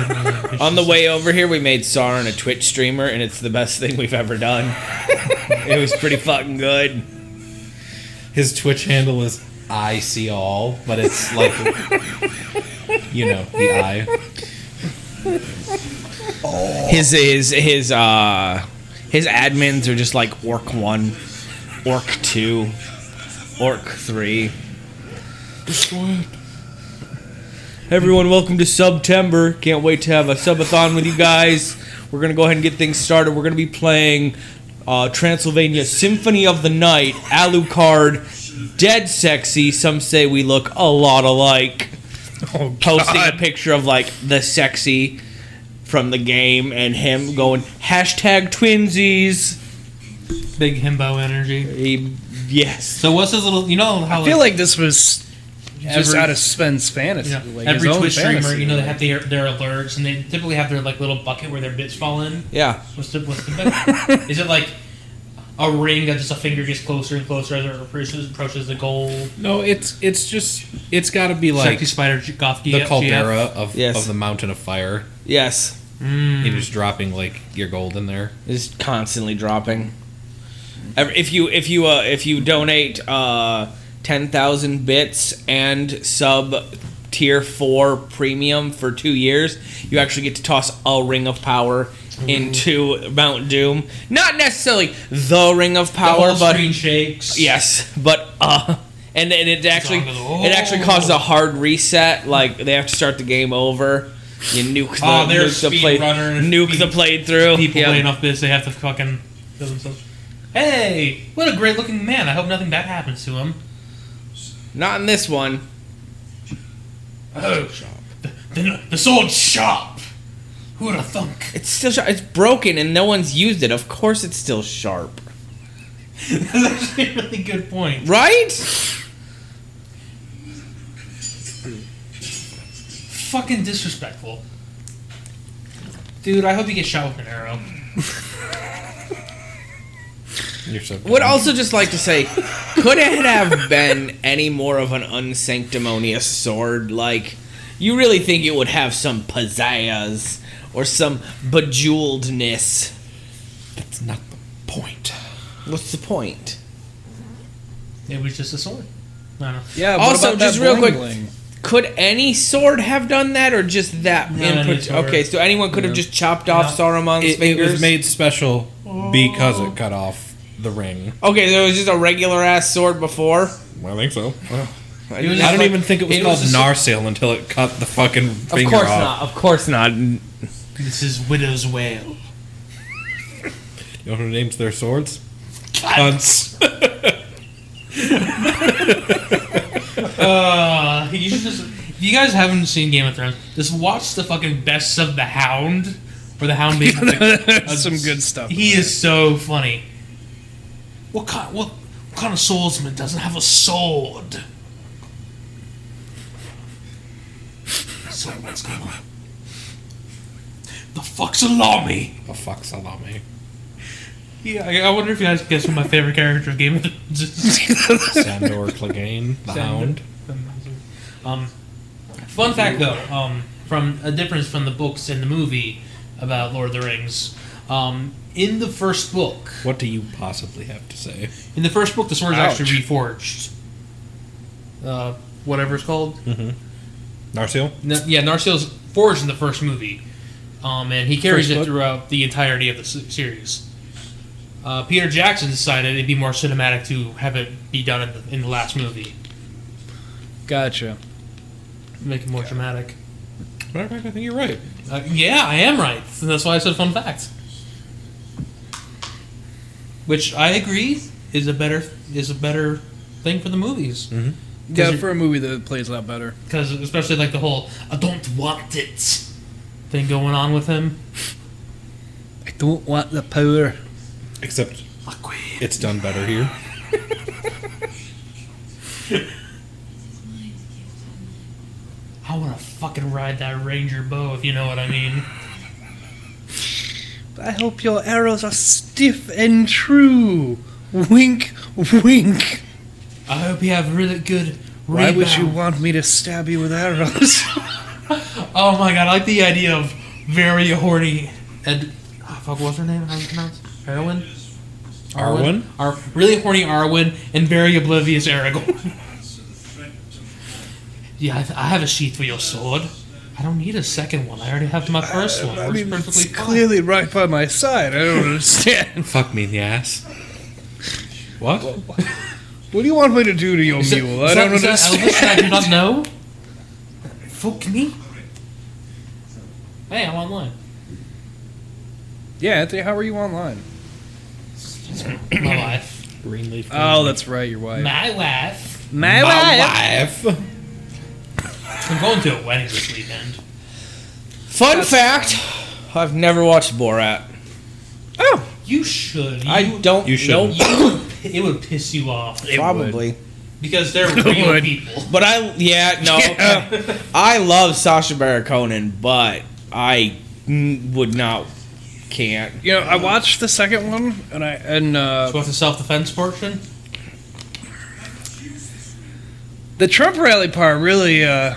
[SPEAKER 4] Uh,
[SPEAKER 7] On the way over here, we made Sauron a Twitch streamer, and it's the best thing we've ever done. <laughs> it was pretty fucking good.
[SPEAKER 5] His Twitch handle is I see all, but it's like you know the I.
[SPEAKER 4] His his his uh his admins are just like orc one, orc two, orc three. Everyone, welcome to September. Can't wait to have a subathon with you guys. We're gonna go ahead and get things started. We're gonna be playing uh, Transylvania Symphony of the Night, Alucard, Dead Sexy. Some say we look a lot alike. Posting a picture of like the sexy from the game and him going hashtag twinsies.
[SPEAKER 3] Big himbo energy.
[SPEAKER 4] He, yes.
[SPEAKER 3] So what's his little? You know how
[SPEAKER 2] I feel like this was just
[SPEAKER 3] Every-
[SPEAKER 2] out of Sven's fantasy.
[SPEAKER 3] Yeah.
[SPEAKER 2] like
[SPEAKER 3] Every
[SPEAKER 2] his own
[SPEAKER 3] Twitch streamer,
[SPEAKER 2] fantasy,
[SPEAKER 3] you know, they
[SPEAKER 2] like-
[SPEAKER 3] have their, their alerts, and they typically have their like little bucket where their bits fall in.
[SPEAKER 7] Yeah.
[SPEAKER 3] What's the what's the
[SPEAKER 2] <laughs>
[SPEAKER 3] bet? Is it like a ring that just a finger gets closer and closer as it approaches, approaches the goal?
[SPEAKER 5] No, it's it's just it's got to be like
[SPEAKER 3] Sexy spider G- goth
[SPEAKER 5] the
[SPEAKER 3] GF.
[SPEAKER 5] caldera of
[SPEAKER 7] Yes.
[SPEAKER 5] of the mountain of fire.
[SPEAKER 7] Yes.
[SPEAKER 5] You're just dropping like your gold in there.
[SPEAKER 7] It's constantly dropping. Ev- If you if you uh, if you donate uh, ten thousand bits and sub tier four premium for two years, you actually get to toss a ring of power into Mount Doom. Not necessarily the ring of
[SPEAKER 3] The
[SPEAKER 7] power,
[SPEAKER 3] whole
[SPEAKER 7] but
[SPEAKER 3] screen shakes.
[SPEAKER 7] yes, but uh,
[SPEAKER 4] and and it actually
[SPEAKER 3] on to the-
[SPEAKER 4] it actually causes a hard reset. Like they have to start the game over. You nuke the
[SPEAKER 3] Oh, they're
[SPEAKER 4] nuke the play
[SPEAKER 3] speedrunners,
[SPEAKER 4] nuke the playthrough.
[SPEAKER 3] People
[SPEAKER 4] Yeah.
[SPEAKER 3] play enough this, they have to fucking kill themselves. Hey, what a great looking man! I hope nothing bad happens to him.
[SPEAKER 4] Not in this one.
[SPEAKER 8] Oh, the, the sword sharp. Who would have thunk?
[SPEAKER 4] It's still sharp. It's broken and no one's used it. Of course, it's still sharp,
[SPEAKER 3] <laughs> That's actually a really good point.
[SPEAKER 4] right?
[SPEAKER 3] Fucking disrespectful. Dude, I hope you get shot with an arrow.
[SPEAKER 5] You're so
[SPEAKER 4] Would also just like to say, could it have been any more of an unsanctimonious sword? Like, you really think it would have some pizzazz or some bejeweledness?
[SPEAKER 5] That's not the point.
[SPEAKER 4] What's the point?
[SPEAKER 3] It was just a sword. I don't know.
[SPEAKER 2] Yeah.
[SPEAKER 4] what
[SPEAKER 2] Also,
[SPEAKER 4] about that
[SPEAKER 2] just real quick.
[SPEAKER 4] bling-bling? Could any sword have done that, or just that?
[SPEAKER 3] Not
[SPEAKER 4] in
[SPEAKER 3] any
[SPEAKER 4] part-
[SPEAKER 3] sword.
[SPEAKER 4] okay, so anyone could have just chopped off Saruman's
[SPEAKER 5] It, it
[SPEAKER 4] fingers.
[SPEAKER 5] was made special because it cut off the ring.
[SPEAKER 4] okay, so it was just a regular ass sword before.
[SPEAKER 5] I think so.
[SPEAKER 4] I
[SPEAKER 5] I don't even think it was
[SPEAKER 4] it
[SPEAKER 5] called
[SPEAKER 4] was a-
[SPEAKER 5] Narsil until it cut the fucking
[SPEAKER 4] Of
[SPEAKER 5] finger
[SPEAKER 4] course
[SPEAKER 5] off.
[SPEAKER 4] not. Of course not.
[SPEAKER 3] This is Widow's Wail.
[SPEAKER 5] You know who names their swords? Cunts.
[SPEAKER 3] Uh, <laughs> you should just. If you guys haven't seen Game of Thrones, just watch the fucking best of the Hound, where
[SPEAKER 2] <laughs>
[SPEAKER 3] the Hound makes
[SPEAKER 2] That's some good stuff.
[SPEAKER 3] He is so funny. What kind? What, what kind of swordsman doesn't have a sword?
[SPEAKER 8] So what's going on? The fuck's alarmy?
[SPEAKER 5] Oh fuck salami.
[SPEAKER 3] Yeah, I, I wonder if you guys guess what my favorite character of Game of Thrones is.
[SPEAKER 5] Sandor Clegane, the Hound.
[SPEAKER 3] um, fun fact though, um, from a difference from the books and the movie about Lord of the Rings. Um, in the first book,
[SPEAKER 5] What do you possibly have to say?
[SPEAKER 3] In the first book, the sword is
[SPEAKER 2] Ouch.
[SPEAKER 3] actually reforged. Uh, whatever it's called.
[SPEAKER 2] Hmm.
[SPEAKER 5] Narsil?
[SPEAKER 3] N- yeah, Narsil's forged in the first movie. Um, and he carries
[SPEAKER 2] First
[SPEAKER 3] it
[SPEAKER 2] book?
[SPEAKER 3] throughout the entirety of the s- series. Uh, Peter Jackson decided it'd be more cinematic to have it be done in the, in the last movie,
[SPEAKER 2] Gotcha.
[SPEAKER 3] make it more dramatic.
[SPEAKER 5] Matter of fact, I think you're right.
[SPEAKER 3] Uh, yeah, I am right. So that's why I said fun fact. Which I agree is a better is a better thing for the movies.
[SPEAKER 2] Yeah,
[SPEAKER 3] it-
[SPEAKER 2] for a movie that plays a lot better.
[SPEAKER 3] because especially like the whole "I don't want it" thing going on with him.
[SPEAKER 2] I don't want the power.
[SPEAKER 5] Except it's done better here.
[SPEAKER 3] I want to fucking ride that ranger bow, if you know what I mean.
[SPEAKER 2] I hope your arrows are stiff and true. Wink, wink.
[SPEAKER 3] I hope you have really good.
[SPEAKER 2] Why would you
[SPEAKER 3] rebound.
[SPEAKER 2] want me to stab you with arrows?
[SPEAKER 3] Oh my god, I like the idea of very horny. Ed- oh, fuck, what's her name? How do you pronounce? Arwen.
[SPEAKER 5] Arwen?
[SPEAKER 3] Ar- really horny Arwen and very oblivious Aragorn. <laughs> yeah, I, I have a sheath for your sword. I don't need a second one. I already have my first one.
[SPEAKER 2] <laughs> I
[SPEAKER 3] Works
[SPEAKER 2] mean, it's
[SPEAKER 3] perfectly fine.
[SPEAKER 2] clearly right by my side. I don't <laughs> understand.
[SPEAKER 5] Fuck me in the ass. What?
[SPEAKER 2] What do you want me to do to your
[SPEAKER 3] Is that-
[SPEAKER 2] mule?
[SPEAKER 3] is
[SPEAKER 2] I
[SPEAKER 3] that-
[SPEAKER 2] don't
[SPEAKER 3] is that
[SPEAKER 2] understand.
[SPEAKER 3] Elvis that I do not know. Fuck me. Hey, I'm online.
[SPEAKER 2] <laughs> Yeah, Anthony, how are you online? <coughs>
[SPEAKER 3] My wife.
[SPEAKER 5] Greenleaf.
[SPEAKER 2] Oh, that's right, your wife.
[SPEAKER 3] My wife.
[SPEAKER 2] My
[SPEAKER 5] wife.
[SPEAKER 3] I'm going to a wedding this weekend.
[SPEAKER 4] Fun fact: I've never watched Borat.
[SPEAKER 3] You should. You,
[SPEAKER 4] I don't.
[SPEAKER 5] You shouldn't.
[SPEAKER 4] know-
[SPEAKER 3] It would piss you off
[SPEAKER 4] Probably.
[SPEAKER 3] because they're real people.
[SPEAKER 4] But I, yeah, no. okay. I love Sasha Baron Cohen, but I n- would not, can't.
[SPEAKER 2] You know, I watched the second one, and I and uh,
[SPEAKER 3] So what's the self-defense portion?
[SPEAKER 2] the Trump rally part really, uh,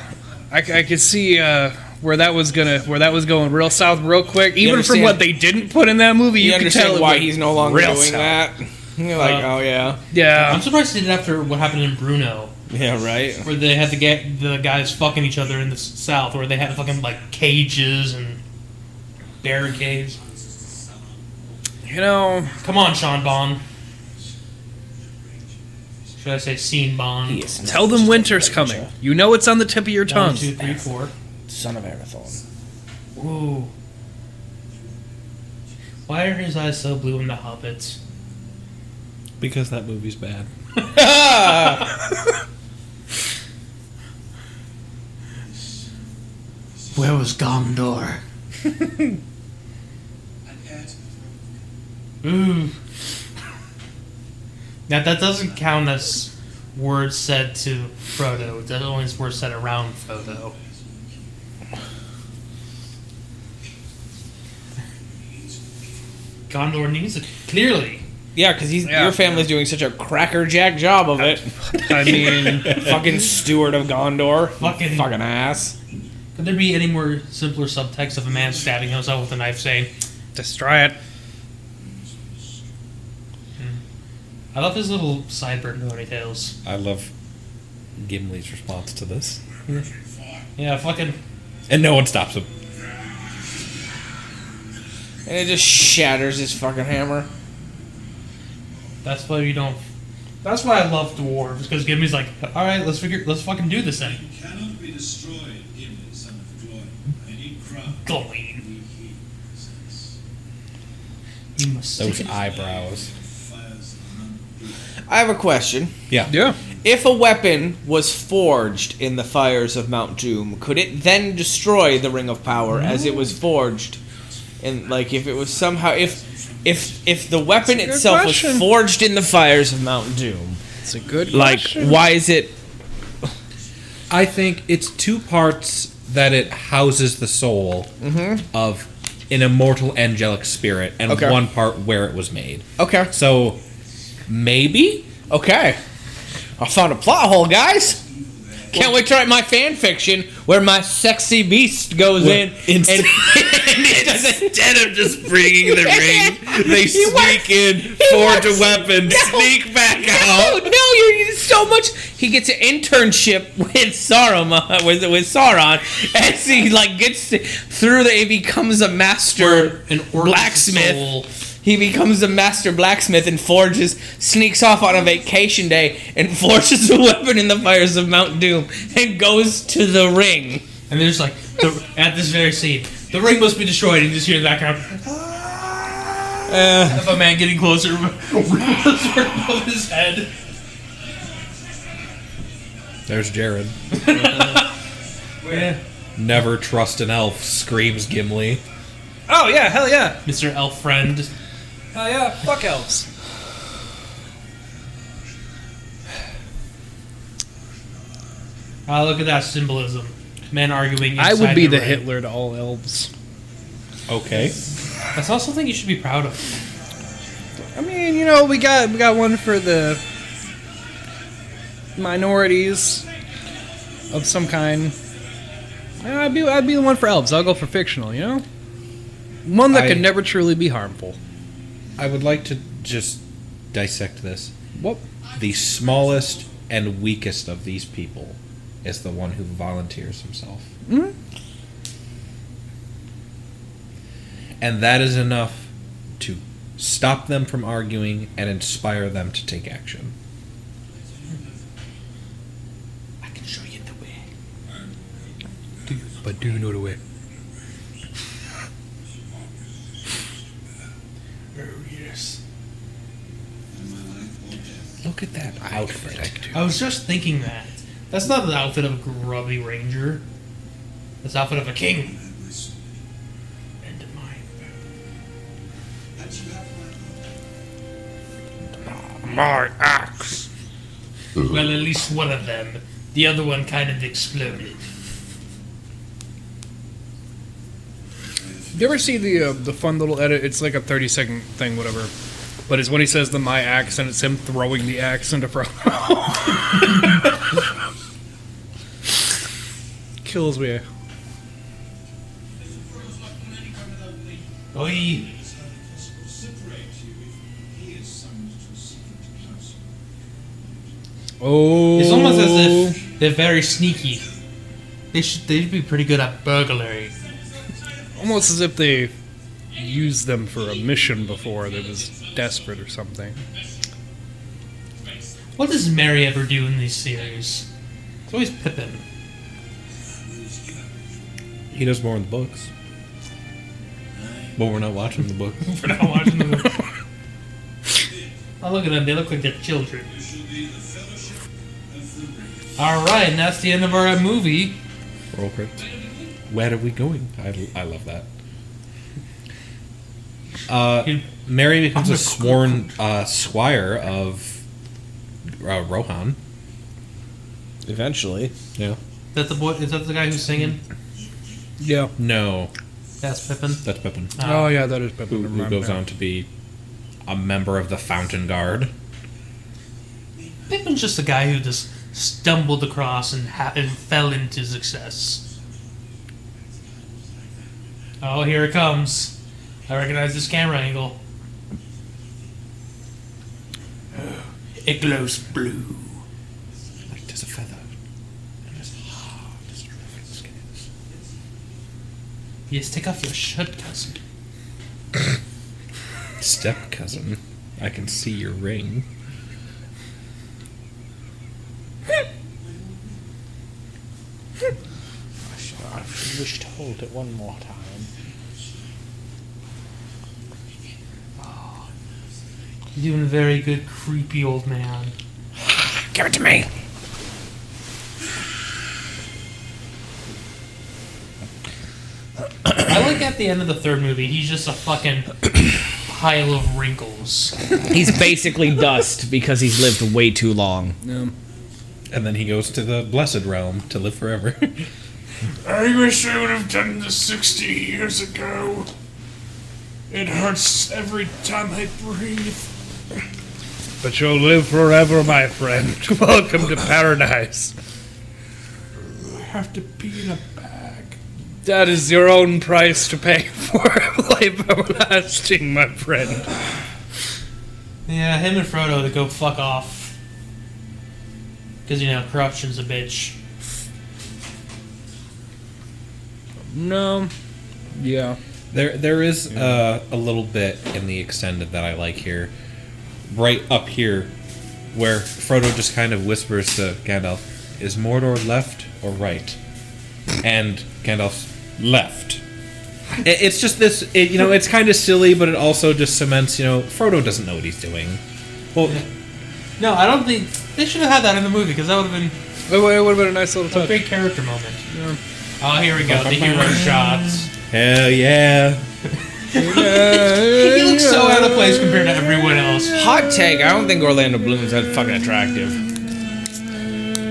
[SPEAKER 2] I, c- I could see uh, where that was gonna where that was going real south real quick. Even from
[SPEAKER 4] understand-
[SPEAKER 2] what they didn't put in that movie,
[SPEAKER 4] You,
[SPEAKER 2] you, could tell
[SPEAKER 4] understand
[SPEAKER 2] it
[SPEAKER 4] why
[SPEAKER 2] was
[SPEAKER 4] he's no longer
[SPEAKER 2] real
[SPEAKER 4] doing
[SPEAKER 2] south.
[SPEAKER 4] that? You're like, oh yeah,
[SPEAKER 2] Yeah,
[SPEAKER 3] I'm surprised they did it after what happened in Bruno,
[SPEAKER 4] yeah, right.
[SPEAKER 3] where they had to get the guys fucking each other in the s- South, where they had fucking like cages and barricades.
[SPEAKER 2] you know,
[SPEAKER 3] Come on, Sean Bond. Should I say scene bond?
[SPEAKER 7] Yes.
[SPEAKER 2] Tell them winter's coming. You know it's on the tip of your
[SPEAKER 3] One,
[SPEAKER 2] tongue.
[SPEAKER 3] two, three, four.
[SPEAKER 7] Son of Arathorn.
[SPEAKER 3] Ooh. Why are his eyes so blue in the hobbits?
[SPEAKER 5] Because that movie's bad.
[SPEAKER 3] Where was Gondor? Ooh. Hmm. Now that doesn't count as words said to Frodo. That only is words said around Frodo. Gondor needs it clearly.
[SPEAKER 7] Yeah, because he's
[SPEAKER 2] Yeah.
[SPEAKER 7] your family's doing such a crackerjack job of it.
[SPEAKER 2] I mean,
[SPEAKER 7] <laughs> fucking steward of Gondor.
[SPEAKER 3] Fucking-
[SPEAKER 7] fucking ass.
[SPEAKER 3] Could there be any more simpler subtext of a man stabbing himself with a knife saying,
[SPEAKER 2] destroy it.
[SPEAKER 3] I love his little sideburn ponytails.
[SPEAKER 5] I love Gimli's response to this.
[SPEAKER 3] Yeah, fucking.
[SPEAKER 5] And no one stops him.
[SPEAKER 7] And it just shatters his fucking hammer.
[SPEAKER 3] That's why we don't. That's why I love dwarves because Gimli's like, all right, let's figure, let's fucking do this thing.
[SPEAKER 8] cannot be destroyed, Gimli, son of Gloin. I need crown.
[SPEAKER 3] Going.
[SPEAKER 8] We heed presence.
[SPEAKER 3] You must.
[SPEAKER 5] Those
[SPEAKER 3] stick it-
[SPEAKER 5] eyebrows.
[SPEAKER 8] Fires
[SPEAKER 7] I have a question.
[SPEAKER 5] Yeah.
[SPEAKER 2] Yeah.
[SPEAKER 7] If a weapon was forged in the fires of Mount Doom, could it then destroy the Ring of Power as it was forged? And like, if it was somehow, if if if the weapon
[SPEAKER 2] That's a good
[SPEAKER 7] itself
[SPEAKER 2] question.
[SPEAKER 7] was forged in the fires of Mount Doom,
[SPEAKER 2] It's a good
[SPEAKER 7] like, why is it?
[SPEAKER 5] I think it's two parts that it houses the soul of an immortal angelic spirit, and
[SPEAKER 7] Okay.
[SPEAKER 5] one part where it was made.
[SPEAKER 7] Okay,
[SPEAKER 5] So maybe
[SPEAKER 7] okay, I found a plot hole, guys. Can't wait to write my fan fiction where my sexy beast goes in and,
[SPEAKER 5] <laughs>
[SPEAKER 7] and it doesn't
[SPEAKER 5] instead of just bringing the ring, they
[SPEAKER 7] He
[SPEAKER 5] sneak
[SPEAKER 7] works-
[SPEAKER 5] in,
[SPEAKER 7] he
[SPEAKER 5] forge
[SPEAKER 7] works-
[SPEAKER 5] a weapon, sneak back
[SPEAKER 7] No,
[SPEAKER 5] out.
[SPEAKER 7] no, you're, you're so much. He gets an internship with Saruman, with, with Sauron, as he like gets to, through there. He becomes a master
[SPEAKER 3] An orc
[SPEAKER 7] blacksmith.
[SPEAKER 3] soul.
[SPEAKER 7] He becomes a master blacksmith and forges, sneaks off on a vacation day and <laughs> forges a weapon in the fires of Mount Doom and goes to
[SPEAKER 3] <laughs>
[SPEAKER 7] the ring.
[SPEAKER 3] And there's like the, at this very scene, the ring must be destroyed, and you just hear the background "Ah,"
[SPEAKER 2] Eh.
[SPEAKER 3] of a man getting closer, <laughs> with a sword above his head.
[SPEAKER 5] There's Jared. Never trust an elf, screams Gimli.
[SPEAKER 2] Oh yeah, hell yeah,
[SPEAKER 3] Mr. Elf friend.
[SPEAKER 2] hell yeah. Fuck elves.
[SPEAKER 3] Ah, look at that symbolism. Men arguing.
[SPEAKER 2] I would
[SPEAKER 3] inside
[SPEAKER 2] be the
[SPEAKER 3] ring.
[SPEAKER 2] Hitler to all elves.
[SPEAKER 5] Okay.
[SPEAKER 3] That's also something you should be proud of.
[SPEAKER 2] I mean, you know, we got we got one for the minorities of some kind. Yeah, I'd be I'd be the one for elves. I'll go for fictional. You know, one that
[SPEAKER 5] I-
[SPEAKER 2] could never truly be harmful.
[SPEAKER 5] I would like to just dissect this.
[SPEAKER 2] What?
[SPEAKER 5] The smallest and weakest of these people is the one who volunteers himself. And that is enough to stop them from arguing and inspire them to take action.
[SPEAKER 3] I can show you the way.
[SPEAKER 5] But do you know the way? Look at that outfit.
[SPEAKER 3] I was just thinking that. That's not the outfit of a grubby ranger. That's the outfit of a king. And a mine.
[SPEAKER 6] My axe.
[SPEAKER 3] Well, at least one of them. The other one kind of exploded.
[SPEAKER 2] You ever see the uh, the fun little edit? It's like a thirty second thing, whatever. But it's when he says the my axe, and it's him throwing the axe into Frodo. <laughs> Kills me.
[SPEAKER 3] Oi!
[SPEAKER 2] Oh,
[SPEAKER 3] It's almost as if they're very sneaky. They should, they'd be pretty good at burglary.
[SPEAKER 2] almost as if they used them for a mission before that was desperate or something.
[SPEAKER 3] What does Mary ever do in these series? It's always Pippin. <laughs>
[SPEAKER 5] He does more in the books. But we're not watching the book.
[SPEAKER 6] We're not watching the movie.
[SPEAKER 3] Oh, look at them. They look like they're children. All right, and that's the end of our movie.
[SPEAKER 5] Roll credits. Where are we going? I, I love that. Uh, Mary becomes a sworn uh, squire of uh, Rohan.
[SPEAKER 7] Eventually.
[SPEAKER 5] Yeah.
[SPEAKER 3] That the boy is that the guy who's singing?
[SPEAKER 2] Yeah.
[SPEAKER 5] No,
[SPEAKER 3] That's Pippin.
[SPEAKER 5] that's Pippin.
[SPEAKER 2] Oh yeah, that is Pippin.
[SPEAKER 5] Who,
[SPEAKER 2] Never
[SPEAKER 5] who
[SPEAKER 2] mind,
[SPEAKER 5] goes
[SPEAKER 2] yeah. <laughs>
[SPEAKER 5] on to be a member of the Fountain Guard.
[SPEAKER 3] Pippin's just a guy who just stumbled across and, ha- and fell into success. Oh, here it comes. I recognize this camera
[SPEAKER 5] <sighs>
[SPEAKER 3] angle. It glows blue.
[SPEAKER 5] Like tis a feather. and as hard as a raven's skin.
[SPEAKER 3] Yes, take off your shirt, cousin.
[SPEAKER 5] Step cousin, I can see your ring.
[SPEAKER 7] I wish to hold it one more time.
[SPEAKER 3] You're doing a very good, creepy old man.
[SPEAKER 5] Give it to me.
[SPEAKER 3] I like at the end of the third movie, he's just a fucking <coughs> pile of wrinkles.
[SPEAKER 4] He's basically dust because he's lived way too long.
[SPEAKER 5] And then he goes to the blessed realm to live forever.
[SPEAKER 6] I wish I would have done this 60 years ago. It hurts every time I breathe.
[SPEAKER 2] But you'll live forever, my friend. Welcome to paradise.
[SPEAKER 6] I have to pee in a bag.
[SPEAKER 2] That is your own price to pay for life everlasting, my friend.
[SPEAKER 3] Yeah, him and Frodo to go fuck off. Because, you know, corruption's a bitch.
[SPEAKER 2] No. Yeah.
[SPEAKER 5] There, there is uh, a little bit in the extended that I like here, right up here, where Frodo just kind of whispers to Gandalf, "Is Mordor left or right?" And Gandalf's left. I- It's just this, it, you know. It's kind of silly, but it also just cements, you know, Frodo doesn't know what he's doing. Well,
[SPEAKER 3] No, I don't think. They should have had that in the movie because that would have been
[SPEAKER 2] It would have been a nice little
[SPEAKER 3] a
[SPEAKER 2] touch.
[SPEAKER 3] great character moment. Oh, here we go. The hero shots.
[SPEAKER 5] hell yeah!
[SPEAKER 3] He looks so out of place compared to everyone else.
[SPEAKER 7] Hot take, I don't think Orlando Bloom's that fucking attractive.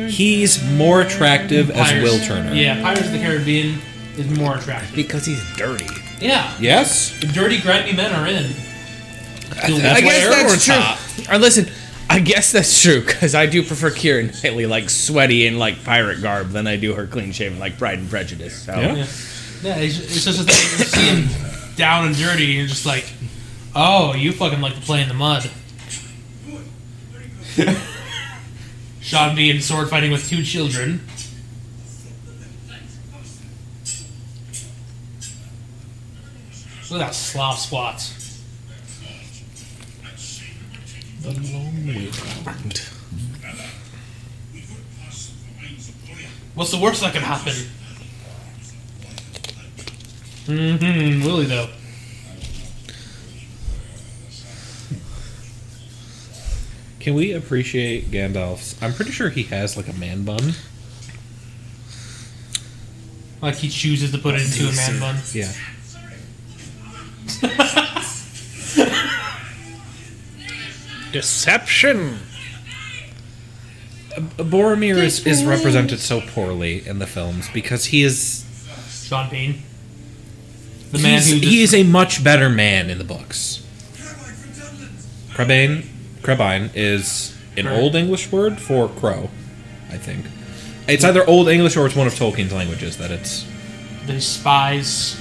[SPEAKER 5] He's more attractive as
[SPEAKER 3] Pirates-
[SPEAKER 5] Will Turner.
[SPEAKER 3] Yeah, Pirates of the Caribbean is more attractive.
[SPEAKER 7] Because he's dirty.
[SPEAKER 3] Yeah,
[SPEAKER 5] Yes.
[SPEAKER 3] the dirty, grimy men are in.
[SPEAKER 5] That's
[SPEAKER 4] I
[SPEAKER 5] why
[SPEAKER 4] guess that's
[SPEAKER 5] Aragorn's
[SPEAKER 4] true.
[SPEAKER 5] hot.
[SPEAKER 4] Or listen, I guess that's true because I do prefer Kieran Knightley like sweaty and like pirate garb than I do her clean shaven like Pride and Prejudice. So.
[SPEAKER 5] Yeah.
[SPEAKER 3] Yeah, yeah it's, it's just that you see him down and dirty, and you're just like, oh, you fucking like to play in the
[SPEAKER 5] <laughs>
[SPEAKER 3] mud. Sean Bean sword fighting with two children. Look at that slop squat. What's the worst that can happen? Mm-hmm, Willie though.
[SPEAKER 5] Can we appreciate Gandalf's? I'm pretty sure he has like a man bun.
[SPEAKER 3] Like he chooses to put it into a man bun.
[SPEAKER 5] Yeah.
[SPEAKER 3] <laughs>
[SPEAKER 2] Deception.
[SPEAKER 5] Boromir is, is represented so poorly in the films because he is
[SPEAKER 3] Sean Bean. The man
[SPEAKER 5] he's-
[SPEAKER 3] who just,
[SPEAKER 5] he is a much better man in the books. Crabane, Crabine is an
[SPEAKER 3] Right.
[SPEAKER 5] old English word for crow, I think. It's either old English or it's one of Tolkien's languages that it's.
[SPEAKER 3] the spies.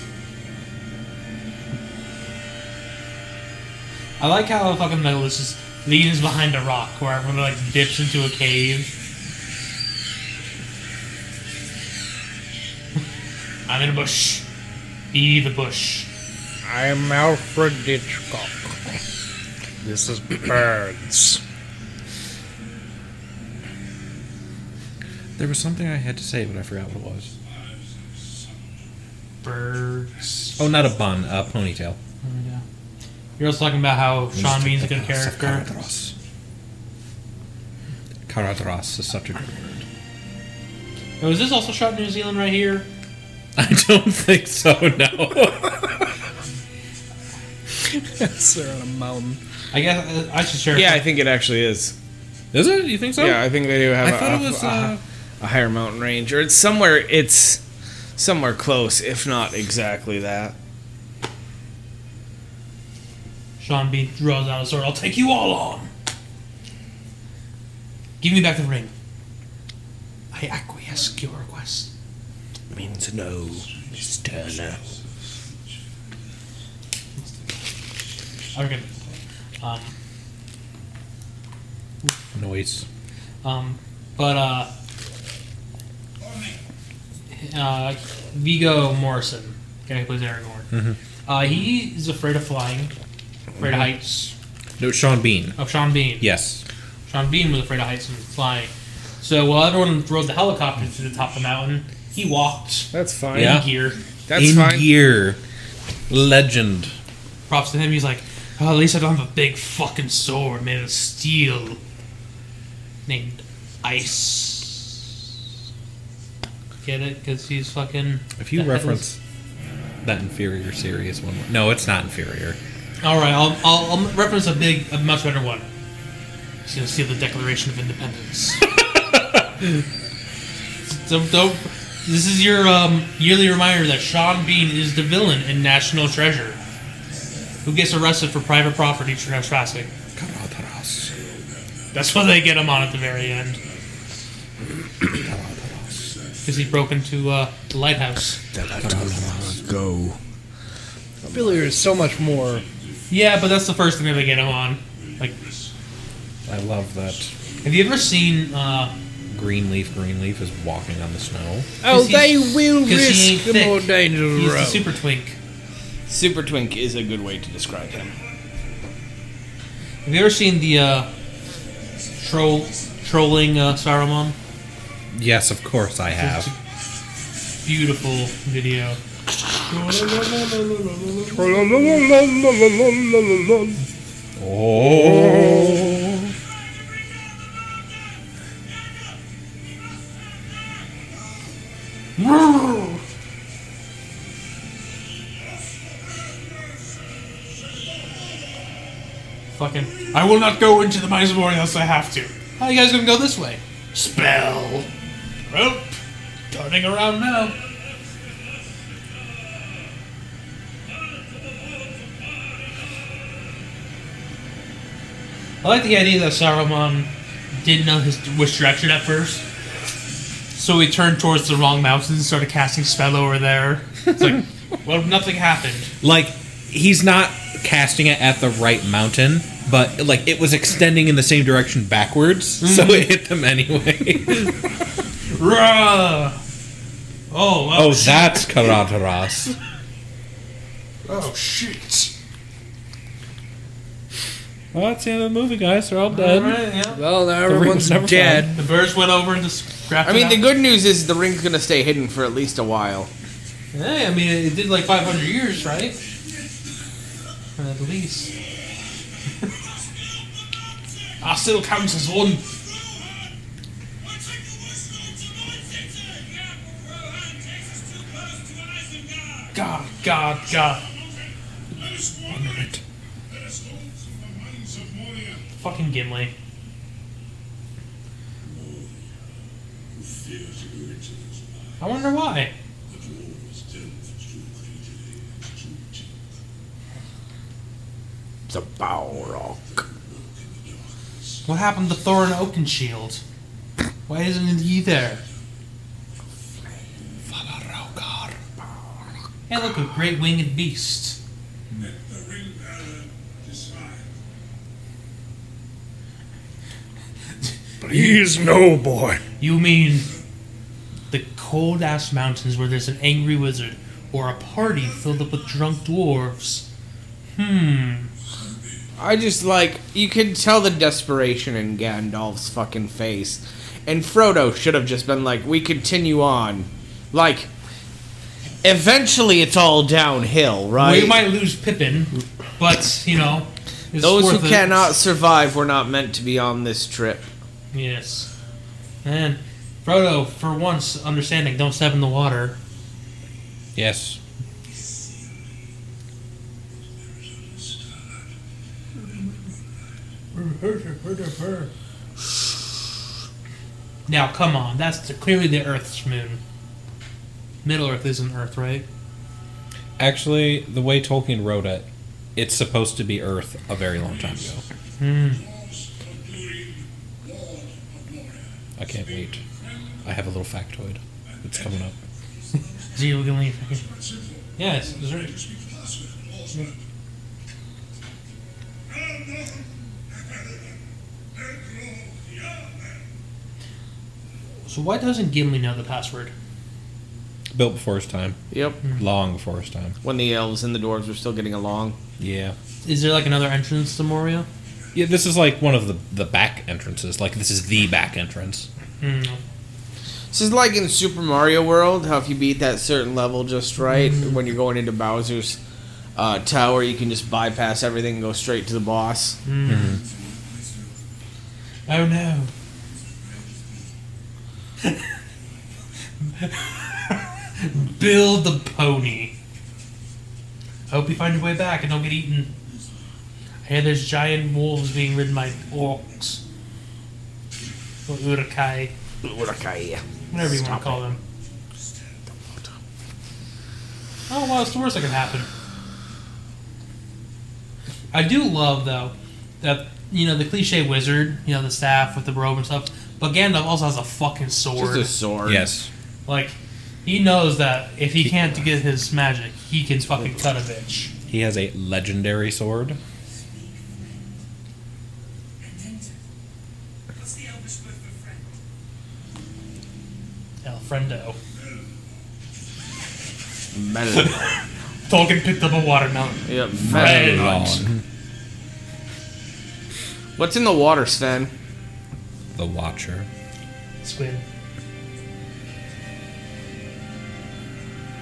[SPEAKER 3] I like how fucking Legolas just leans behind a rock where everyone like dips into a cave. <laughs> I'm in a bush. Be the bush.
[SPEAKER 2] I'm Alfred Hitchcock. This is birds.
[SPEAKER 5] There was something I had to say, but I forgot what it was.
[SPEAKER 3] Birds.
[SPEAKER 5] Oh, not a bun, a ponytail.
[SPEAKER 3] Yeah. You're also talking about how Sean Bean's a good character.
[SPEAKER 5] Caradros. Caradros is such a good word.
[SPEAKER 3] Oh, is this also shot in New Zealand right here?
[SPEAKER 5] <laughs> I don't think so,
[SPEAKER 3] <laughs>
[SPEAKER 5] no.
[SPEAKER 2] They're on a mountain.
[SPEAKER 3] I guess uh, I should share.
[SPEAKER 7] Yeah, I think it actually is.
[SPEAKER 5] is it? You think so?
[SPEAKER 7] yeah, I think they do have
[SPEAKER 5] I
[SPEAKER 7] a-
[SPEAKER 5] thought it
[SPEAKER 7] a-
[SPEAKER 5] was.
[SPEAKER 7] a-
[SPEAKER 5] Uh,
[SPEAKER 7] a higher mountain range, or it's somewhere. It's somewhere close, if not exactly that.
[SPEAKER 3] Sean Bean draws out a sword. I'll take you all on. Give me back the ring. I acquiesce to your request.
[SPEAKER 5] means no, Miss Turner.
[SPEAKER 3] I'm good. Um,
[SPEAKER 5] Noise.
[SPEAKER 3] um, but uh, uh, Vigo Morrison, guy who plays Aragorn,
[SPEAKER 7] Mm-hmm.
[SPEAKER 3] uh, he is afraid of flying, afraid of heights.
[SPEAKER 5] No, Sean Bean.
[SPEAKER 3] Of Sean Bean.
[SPEAKER 5] Yes.
[SPEAKER 3] Sean Bean was afraid of heights and flying. So while everyone rode the helicopter to the top of the mountain, he walked
[SPEAKER 7] That's fine.
[SPEAKER 5] Yeah.
[SPEAKER 3] in gear.
[SPEAKER 7] That's
[SPEAKER 5] In
[SPEAKER 7] fine.
[SPEAKER 5] gear. Legend.
[SPEAKER 3] Props to him. He's like, oh, at least I don't have a big fucking sword made of steel named Ice. Get it? Because he's fucking.
[SPEAKER 5] If you
[SPEAKER 3] the headless-
[SPEAKER 5] reference that inferior series one, no, it's not inferior.
[SPEAKER 3] All right, I'll, I'll, I'll reference a big, a much better one. He's gonna steal the Declaration of Independence. don't, don't. This is your um, yearly reminder that Sean Bean is the villain in National Treasure, who gets arrested for private property trespassing.
[SPEAKER 5] Caradhras.
[SPEAKER 3] That's why they get him on at the very end. Because he broke into uh, the lighthouse.
[SPEAKER 1] Go.
[SPEAKER 2] Billy is so much more.
[SPEAKER 3] Yeah, but that's the first thing that they get him on. Like,
[SPEAKER 5] I love that.
[SPEAKER 3] have you ever seen? Uh,
[SPEAKER 5] Greenleaf, Greenleaf is walking on the snow.
[SPEAKER 3] Oh, they will
[SPEAKER 2] risk the more dangerous
[SPEAKER 3] He's the
[SPEAKER 2] route.
[SPEAKER 3] super twink.
[SPEAKER 7] Super Twink is a good way to describe him.
[SPEAKER 3] Have you ever seen the uh, troll trolling uh, Saruman?
[SPEAKER 5] Yes, of course I have.
[SPEAKER 3] Beautiful video.
[SPEAKER 5] Oh.
[SPEAKER 3] Fucking.
[SPEAKER 6] I will not go into the Mizamori unless I have to.
[SPEAKER 3] How you guys gonna go this way?
[SPEAKER 6] Spell. Rope.
[SPEAKER 3] Turning around now. I like the idea that Saruman didn't know his which direction at first, so he turned towards the wrong mountains and started casting spell over there. It's
[SPEAKER 7] <laughs>
[SPEAKER 3] like, well, nothing happened.
[SPEAKER 5] Like, he's not casting it at the right mountain, but, like, it was extending in the same direction backwards, so it hit them anyway.
[SPEAKER 3] Ruh! Oh, well,
[SPEAKER 5] oh, that's Karataras.
[SPEAKER 6] Oh shit.
[SPEAKER 5] Well, that's the end of the movie, guys. They're all
[SPEAKER 3] all right, yeah.
[SPEAKER 2] Well, now everyone's
[SPEAKER 5] never
[SPEAKER 2] dead.
[SPEAKER 3] The birds went over and just scrapped
[SPEAKER 7] I
[SPEAKER 3] it
[SPEAKER 7] mean, the
[SPEAKER 3] out.
[SPEAKER 7] good news is the ring's gonna stay hidden for at least a while.
[SPEAKER 3] Hey, I mean, it did like 500 years, right? At least. <laughs> Ah,
[SPEAKER 6] I still count as one. God, God, God.
[SPEAKER 3] Fucking Gimli. I wonder why.
[SPEAKER 7] It's a Balrog.
[SPEAKER 3] What happened to Thorin Oakenshield? Why isn't he there? Hey, look, a great winged beast.
[SPEAKER 6] Please, no, boy.
[SPEAKER 3] You mean the cold ass mountains where there's an angry wizard or a party filled up with drunk dwarves? Hmm.
[SPEAKER 7] I just like you could tell the desperation in Gandalf's fucking face, and Frodo should have just been like, "We continue on, like." Eventually, it's all downhill, right?
[SPEAKER 3] We might lose Pippin, but you know, it's
[SPEAKER 7] Those who
[SPEAKER 3] worth it.
[SPEAKER 7] cannot survive were not meant to be on this trip.
[SPEAKER 3] Yes, and Frodo, for once, understanding, don't step in the water.
[SPEAKER 5] Yes.
[SPEAKER 3] Now, come on, that's the, clearly the Earth's moon. Middle Earth isn't Earth, right?
[SPEAKER 5] Actually, the way Tolkien wrote it, it's supposed to be Earth a very long time ago. I can't wait. I have a little factoid. It's coming up.
[SPEAKER 3] Gee, we're gonna leave. Yes, is there- so why doesn't Gimli know the password?
[SPEAKER 5] Built before his time.
[SPEAKER 7] Yep.
[SPEAKER 5] Long before his time.
[SPEAKER 7] When the elves and the dwarves were still getting along.
[SPEAKER 5] Yeah.
[SPEAKER 3] Is there like another entrance to Moria?
[SPEAKER 5] Yeah, this is like one of the, the back entrances. Like, this is the back entrance.
[SPEAKER 3] Hmm.
[SPEAKER 7] This is like in Super Mario World, how if you beat that certain level just right, when you're going into Bowser's uh, tower, you can just bypass everything and go straight to the boss.
[SPEAKER 3] Oh no. Bill the pony. Hope you find your way back and don't get eaten. I hear there's giant wolves being ridden by orcs. Or urukai. Whatever you want to call them. Oh, well, it's the worst that could happen. I do love, though, that, you know, the cliche wizard, you know, the staff with the robe and stuff, but Gandalf also has a fucking
[SPEAKER 7] Just
[SPEAKER 3] sword.
[SPEAKER 7] a sword.
[SPEAKER 5] Yes.
[SPEAKER 3] Like, he knows that if he can't get his magic, he can fucking cut a bitch.
[SPEAKER 5] He has a legendary sword.
[SPEAKER 3] Elfrendo. <laughs>
[SPEAKER 7] Metal.
[SPEAKER 3] Tolkien picked up a watermelon.
[SPEAKER 7] yep. metal.
[SPEAKER 5] Elrond,
[SPEAKER 7] What's in the water, Sven?
[SPEAKER 5] The Watcher.
[SPEAKER 3] Squid.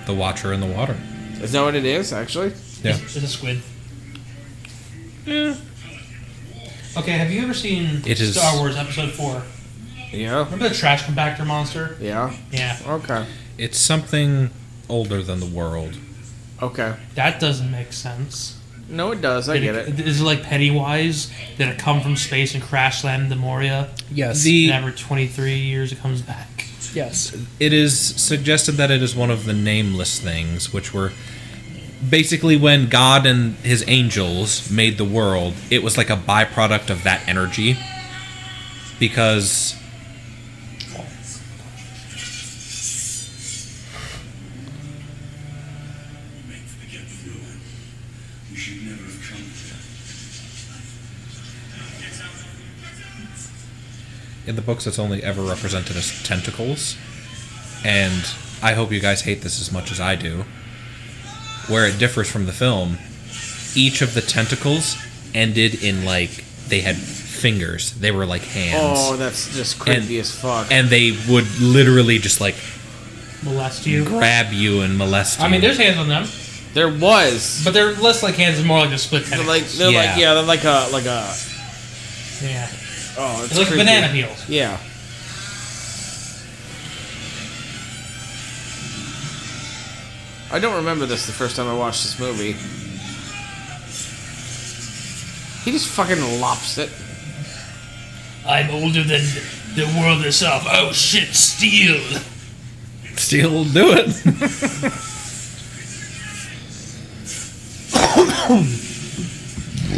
[SPEAKER 5] The Watcher in the water.
[SPEAKER 7] Is that what it is, actually?
[SPEAKER 5] Yeah.
[SPEAKER 3] It's a squid. Okay, have you ever seen
[SPEAKER 5] It is-
[SPEAKER 3] Star Wars Episode 4?
[SPEAKER 7] Yeah.
[SPEAKER 3] Remember the trash compactor monster?
[SPEAKER 7] Yeah.
[SPEAKER 3] Yeah.
[SPEAKER 7] Okay.
[SPEAKER 5] It's something older than the world.
[SPEAKER 7] Okay.
[SPEAKER 3] That doesn't make sense.
[SPEAKER 7] No, it does. I
[SPEAKER 3] Did
[SPEAKER 7] get it.
[SPEAKER 3] Is it like Pennywise? Did it come from space and crash land into Moria?
[SPEAKER 2] Yes.
[SPEAKER 5] The
[SPEAKER 3] And after 23 years, it comes back.
[SPEAKER 2] yes.
[SPEAKER 5] it is suggested that it is one of the nameless things, which were basically when God and his angels made the world, it was like a byproduct of that energy. Because
[SPEAKER 8] Make for the get through. We should never have come here.
[SPEAKER 5] in the books, it's only ever represented as tentacles. And I hope you guys hate this as much as I do. Where it differs from the film, each of the tentacles ended in like they had fingers, they were like hands.
[SPEAKER 7] Oh, that's just creepy as fuck.
[SPEAKER 5] and they would literally just like
[SPEAKER 3] Molest you.
[SPEAKER 5] grab you and molest you.
[SPEAKER 3] I mean, there's hands on them,
[SPEAKER 7] there was.
[SPEAKER 3] but they're less like hands and more like a split
[SPEAKER 7] They're
[SPEAKER 3] head.
[SPEAKER 7] like they're
[SPEAKER 5] Yeah.
[SPEAKER 7] like yeah they're like a like a
[SPEAKER 3] yeah.
[SPEAKER 7] oh it's
[SPEAKER 3] They're like
[SPEAKER 7] creepy.
[SPEAKER 3] banana peels.
[SPEAKER 7] Yeah. I don't remember this the first time I watched this movie. He just fucking lops it.
[SPEAKER 3] I'm older than the world itself. Oh shit, steel!
[SPEAKER 5] still do it.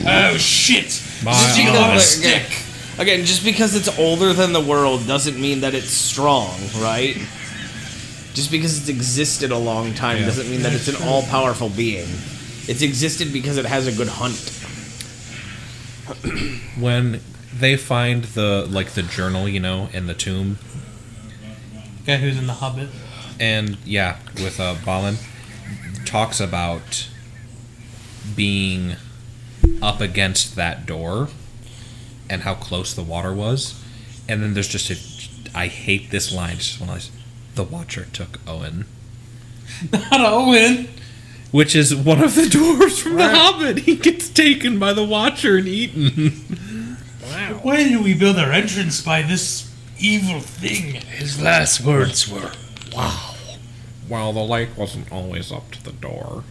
[SPEAKER 3] Oh shit! Steel on a stick!
[SPEAKER 7] Again, just because it's older than the world doesn't mean that it's strong, right? Just because it's existed a long time doesn't mean that it's an all powerful being. It's existed because it has a good hunt.
[SPEAKER 5] when they find the like the journal, you know, in the tomb,
[SPEAKER 3] Guy who's in the Hobbit.
[SPEAKER 5] and yeah, with uh, Balin talks about being up against that door and how close the water was. And then there's just a. I hate this line. It's Just when I, the Watcher took Owen,
[SPEAKER 3] <laughs> Not Owen.
[SPEAKER 5] which is one of the <laughs> dwarves from The Hobbit. He gets taken by the Watcher and eaten.
[SPEAKER 3] Why did we build our entrance by this evil thing?
[SPEAKER 2] His last words were, "Wow."
[SPEAKER 5] Well, the lake wasn't always up to the door.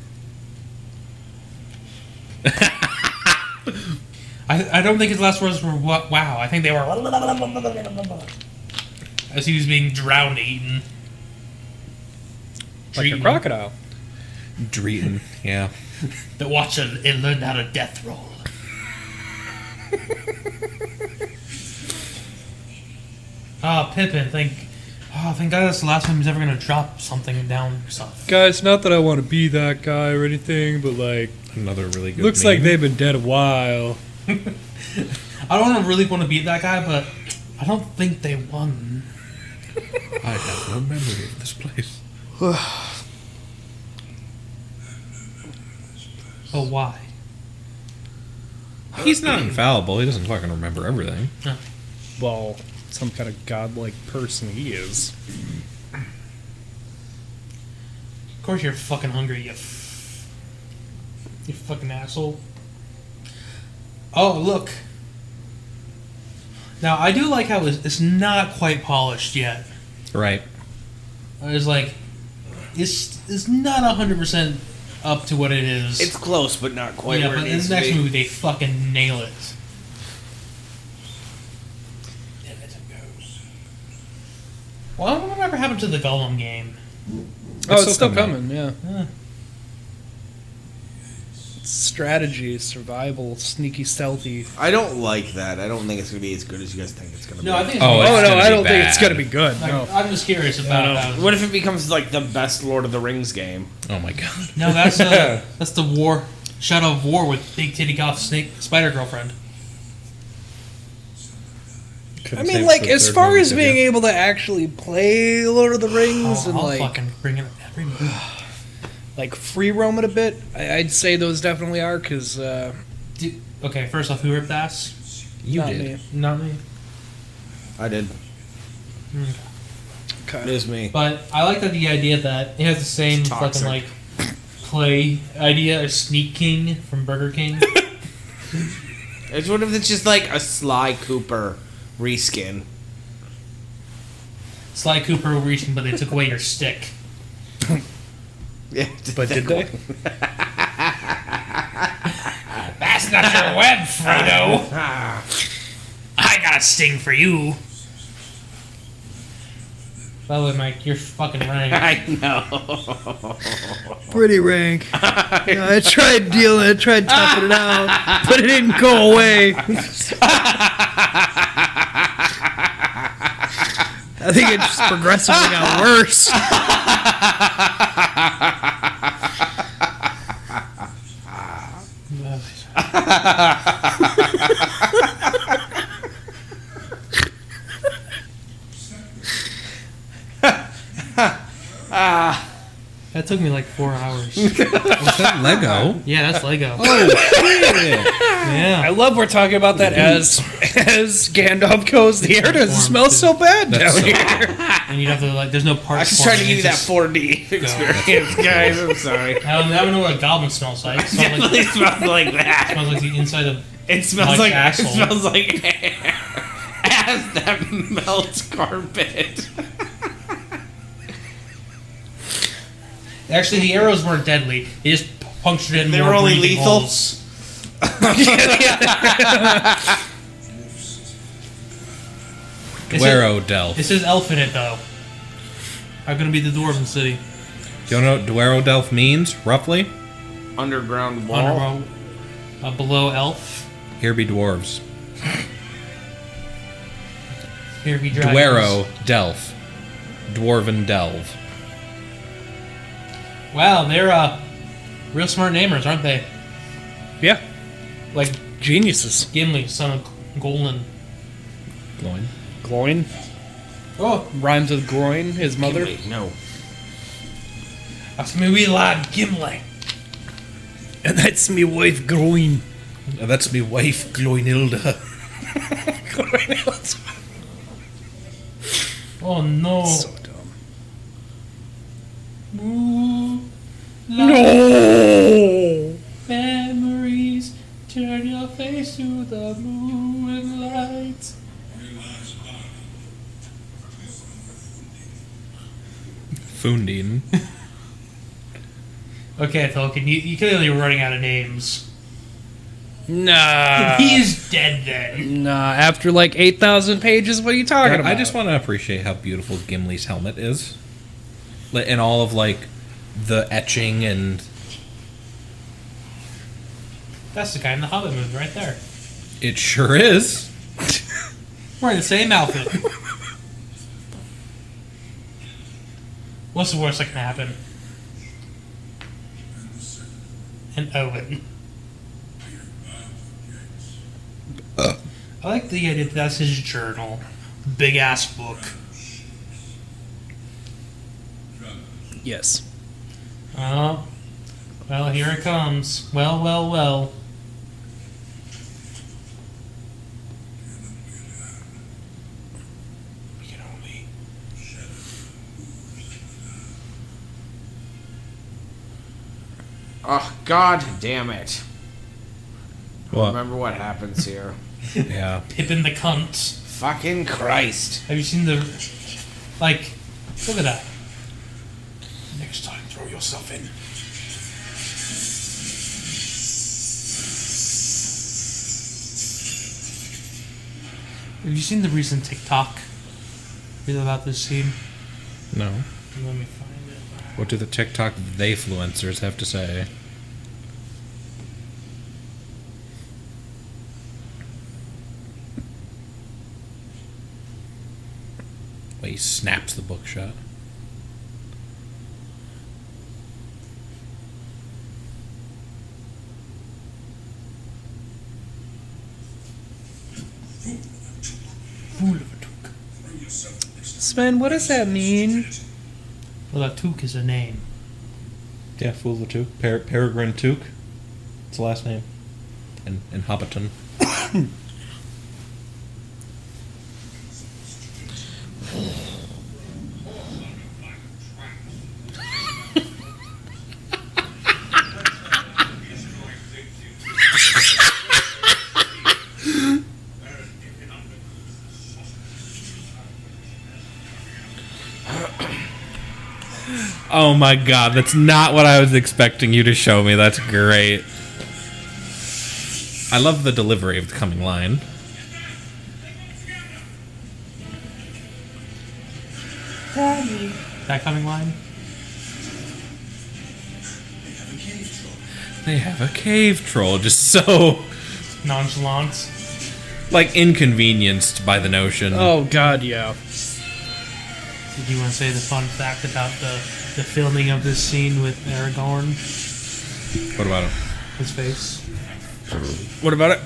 [SPEAKER 3] I, I don't think his last words were "wa- wow. I think they were as he was being drowned, eaten.
[SPEAKER 2] Like a
[SPEAKER 3] Dream.
[SPEAKER 2] crocodile.
[SPEAKER 5] Dreeton, yeah.
[SPEAKER 3] The Watcher it learned how to death roll.
[SPEAKER 2] <laughs>
[SPEAKER 3] Ah, Pippin, thank. Oh, thank God that's the last time he's ever gonna drop something down or something.
[SPEAKER 2] Guys, not that I want to be that guy or anything, but like,
[SPEAKER 5] Another really good.
[SPEAKER 2] looks like
[SPEAKER 5] meme.
[SPEAKER 2] they've been dead a while.
[SPEAKER 3] I don't wanna really want to beat that guy, but I don't think they won.
[SPEAKER 5] I have no memory of this place.
[SPEAKER 3] But why?
[SPEAKER 5] He's not infallible. He doesn't fucking remember everything.
[SPEAKER 2] Well, some kind of godlike person he is.
[SPEAKER 3] Of course you're fucking hungry, you. F- you fucking asshole. Oh, look. Now, I do like how it's it's not quite polished yet.
[SPEAKER 5] Right.
[SPEAKER 3] I was like, it's it's not hundred percent up to what it is.
[SPEAKER 7] It's close, but not quite
[SPEAKER 3] yeah,
[SPEAKER 7] where
[SPEAKER 3] but
[SPEAKER 7] it
[SPEAKER 3] in
[SPEAKER 7] needs
[SPEAKER 3] the
[SPEAKER 7] to
[SPEAKER 3] next
[SPEAKER 7] be.
[SPEAKER 3] movie they fucking nail it. Damn it. Well, I don't know whatever happened to the Gollum game.
[SPEAKER 2] oh, it's
[SPEAKER 5] still
[SPEAKER 2] still
[SPEAKER 5] coming
[SPEAKER 2] coming, yeah.
[SPEAKER 3] Yeah.
[SPEAKER 2] It's strategy, survival, sneaky, stealthy.
[SPEAKER 7] I don't like that. I don't think it's gonna be as good as you guys think it's gonna be.
[SPEAKER 3] No, I think.
[SPEAKER 5] Oh,
[SPEAKER 3] It's
[SPEAKER 5] it's
[SPEAKER 2] oh no,
[SPEAKER 5] gonna
[SPEAKER 2] I
[SPEAKER 5] be
[SPEAKER 2] don't think it's
[SPEAKER 5] bad.
[SPEAKER 2] gonna be good. No.
[SPEAKER 3] I, am just curious about
[SPEAKER 2] Yeah,
[SPEAKER 3] that.
[SPEAKER 7] Uh, What if it becomes like the best Lord of the Rings game?
[SPEAKER 5] Oh my god.
[SPEAKER 3] No, that's
[SPEAKER 7] <laughs>
[SPEAKER 3] uh, that's the war. Shadow of War with Big Titty Goth Snake Spider Girlfriend.
[SPEAKER 2] I mean, like as far as being able to actually play Lord of the Rings
[SPEAKER 3] Oh,
[SPEAKER 2] and
[SPEAKER 3] I'll
[SPEAKER 2] like
[SPEAKER 3] fucking bring it up every movie.
[SPEAKER 2] like free roam it a bit, I, I'd say those definitely are because uh,
[SPEAKER 3] Dude, okay, first off, who ripped ass?
[SPEAKER 2] you not did. Me.
[SPEAKER 3] Not me.
[SPEAKER 7] I did. It
[SPEAKER 2] Okay.
[SPEAKER 7] is me.
[SPEAKER 3] But I like that the idea that it has the same
[SPEAKER 7] It's
[SPEAKER 3] fucking
[SPEAKER 7] toxic.
[SPEAKER 3] like play idea of Sneak King from Burger
[SPEAKER 7] <laughs>
[SPEAKER 3] King.
[SPEAKER 7] It's what if it's just like a Sly Cooper reskin? <laughs>
[SPEAKER 3] Sly Cooper reaching, but they took away your stick.
[SPEAKER 7] Yeah,
[SPEAKER 2] But did they?
[SPEAKER 3] That's not your web, Frodo. I got a sting for you. By the way, Mike, you're fucking right.
[SPEAKER 7] I know.
[SPEAKER 2] Pretty rank. I tried dealing. I tried toughing it out, but it didn't go away. I think it just progressively got <laughs> worse.
[SPEAKER 3] That took me like four hours.
[SPEAKER 5] Was that Lego?
[SPEAKER 3] yeah, that's
[SPEAKER 7] <laughs>
[SPEAKER 3] Lego.
[SPEAKER 7] Oh,
[SPEAKER 2] I
[SPEAKER 3] Yeah.
[SPEAKER 2] love we're talking about that as as Gandalf goes. The air doesn't smell so bad down
[SPEAKER 5] <laughs> That's so-
[SPEAKER 2] here.
[SPEAKER 3] And you'd have to like, there's no
[SPEAKER 7] I
[SPEAKER 3] parts.
[SPEAKER 7] was just
[SPEAKER 3] for
[SPEAKER 7] trying
[SPEAKER 3] it,
[SPEAKER 7] to give you
[SPEAKER 3] it's
[SPEAKER 7] that
[SPEAKER 3] just-
[SPEAKER 7] 4D experience, guys. I'm sorry.
[SPEAKER 3] I don't, I don't know what a goblin smells like. It smells
[SPEAKER 7] <laughs>
[SPEAKER 3] like,
[SPEAKER 7] Definitely
[SPEAKER 3] it
[SPEAKER 7] smells like that.
[SPEAKER 3] smells like the inside of.
[SPEAKER 7] It smells
[SPEAKER 3] Like
[SPEAKER 7] like it
[SPEAKER 3] asshole.
[SPEAKER 7] smells like <laughs> air. ass that melts carpet.
[SPEAKER 3] Actually, the arrows weren't deadly. They just punctured it. in
[SPEAKER 7] They
[SPEAKER 3] more
[SPEAKER 7] were only
[SPEAKER 3] breathing
[SPEAKER 7] lethal.
[SPEAKER 3] holes.
[SPEAKER 7] <laughs>
[SPEAKER 5] <laughs>
[SPEAKER 3] It
[SPEAKER 5] Where
[SPEAKER 3] says,
[SPEAKER 5] Odell?
[SPEAKER 3] it says elf in it though. Are gonna be the dwarven city.
[SPEAKER 5] Do you know what Duero Delph means, roughly?
[SPEAKER 7] Underground wall.
[SPEAKER 3] Underworld, uh, below elf.
[SPEAKER 5] Here be dwarves.
[SPEAKER 3] Here be dragons.
[SPEAKER 5] Duero Delph. Dwarven Delve.
[SPEAKER 3] Wow, they're uh, real smart namers, aren't they?
[SPEAKER 2] Yeah,
[SPEAKER 3] Like
[SPEAKER 2] geniuses.
[SPEAKER 3] Gimli, son of Golden.
[SPEAKER 5] Loin.
[SPEAKER 2] Groin
[SPEAKER 3] Oh,
[SPEAKER 2] rhymes with groin. His mother.
[SPEAKER 7] Wait, no.
[SPEAKER 3] that's me wee lad, Gimli.
[SPEAKER 2] And that's me wife groin.
[SPEAKER 5] Now, that's my wife, Gloinilda.
[SPEAKER 3] Oh no.
[SPEAKER 2] So dumb.
[SPEAKER 3] No. Memories turn your face to the moonlight.
[SPEAKER 5] Fundine.
[SPEAKER 3] Okay, Tolkien, you, you clearly were running out of names.
[SPEAKER 2] Nah.
[SPEAKER 3] he is dead then.
[SPEAKER 2] Nah, after like 8,000 pages, what are you talking
[SPEAKER 5] God,
[SPEAKER 2] about?
[SPEAKER 5] I just want to appreciate how beautiful Gimli's helmet is, Li- and all of like the etching and
[SPEAKER 3] That's the guy in the Hobbit movie right there.
[SPEAKER 5] it sure is.
[SPEAKER 3] Wearing the
[SPEAKER 2] <laughs>
[SPEAKER 3] same outfit. What's the worst that can happen? An Owen. I like the idea that that's his journal. Big ass book.
[SPEAKER 2] Yes.
[SPEAKER 3] Oh. Well, here it comes. Well, well, well.
[SPEAKER 9] Oh, god damn it.
[SPEAKER 5] What?
[SPEAKER 9] Remember what happens here.
[SPEAKER 5] Yeah.
[SPEAKER 3] Pippin the cunt.
[SPEAKER 9] Fucking Christ.
[SPEAKER 3] Have you seen the like? Look at that. Next time, throw yourself in. Have you seen the recent TikTok video about this scene?
[SPEAKER 5] No.
[SPEAKER 3] Let me find it.
[SPEAKER 5] What do the TikTok they influencers have to say? Well, he snaps the book shut.
[SPEAKER 3] Fool of a took.
[SPEAKER 2] Sven, what does that mean?
[SPEAKER 3] Well, that took is a name.
[SPEAKER 5] Yeah, Fool the Took. Per- Peregrine Took. It's the last name. And, and Hobbiton. Oh my god, that's not what I was expecting you to show me. That's great. I love the delivery of the coming line.
[SPEAKER 3] That coming line.
[SPEAKER 5] They have a cave troll, just so
[SPEAKER 3] Nonchalant.
[SPEAKER 5] like inconvenienced by the notion.
[SPEAKER 2] Oh, God, yeah.
[SPEAKER 3] Did you want to say the fun fact about the the filming of this scene with Aragorn?
[SPEAKER 5] What about him?
[SPEAKER 3] His face.
[SPEAKER 7] What about it?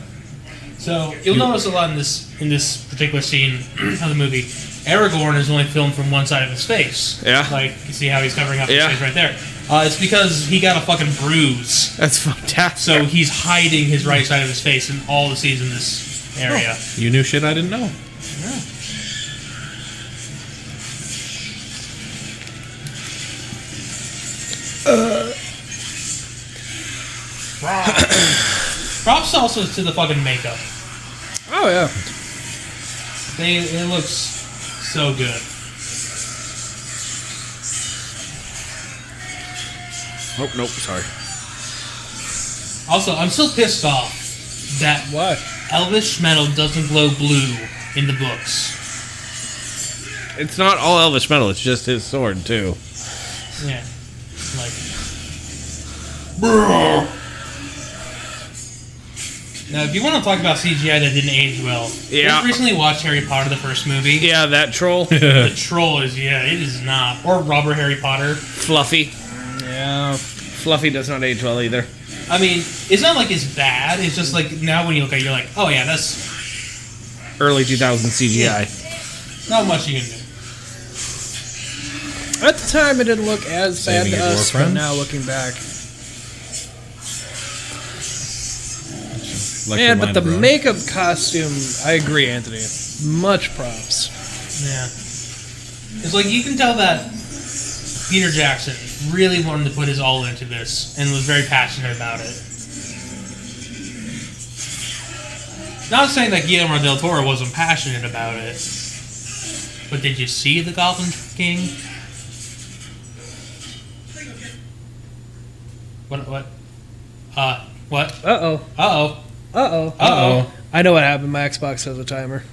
[SPEAKER 3] So you'll notice a lot in this in this particular scene <clears throat> of the movie. Aragorn is only filmed from one side of his face.
[SPEAKER 7] Yeah.
[SPEAKER 3] Like you see how he's covering up his
[SPEAKER 7] Yeah.
[SPEAKER 3] face right there. Uh, it's because he got a fucking bruise,
[SPEAKER 4] That's fantastic.
[SPEAKER 3] so he's hiding his right side of his face in all the scenes in this area.
[SPEAKER 7] Oh.
[SPEAKER 5] You knew shit I didn't know.
[SPEAKER 3] Props also to the fucking makeup.
[SPEAKER 2] Oh, yeah.
[SPEAKER 3] They it looks so good.
[SPEAKER 7] Oh nope, sorry.
[SPEAKER 3] Also, I'm still pissed off that
[SPEAKER 2] What?
[SPEAKER 3] Elvis metal doesn't glow blue in the books.
[SPEAKER 7] It's not all Elvish metal. It's just his sword too.
[SPEAKER 3] Yeah. Like Now, if you want to talk about CGI that didn't age well,
[SPEAKER 7] Yeah.
[SPEAKER 3] I recently watched Harry Potter the first movie.
[SPEAKER 4] <laughs>
[SPEAKER 7] Yeah,
[SPEAKER 3] <laughs>
[SPEAKER 7] that troll,
[SPEAKER 3] The troll is yeah, it is not. Or rubber Harry Potter.
[SPEAKER 7] Fluffy.
[SPEAKER 2] Yeah.
[SPEAKER 7] Fluffy does not age well either.
[SPEAKER 3] I mean, it's not like it's bad. It's just like now when you look at it, you're like, oh yeah, that's
[SPEAKER 7] Early 2000 CGI.
[SPEAKER 3] not much you can do.
[SPEAKER 2] At the time, it didn't look as
[SPEAKER 5] Saving
[SPEAKER 2] bad
[SPEAKER 5] it
[SPEAKER 2] to
[SPEAKER 5] for
[SPEAKER 2] us, but
[SPEAKER 5] friends.
[SPEAKER 2] now looking back.
[SPEAKER 5] like
[SPEAKER 2] Man,
[SPEAKER 5] your
[SPEAKER 2] but
[SPEAKER 5] line
[SPEAKER 2] the
[SPEAKER 5] of road.
[SPEAKER 2] makeup costume, I agree, Anthony. Much props.
[SPEAKER 3] Yeah. It's like you can tell that Peter Jackson really wanted to put his all into this and was very passionate about it. Not saying that Guillermo del Toro wasn't passionate about it, but did you see the Goblin King? What? What? Uh, what?
[SPEAKER 2] Uh oh.
[SPEAKER 3] Uh oh.
[SPEAKER 2] Uh oh.
[SPEAKER 3] Uh oh.
[SPEAKER 2] I know what happened. My Xbox has a timer.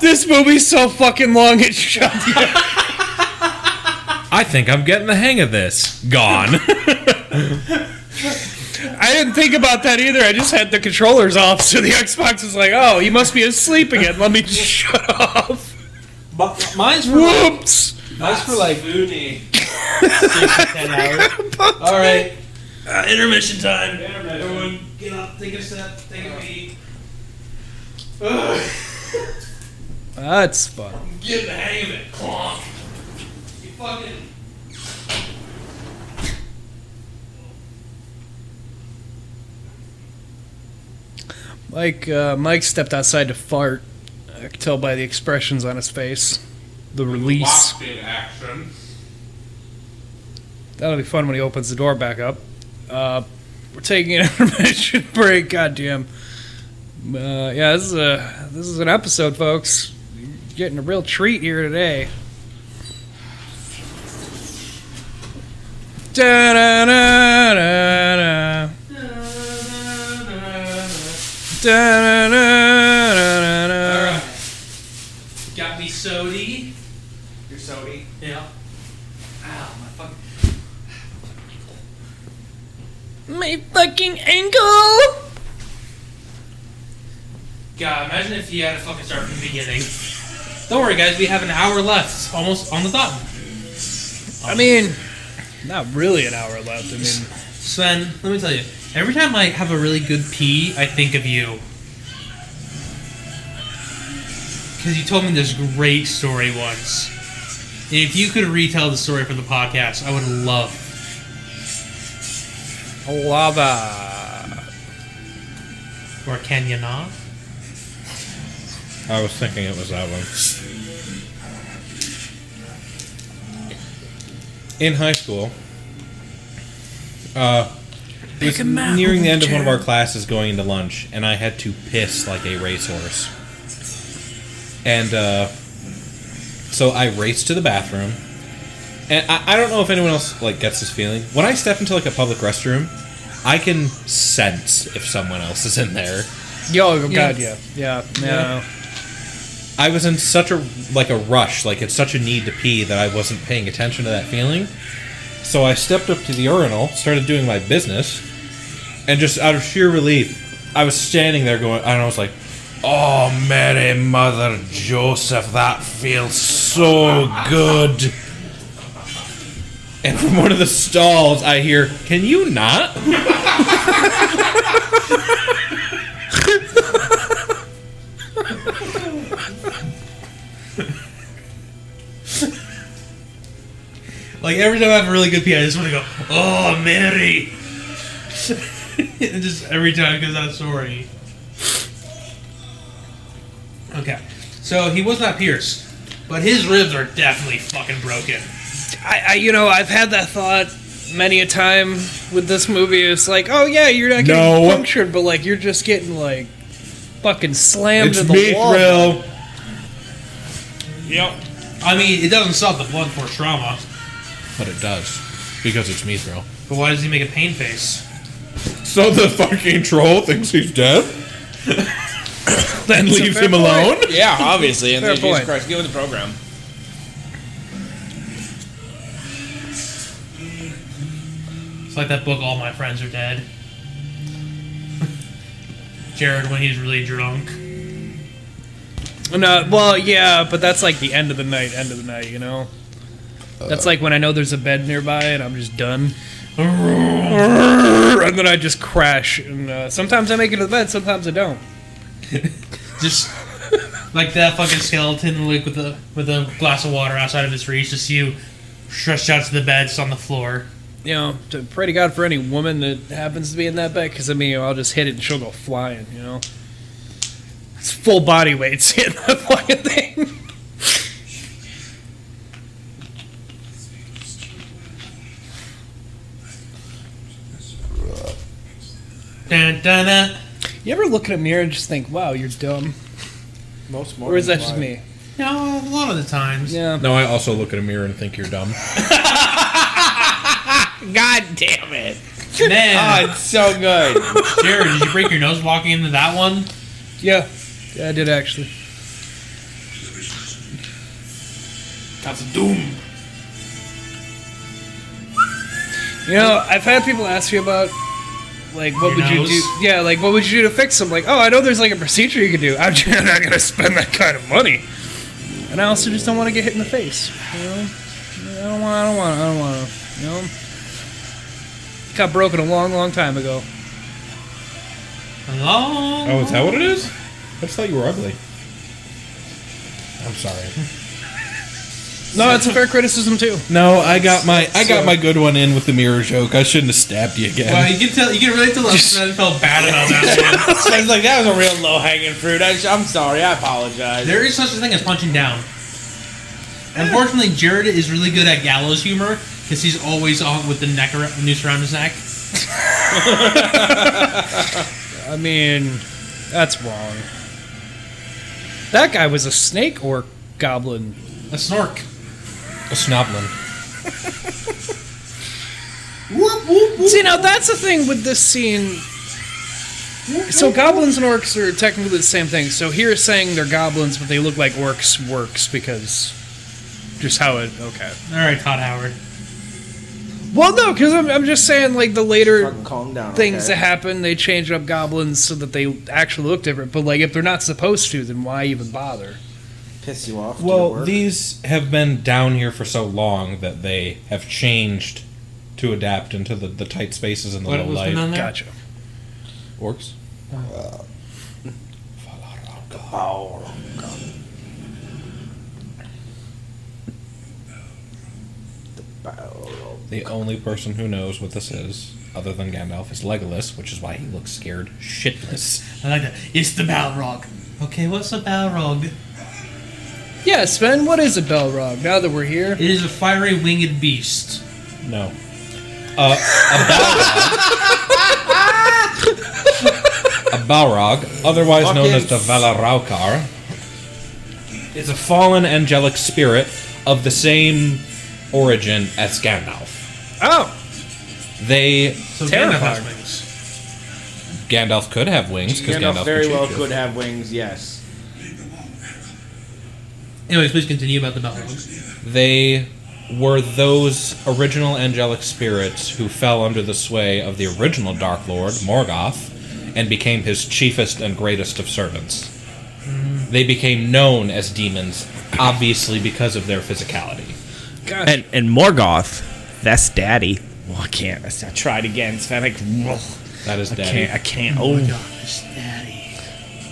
[SPEAKER 2] <laughs> this movie's so fucking long, it shut down.
[SPEAKER 5] <laughs> I think I'm getting the hang of
[SPEAKER 2] <laughs>
[SPEAKER 5] this. Gone.
[SPEAKER 2] I didn't think about that either. I just had the controllers off, so the Xbox was like, oh, he must be asleep again. Let me <laughs> just shut off.
[SPEAKER 7] Mine's for
[SPEAKER 2] Whoops.
[SPEAKER 7] mine's for like
[SPEAKER 3] Ten hours.
[SPEAKER 7] all right.
[SPEAKER 6] Uh, intermission time.
[SPEAKER 7] Everyone, get up, take a step, take a beat.
[SPEAKER 2] That's fun.
[SPEAKER 6] Get the hang of it. Clonk.
[SPEAKER 7] You fucking.
[SPEAKER 2] Mike, uh, Mike stepped outside to fart. I could tell by the expressions on his face. The release.
[SPEAKER 6] Locked in action.
[SPEAKER 2] That'll be fun when he opens the door back up. Uh, we're taking an <laughs> intermission break. Goddamn. Uh, yeah, this is a this is an episode, folks. You're getting a real treat here today. Da-da-da-da-da. Da-da-da-da-da-da.
[SPEAKER 3] Uh, Got me sody.
[SPEAKER 9] Your sody.
[SPEAKER 3] Yeah. Ow, my fucking.
[SPEAKER 2] My fucking ankle.
[SPEAKER 3] God, imagine if you had to fucking start from the beginning. Don't worry, guys. We have an hour left, almost on the dot.
[SPEAKER 2] I mean, not really an hour left. I mean,
[SPEAKER 3] Sven, let me tell you. Every time I have a really good pee, I think of you. Because you told me this great story once. And if you could retell the story for the podcast, I would love.
[SPEAKER 2] lava.
[SPEAKER 3] Or can you not?
[SPEAKER 5] I was thinking it was that one. In high school, uh, it was nearing the end of one of our classes going into lunch, and I had to piss like a racehorse. And uh, so I raced to the bathroom. And I, I don't know if anyone else like gets this feeling. When I step into like a public restroom, I can sense if someone else is in there.
[SPEAKER 2] Yo, oh, god, yeah, yeah, no.
[SPEAKER 5] I was in such a like a rush, like it's such a need to pee that I wasn't paying attention to that feeling. So I stepped up to the urinal, started doing my business, and just out of sheer relief, I was standing there going, and I was like,
[SPEAKER 6] Oh, Mary, Mother Joseph, that feels so good.
[SPEAKER 5] and from one of the stalls, I hear, "Can you not?"
[SPEAKER 3] Like, every time I have a really good pee, I just want to go, Oh, Mary! <laughs> And just every time because that story. Okay. So he was not pierced, but his ribs are definitely fucking broken.
[SPEAKER 2] I, I, you know, I've had that thought many a time with this movie. It's like, oh yeah, you're not getting
[SPEAKER 5] No.
[SPEAKER 2] punctured, but like you're just getting like fucking slammed
[SPEAKER 5] It's
[SPEAKER 2] in the
[SPEAKER 5] me,
[SPEAKER 2] wall.
[SPEAKER 5] Thrill.
[SPEAKER 6] Yep.
[SPEAKER 3] I mean, it doesn't solve the blood force trauma,
[SPEAKER 5] But it does, because it's me, Thrill.
[SPEAKER 3] but why does he make a pain face?
[SPEAKER 5] So the fucking troll thinks he's dead and
[SPEAKER 2] That's a
[SPEAKER 5] leaves
[SPEAKER 2] fair
[SPEAKER 5] him
[SPEAKER 2] point.
[SPEAKER 5] alone.
[SPEAKER 7] Yeah, obviously. And
[SPEAKER 2] Fair
[SPEAKER 7] then Jesus
[SPEAKER 2] point.
[SPEAKER 7] Christ, give him the <laughs> program.
[SPEAKER 3] It's like that book, All My Friends Are Dead. <laughs> Jared when he's really drunk.
[SPEAKER 2] No, well, yeah, but that's like the end of the night, end of the night, you know. That's like when I know there's a bed nearby and I'm just done. And then I just crash. And uh, sometimes I make it to the bed, sometimes I don't.
[SPEAKER 3] Just like that fucking skeleton like with a with a glass of water outside of his reach, just you stretched out to the beds on the floor.
[SPEAKER 2] you know, to pray to God for any woman that happens to be in that bed, because I mean, I'll just hit it and she'll go flying. You know, it's full body weights <laughs> hitting that fucking thing.
[SPEAKER 3] Dun, dun, dun.
[SPEAKER 2] You ever look in a mirror and just think, "Wow, you're dumb,"
[SPEAKER 7] Most
[SPEAKER 2] or is that just me?
[SPEAKER 3] No, a lot of the times.
[SPEAKER 2] Yeah.
[SPEAKER 5] No, I also look in a mirror and think you're dumb.
[SPEAKER 7] God damn it!
[SPEAKER 3] Man,
[SPEAKER 7] Oh, it's so good.
[SPEAKER 3] Jared, did you break your nose walking into that one?
[SPEAKER 2] Yeah, yeah, I did actually.
[SPEAKER 6] That's doom.
[SPEAKER 2] You know, I've had people ask me about like what
[SPEAKER 3] Your
[SPEAKER 2] would
[SPEAKER 3] nose?
[SPEAKER 2] you do? Yeah, like what would you do to fix them? Like, oh, I know there's like a procedure you could do. I'm <laughs> just not gonna spend that kind of money. And I also just don't want to get hit in the face. You know, I don't want. I don't want. I don't want. to. You know, got broken a long, long time ago.
[SPEAKER 3] Hello?
[SPEAKER 5] Oh, is that what it is? I just thought you were ugly. I'm sorry.
[SPEAKER 2] No, it's a fair criticism too.
[SPEAKER 5] No, I got my I got my good one in with the mirror joke. I shouldn't have stabbed you again.
[SPEAKER 3] Well, you can tell. You can really tell us that I felt bad about that one.
[SPEAKER 7] I was like, that was a real low hanging fruit. I, am sorry. I apologize.
[SPEAKER 3] There is such a thing as punching down. Unfortunately, Jared is really good at gallows humor because he's always on with the neck ar- noose around his neck.
[SPEAKER 2] I mean, that's wrong. That guy was a snake or goblin.
[SPEAKER 3] A snork.
[SPEAKER 5] A snoblin.
[SPEAKER 2] See, now that's the thing with this scene. So goblins and orcs are technically the same thing. So here is saying they're goblins, but they look like orcs works because just how it. Okay.
[SPEAKER 3] All right, Todd Howard.
[SPEAKER 2] Well, no, because I'm, I'm just saying like the later
[SPEAKER 9] Fucking calm down.
[SPEAKER 2] things that
[SPEAKER 9] okay?
[SPEAKER 2] happen, they change up goblins so that they actually look different. But like if they're not supposed to, then why even bother?
[SPEAKER 9] piss you off. Well,
[SPEAKER 5] Well, these have been down here for so long that they have changed to adapt into the, the tight spaces and the
[SPEAKER 3] What
[SPEAKER 5] low
[SPEAKER 3] was going
[SPEAKER 5] light.
[SPEAKER 3] on there?
[SPEAKER 2] Gotcha.
[SPEAKER 5] Orcs. The only person who knows what this is, other than Gandalf, is Legolas, which is why he looks scared shitless.
[SPEAKER 3] I like that. It's the Balrog. Okay, what's a Balrog? It
[SPEAKER 2] Yeah, Sven, what is a Belrog? Now that we're here,
[SPEAKER 3] is a fiery winged beast.
[SPEAKER 5] No. Uh, a Balrog, <laughs> a Balrog, otherwise known as the Valaraukar, is a fallen angelic spirit of the same origin as Gandalf.
[SPEAKER 2] oh,
[SPEAKER 5] They
[SPEAKER 3] So Gandalf has
[SPEAKER 5] terrified.
[SPEAKER 3] wings.
[SPEAKER 5] Gandalf could have wings because Gandalf,
[SPEAKER 9] Gandalf very
[SPEAKER 5] can
[SPEAKER 9] well
[SPEAKER 5] change it.
[SPEAKER 9] could have wings. Yes.
[SPEAKER 3] Anyways, please continue about the Balrog.
[SPEAKER 5] they were those original angelic spirits who fell under the sway of the original Dark Lord, Morgoth, and became his chiefest and greatest of servants. They became known as demons, obviously because of their physicality.
[SPEAKER 2] gosh.
[SPEAKER 4] And and Morgoth, that's daddy. Well, I can't. I tried again. Sven, I, ugh,
[SPEAKER 5] That is
[SPEAKER 4] I
[SPEAKER 5] daddy.
[SPEAKER 4] can't. I can't. Oh,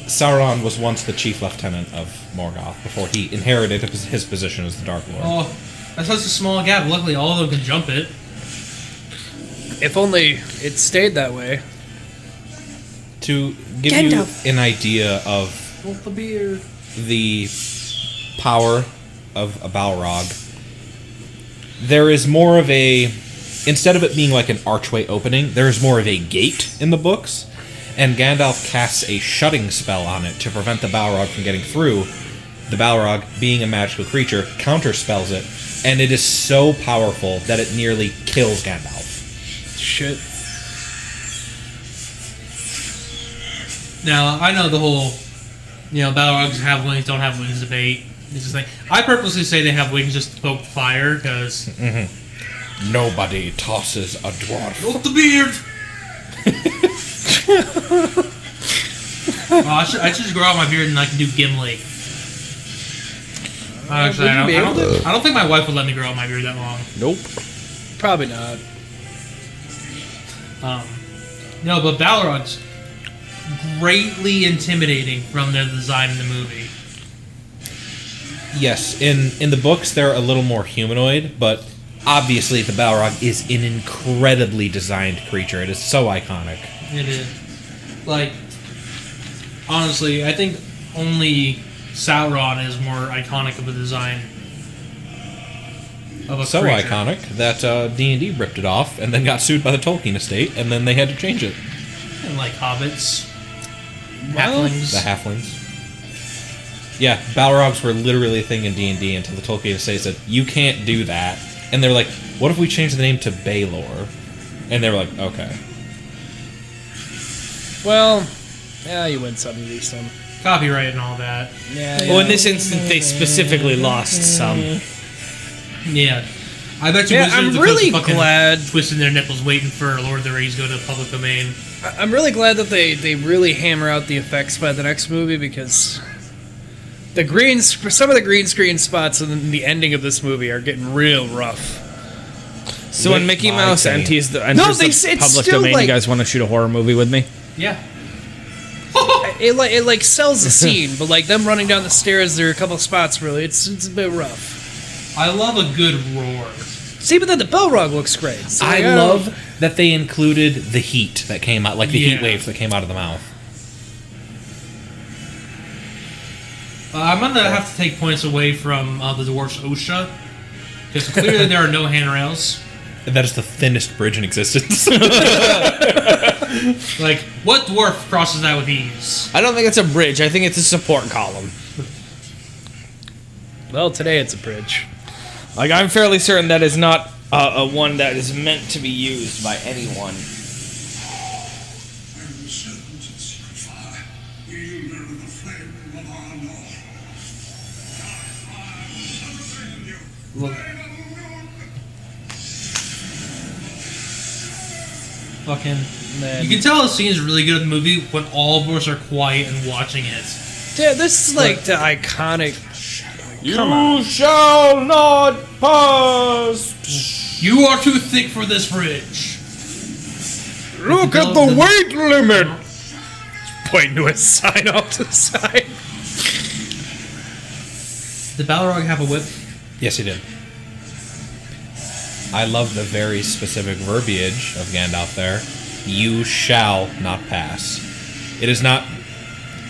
[SPEAKER 5] Sauron was once the chief lieutenant of Morgoth before he inherited his his position as the Dark Lord.
[SPEAKER 3] Oh, that's such a small gap. Luckily, all of them can jump it.
[SPEAKER 2] if only it stayed that way.
[SPEAKER 5] to give you an idea of the power of a Balrog, there is more of a instead of it being like an archway opening, there is more of a gate in the books, and Gandalf casts a shutting spell on it to prevent the Balrog from getting through. The Balrog, being a magical creature, counterspells it, and it is so powerful that it nearly kills Gandalf.
[SPEAKER 2] Shit.
[SPEAKER 3] Now I know the whole, you know, Balrogs have wings, don't have wings debate. It's just like I purposely say they have wings just to poke fire because
[SPEAKER 5] Nobody tosses a dwarf.
[SPEAKER 3] look the beard. well, I should I should just grow out my beard and I can do Gimli. Actually, I don't, I, don't think, I don't think my wife would let me grow out my beard that long.
[SPEAKER 2] Probably not.
[SPEAKER 3] Um, no, but Balrogs greatly intimidating from their design in the movie.
[SPEAKER 5] Yes, in in the books they're a little more humanoid, but obviously the Balrog is an incredibly designed creature. It is so iconic.
[SPEAKER 3] It is. Like, honestly, I think only Sauron is more iconic of a design. Of a
[SPEAKER 5] So
[SPEAKER 3] creature.
[SPEAKER 5] iconic that uh, D&D ripped it off and then got sued by the Tolkien estate and then they had to change it.
[SPEAKER 3] And like hobbits.
[SPEAKER 5] The
[SPEAKER 3] halflings.
[SPEAKER 5] halflings. Yeah, Balrogs were literally a thing in D and D until the Tolkien estate said you can't do that, and they're like, "What if we change the name to Baelor?" And they were like, "Okay."
[SPEAKER 2] Well, yeah, you win some, you lose some.
[SPEAKER 3] Copyright and all that.
[SPEAKER 2] Yeah,
[SPEAKER 4] Well, in this instance, they specifically lost some.
[SPEAKER 3] Yeah. I bet you
[SPEAKER 2] Yeah,
[SPEAKER 3] Wizards
[SPEAKER 2] I'm
[SPEAKER 3] of the
[SPEAKER 2] really
[SPEAKER 3] Coast are fucking
[SPEAKER 2] glad-
[SPEAKER 3] twisting their nipples waiting for Lord of the Rings to go to public domain.
[SPEAKER 2] I- I'm really glad that they, they really hammer out the effects by the next movie because the green sc- some of the green screen spots in the ending of this movie are getting real rough.
[SPEAKER 4] So when Mickey
[SPEAKER 5] my
[SPEAKER 4] Mouse
[SPEAKER 5] opinion.
[SPEAKER 4] enters the,
[SPEAKER 2] No,
[SPEAKER 4] enters
[SPEAKER 2] they s-
[SPEAKER 4] the
[SPEAKER 2] it's
[SPEAKER 4] public
[SPEAKER 2] still
[SPEAKER 4] domain,
[SPEAKER 2] like- <laughs>
[SPEAKER 4] you guys want to shoot a horror movie with me?
[SPEAKER 3] Yeah.
[SPEAKER 2] It like it like sells
[SPEAKER 4] <laughs>
[SPEAKER 2] the scene, but like them running down the stairs, there are a couple spots really. It's it's a bit rough.
[SPEAKER 3] I love a good roar.
[SPEAKER 2] See, but then the Balrog looks great. So,
[SPEAKER 5] I
[SPEAKER 2] yeah.
[SPEAKER 5] love that they included the heat that came out, like the
[SPEAKER 3] Yeah.
[SPEAKER 5] heat waves that came out of the mouth.
[SPEAKER 3] Uh, I'm gonna have to take points away from uh, the dwarf's OSHA because clearly there are no handrails.
[SPEAKER 5] That is the thinnest bridge in existence. <laughs>
[SPEAKER 3] Like, what dwarf crosses that with ease?
[SPEAKER 4] I don't think it's a bridge. I think it's a support column.
[SPEAKER 2] Well, today it's a bridge.
[SPEAKER 7] Like I'm fairly certain that is not uh, a one that is meant to be used by
[SPEAKER 8] I'm
[SPEAKER 7] anyone.
[SPEAKER 8] certain to secret fire. We'll mirror the flame of our Lord. Dark fire shall drain you. Flame of Lord.
[SPEAKER 3] Fucking.
[SPEAKER 2] Man.
[SPEAKER 3] You can tell the scene is really good in the movie when all of us are quiet and watching it.
[SPEAKER 2] Yeah, this is like the iconic.
[SPEAKER 7] You shall not pass.
[SPEAKER 3] You are too thick for this bridge.
[SPEAKER 2] Look
[SPEAKER 3] at the
[SPEAKER 2] weight limit. Pointing to a sign off to the side.
[SPEAKER 3] Did Balrog have a whip?
[SPEAKER 5] yes, he did. I love the very specific verbiage of Gandalf there. You shall not pass. It is not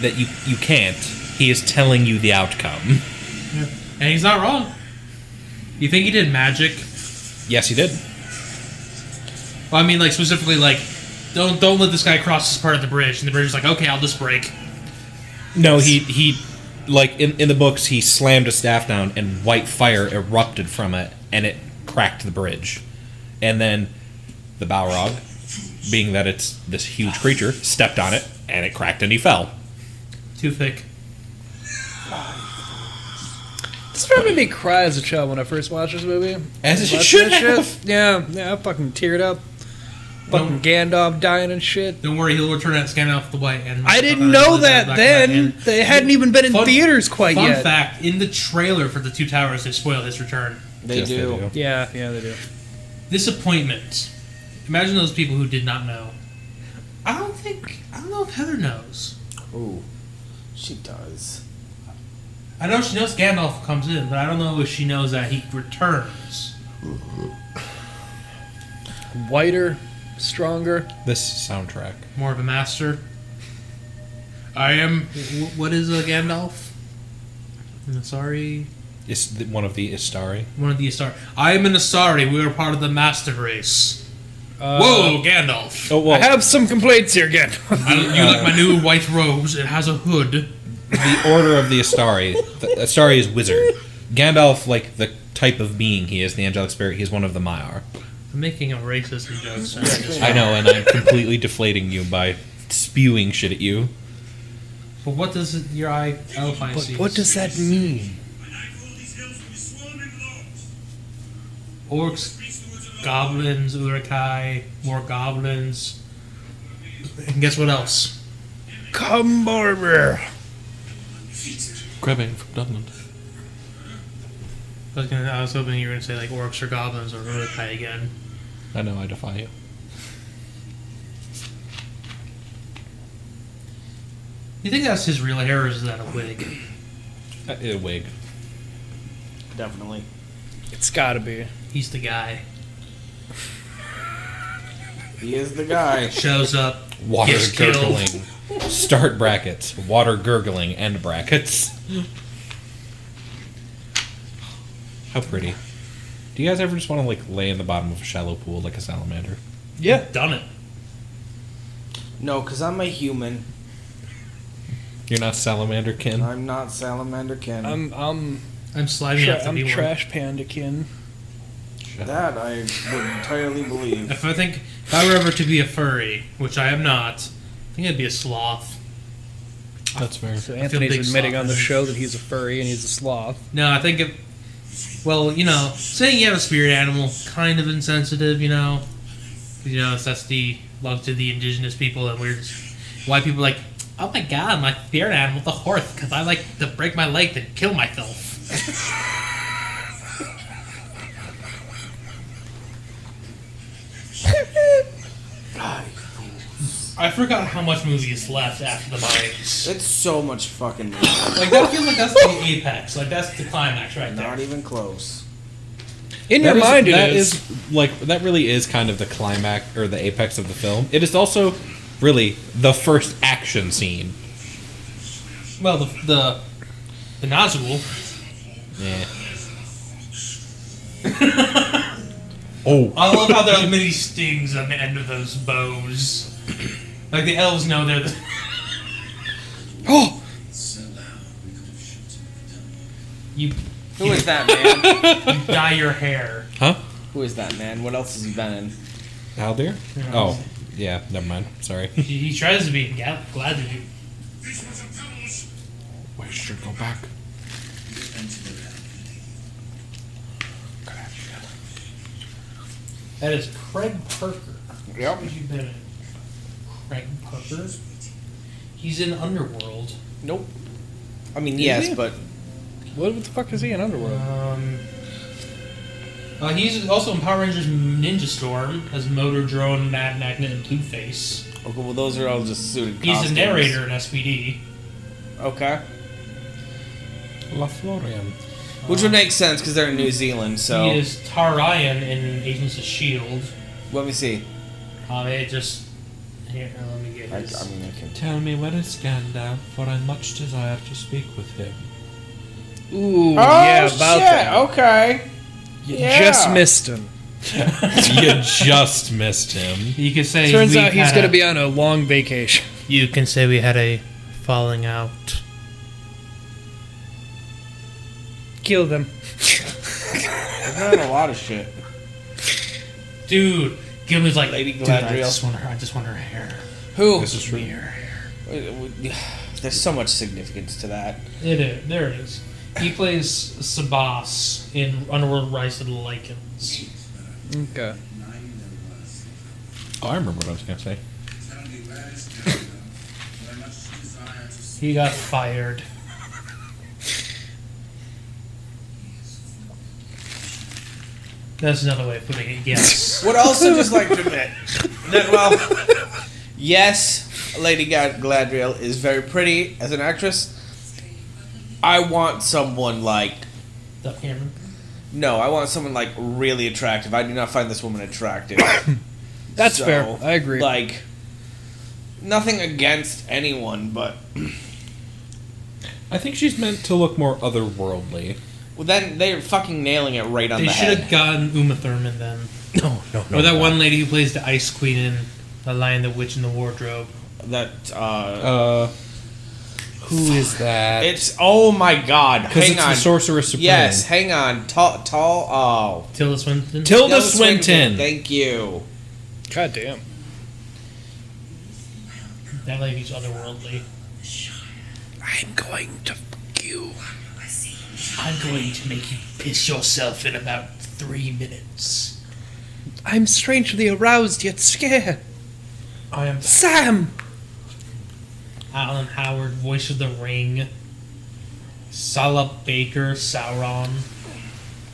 [SPEAKER 5] that you you can't. He is telling you the outcome.
[SPEAKER 3] And he's not wrong. You think he did magic?
[SPEAKER 5] Yes, he did.
[SPEAKER 3] Well, I mean, like specifically, like don't don't let this guy cross this part of the bridge. And the bridge is like, okay, I'll just break.
[SPEAKER 5] No, he he like in, in the books he slammed a staff down and white fire erupted from it and it cracked the bridge. And then the Balrog, being that it's this huge creature, stepped on it and it cracked and he fell.
[SPEAKER 3] Too thick.
[SPEAKER 2] This probably made me cry as a child when I first watched this movie.
[SPEAKER 5] As it
[SPEAKER 2] Watched
[SPEAKER 5] should
[SPEAKER 2] that
[SPEAKER 5] have.
[SPEAKER 2] shit. Yeah, yeah, I fucking teared up. Fucking Gandalf dying and shit.
[SPEAKER 3] Don't worry, he'll return that scan off the white. And
[SPEAKER 2] I didn't know that
[SPEAKER 3] Back
[SPEAKER 2] then.
[SPEAKER 3] in.
[SPEAKER 2] They hadn't even been in
[SPEAKER 3] Fun-
[SPEAKER 2] theaters quite
[SPEAKER 3] Fun
[SPEAKER 2] yet.
[SPEAKER 3] fact: in the trailer for the Two Towers, they spoil his return.
[SPEAKER 9] They
[SPEAKER 5] Yes, they
[SPEAKER 9] do.
[SPEAKER 5] do.
[SPEAKER 2] Yeah, yeah, they do.
[SPEAKER 3] Disappointment. Imagine those people who did not know. I don't think. I don't know if Heather knows.
[SPEAKER 9] Ooh, she does.
[SPEAKER 3] I know she knows Gandalf comes in, but I don't know if she knows that he returns.
[SPEAKER 2] Whiter, stronger.
[SPEAKER 5] This soundtrack.
[SPEAKER 3] More of a master. I am. wh- What is a Gandalf? I'm sorry.
[SPEAKER 5] Is th- one of the Istari.
[SPEAKER 3] One of the Asari. I am an Asari. We are part of the Master Race.
[SPEAKER 9] Uh,
[SPEAKER 3] Whoa, Gandalf!
[SPEAKER 5] Oh
[SPEAKER 2] I
[SPEAKER 5] well,
[SPEAKER 2] have some complaints here again.
[SPEAKER 3] I, you like my new white robes? It has a hood.
[SPEAKER 5] the order of the Astari. The Astari is wizard. Gandalf, like the type of being he is, the angelic spirit, he is one of the Maiar.
[SPEAKER 3] I'm making a racist joke. so I'm just-
[SPEAKER 5] I know, and I'm completely deflating you by spewing shit at you.
[SPEAKER 3] but what does it, your eye elfine see?
[SPEAKER 2] what does that mean?
[SPEAKER 8] When I rule these hills will be swarming lords.
[SPEAKER 3] orcs,
[SPEAKER 8] Priest lords of
[SPEAKER 3] goblins, urukai, more goblins? And guess what else?
[SPEAKER 2] Come barber.
[SPEAKER 5] Grabbing from Dublin.
[SPEAKER 3] I was, gonna, I was hoping you were gonna say like orcs or goblins or urukai again.
[SPEAKER 5] I know, I defy you.
[SPEAKER 3] You think that's his real hair, or is that a wig?
[SPEAKER 5] A Uh, wig.
[SPEAKER 9] Definitely.
[SPEAKER 2] It's It's gotta be.
[SPEAKER 3] He's the guy.
[SPEAKER 11] He is the guy.
[SPEAKER 3] <laughs> Shows up.
[SPEAKER 5] Water
[SPEAKER 3] Gets killed.
[SPEAKER 5] gurgling. Start brackets. Water gurgling. End brackets. How pretty. Do you guys ever just want to like lay in the bottom of a shallow pool like a salamander?
[SPEAKER 2] Yeah.
[SPEAKER 3] Done it.
[SPEAKER 7] No, because I'm a human.
[SPEAKER 5] You're not salamander kin.
[SPEAKER 7] I'm not Salamander Ken.
[SPEAKER 2] I'm I'm
[SPEAKER 3] I'm sliding
[SPEAKER 2] tra-
[SPEAKER 3] up to
[SPEAKER 2] I'm
[SPEAKER 3] be one.
[SPEAKER 2] trash panda kin.
[SPEAKER 7] that I would entirely believe.
[SPEAKER 3] If I think if I were ever to be a furry, which I am not, I think I'd be a sloth.
[SPEAKER 5] That's fair.
[SPEAKER 2] So
[SPEAKER 3] feel big
[SPEAKER 2] Anthony's admitting on the
[SPEAKER 3] sloth.
[SPEAKER 2] show that he's a furry and he's a sloth.
[SPEAKER 3] No, I think if well, you know, saying you have a spirit animal kind of insensitive, you know, 'Cause, you know that's the love to the indigenous people and we're just, why people are like, oh my god, my spirit animal, the horse, because I like to break my leg to kill myself. I forgot how much movie is left after the bodies.
[SPEAKER 7] It's so much fucking not
[SPEAKER 3] Like that feels like that's the apex. Like that's the climax right there.
[SPEAKER 7] even close.
[SPEAKER 2] In
[SPEAKER 5] That
[SPEAKER 2] your
[SPEAKER 5] is-
[SPEAKER 2] mind,
[SPEAKER 5] that
[SPEAKER 2] it is.
[SPEAKER 5] like that really is kind of the climax or the apex of the film. It is also really the first action scene.
[SPEAKER 3] Well, the the, the nozzle.
[SPEAKER 5] Yeah. Oh.
[SPEAKER 3] I love how there are many stings on the end of those bows. Like the elves know they're the.
[SPEAKER 7] <gasps>
[SPEAKER 2] Oh,
[SPEAKER 3] You
[SPEAKER 7] Who is that
[SPEAKER 3] <laughs>
[SPEAKER 7] man?
[SPEAKER 3] dye your hair.
[SPEAKER 7] Who is that man? What else has he been in?
[SPEAKER 5] How there? Oh, yeah. Never mind. Sorry.
[SPEAKER 3] He, he tries to be gal- glad to do.
[SPEAKER 5] We should go back.
[SPEAKER 3] That is Craig Parker. Yep. Who's he been in? Craig Parker. He's in Underworld.
[SPEAKER 7] Nope. I mean, yes,
[SPEAKER 2] he?
[SPEAKER 7] but
[SPEAKER 2] what the fuck is he in Underworld?
[SPEAKER 3] Um. Uh, he's also in Power Rangers Ninja Storm as Motor Drone, Mad Magnet, and Two Face.
[SPEAKER 7] okay. Well, those are all just suited.
[SPEAKER 3] He's
[SPEAKER 7] costumes.
[SPEAKER 3] the narrator in SPD.
[SPEAKER 7] Okay,
[SPEAKER 5] La Florian.
[SPEAKER 7] which would make sense because they're in New Zealand. So
[SPEAKER 3] He is Tarayan in Agents of Shield.
[SPEAKER 7] let me see.
[SPEAKER 3] E Um, it just here. uh, Let me get
[SPEAKER 7] I, I
[SPEAKER 3] his.
[SPEAKER 7] mean, I can.
[SPEAKER 5] Tell me when it's Gandalf, for I much desire to speak with him.
[SPEAKER 4] Oh,
[SPEAKER 2] Ooh, yeah, about that.
[SPEAKER 7] Okay.
[SPEAKER 2] Just missed him.
[SPEAKER 5] you just missed him.
[SPEAKER 3] you can say.
[SPEAKER 2] Turns
[SPEAKER 3] we
[SPEAKER 2] out he's
[SPEAKER 3] had
[SPEAKER 2] gonna
[SPEAKER 3] a-
[SPEAKER 2] be on a long vacation. <laughs>
[SPEAKER 3] You can say we had a falling out.
[SPEAKER 2] Kill them.
[SPEAKER 7] I've done a lot of shit.
[SPEAKER 3] Dude, Gilman's like,
[SPEAKER 7] Lady
[SPEAKER 3] dude, I
[SPEAKER 7] Galadriel."
[SPEAKER 3] just want her. I just want her hair.
[SPEAKER 7] Who?
[SPEAKER 5] This is true.
[SPEAKER 7] <sighs> There's so much significance to that.
[SPEAKER 3] It is. There it is. He plays Sabas in Underworld Rise of the Lycans.
[SPEAKER 2] Okay.
[SPEAKER 5] Oh, I remember what I was gonna say.
[SPEAKER 3] He got fired. That's another way of putting it. Yes.
[SPEAKER 7] Would also just like to admit <laughs> that well, yes, Lady Ga- Galadriel is very pretty as an actress. I want someone like
[SPEAKER 3] Duff Cameron.
[SPEAKER 7] no, I want someone like really attractive. I do not find this woman
[SPEAKER 5] <coughs>
[SPEAKER 7] attractive.
[SPEAKER 2] That's
[SPEAKER 7] So,
[SPEAKER 2] fair. I agree.
[SPEAKER 7] Like nothing against anyone, but
[SPEAKER 5] I think she's meant to look more otherworldly.
[SPEAKER 7] well, then they're fucking nailing it right on
[SPEAKER 3] They
[SPEAKER 7] the
[SPEAKER 3] should
[SPEAKER 7] head.
[SPEAKER 3] have gotten Uma Thurman then.
[SPEAKER 5] <laughs> No, no,
[SPEAKER 3] or that one lady who plays the Ice Queen in The Lion, the Witch, and the Wardrobe.
[SPEAKER 7] That uh,
[SPEAKER 5] Uh, who is that?
[SPEAKER 7] it's oh my god!
[SPEAKER 5] Because
[SPEAKER 7] Hang
[SPEAKER 5] it's
[SPEAKER 7] on,
[SPEAKER 5] the Sorceress Supreme.
[SPEAKER 7] yes, hang on, tall, tall, oh,
[SPEAKER 3] Tilda Swinton.
[SPEAKER 5] Tilda
[SPEAKER 7] Tilda Swinton,
[SPEAKER 5] Swinton.
[SPEAKER 7] Thank you.
[SPEAKER 2] God damn.
[SPEAKER 3] that lady's otherworldly.
[SPEAKER 2] I'm going to fuck you.
[SPEAKER 3] I'm going to make you piss yourself in about three minutes.
[SPEAKER 2] I'm strangely aroused yet scared.
[SPEAKER 3] I am
[SPEAKER 2] Sam!
[SPEAKER 3] Alan Howard, voice of the Ring. Salah Baker, Sauron.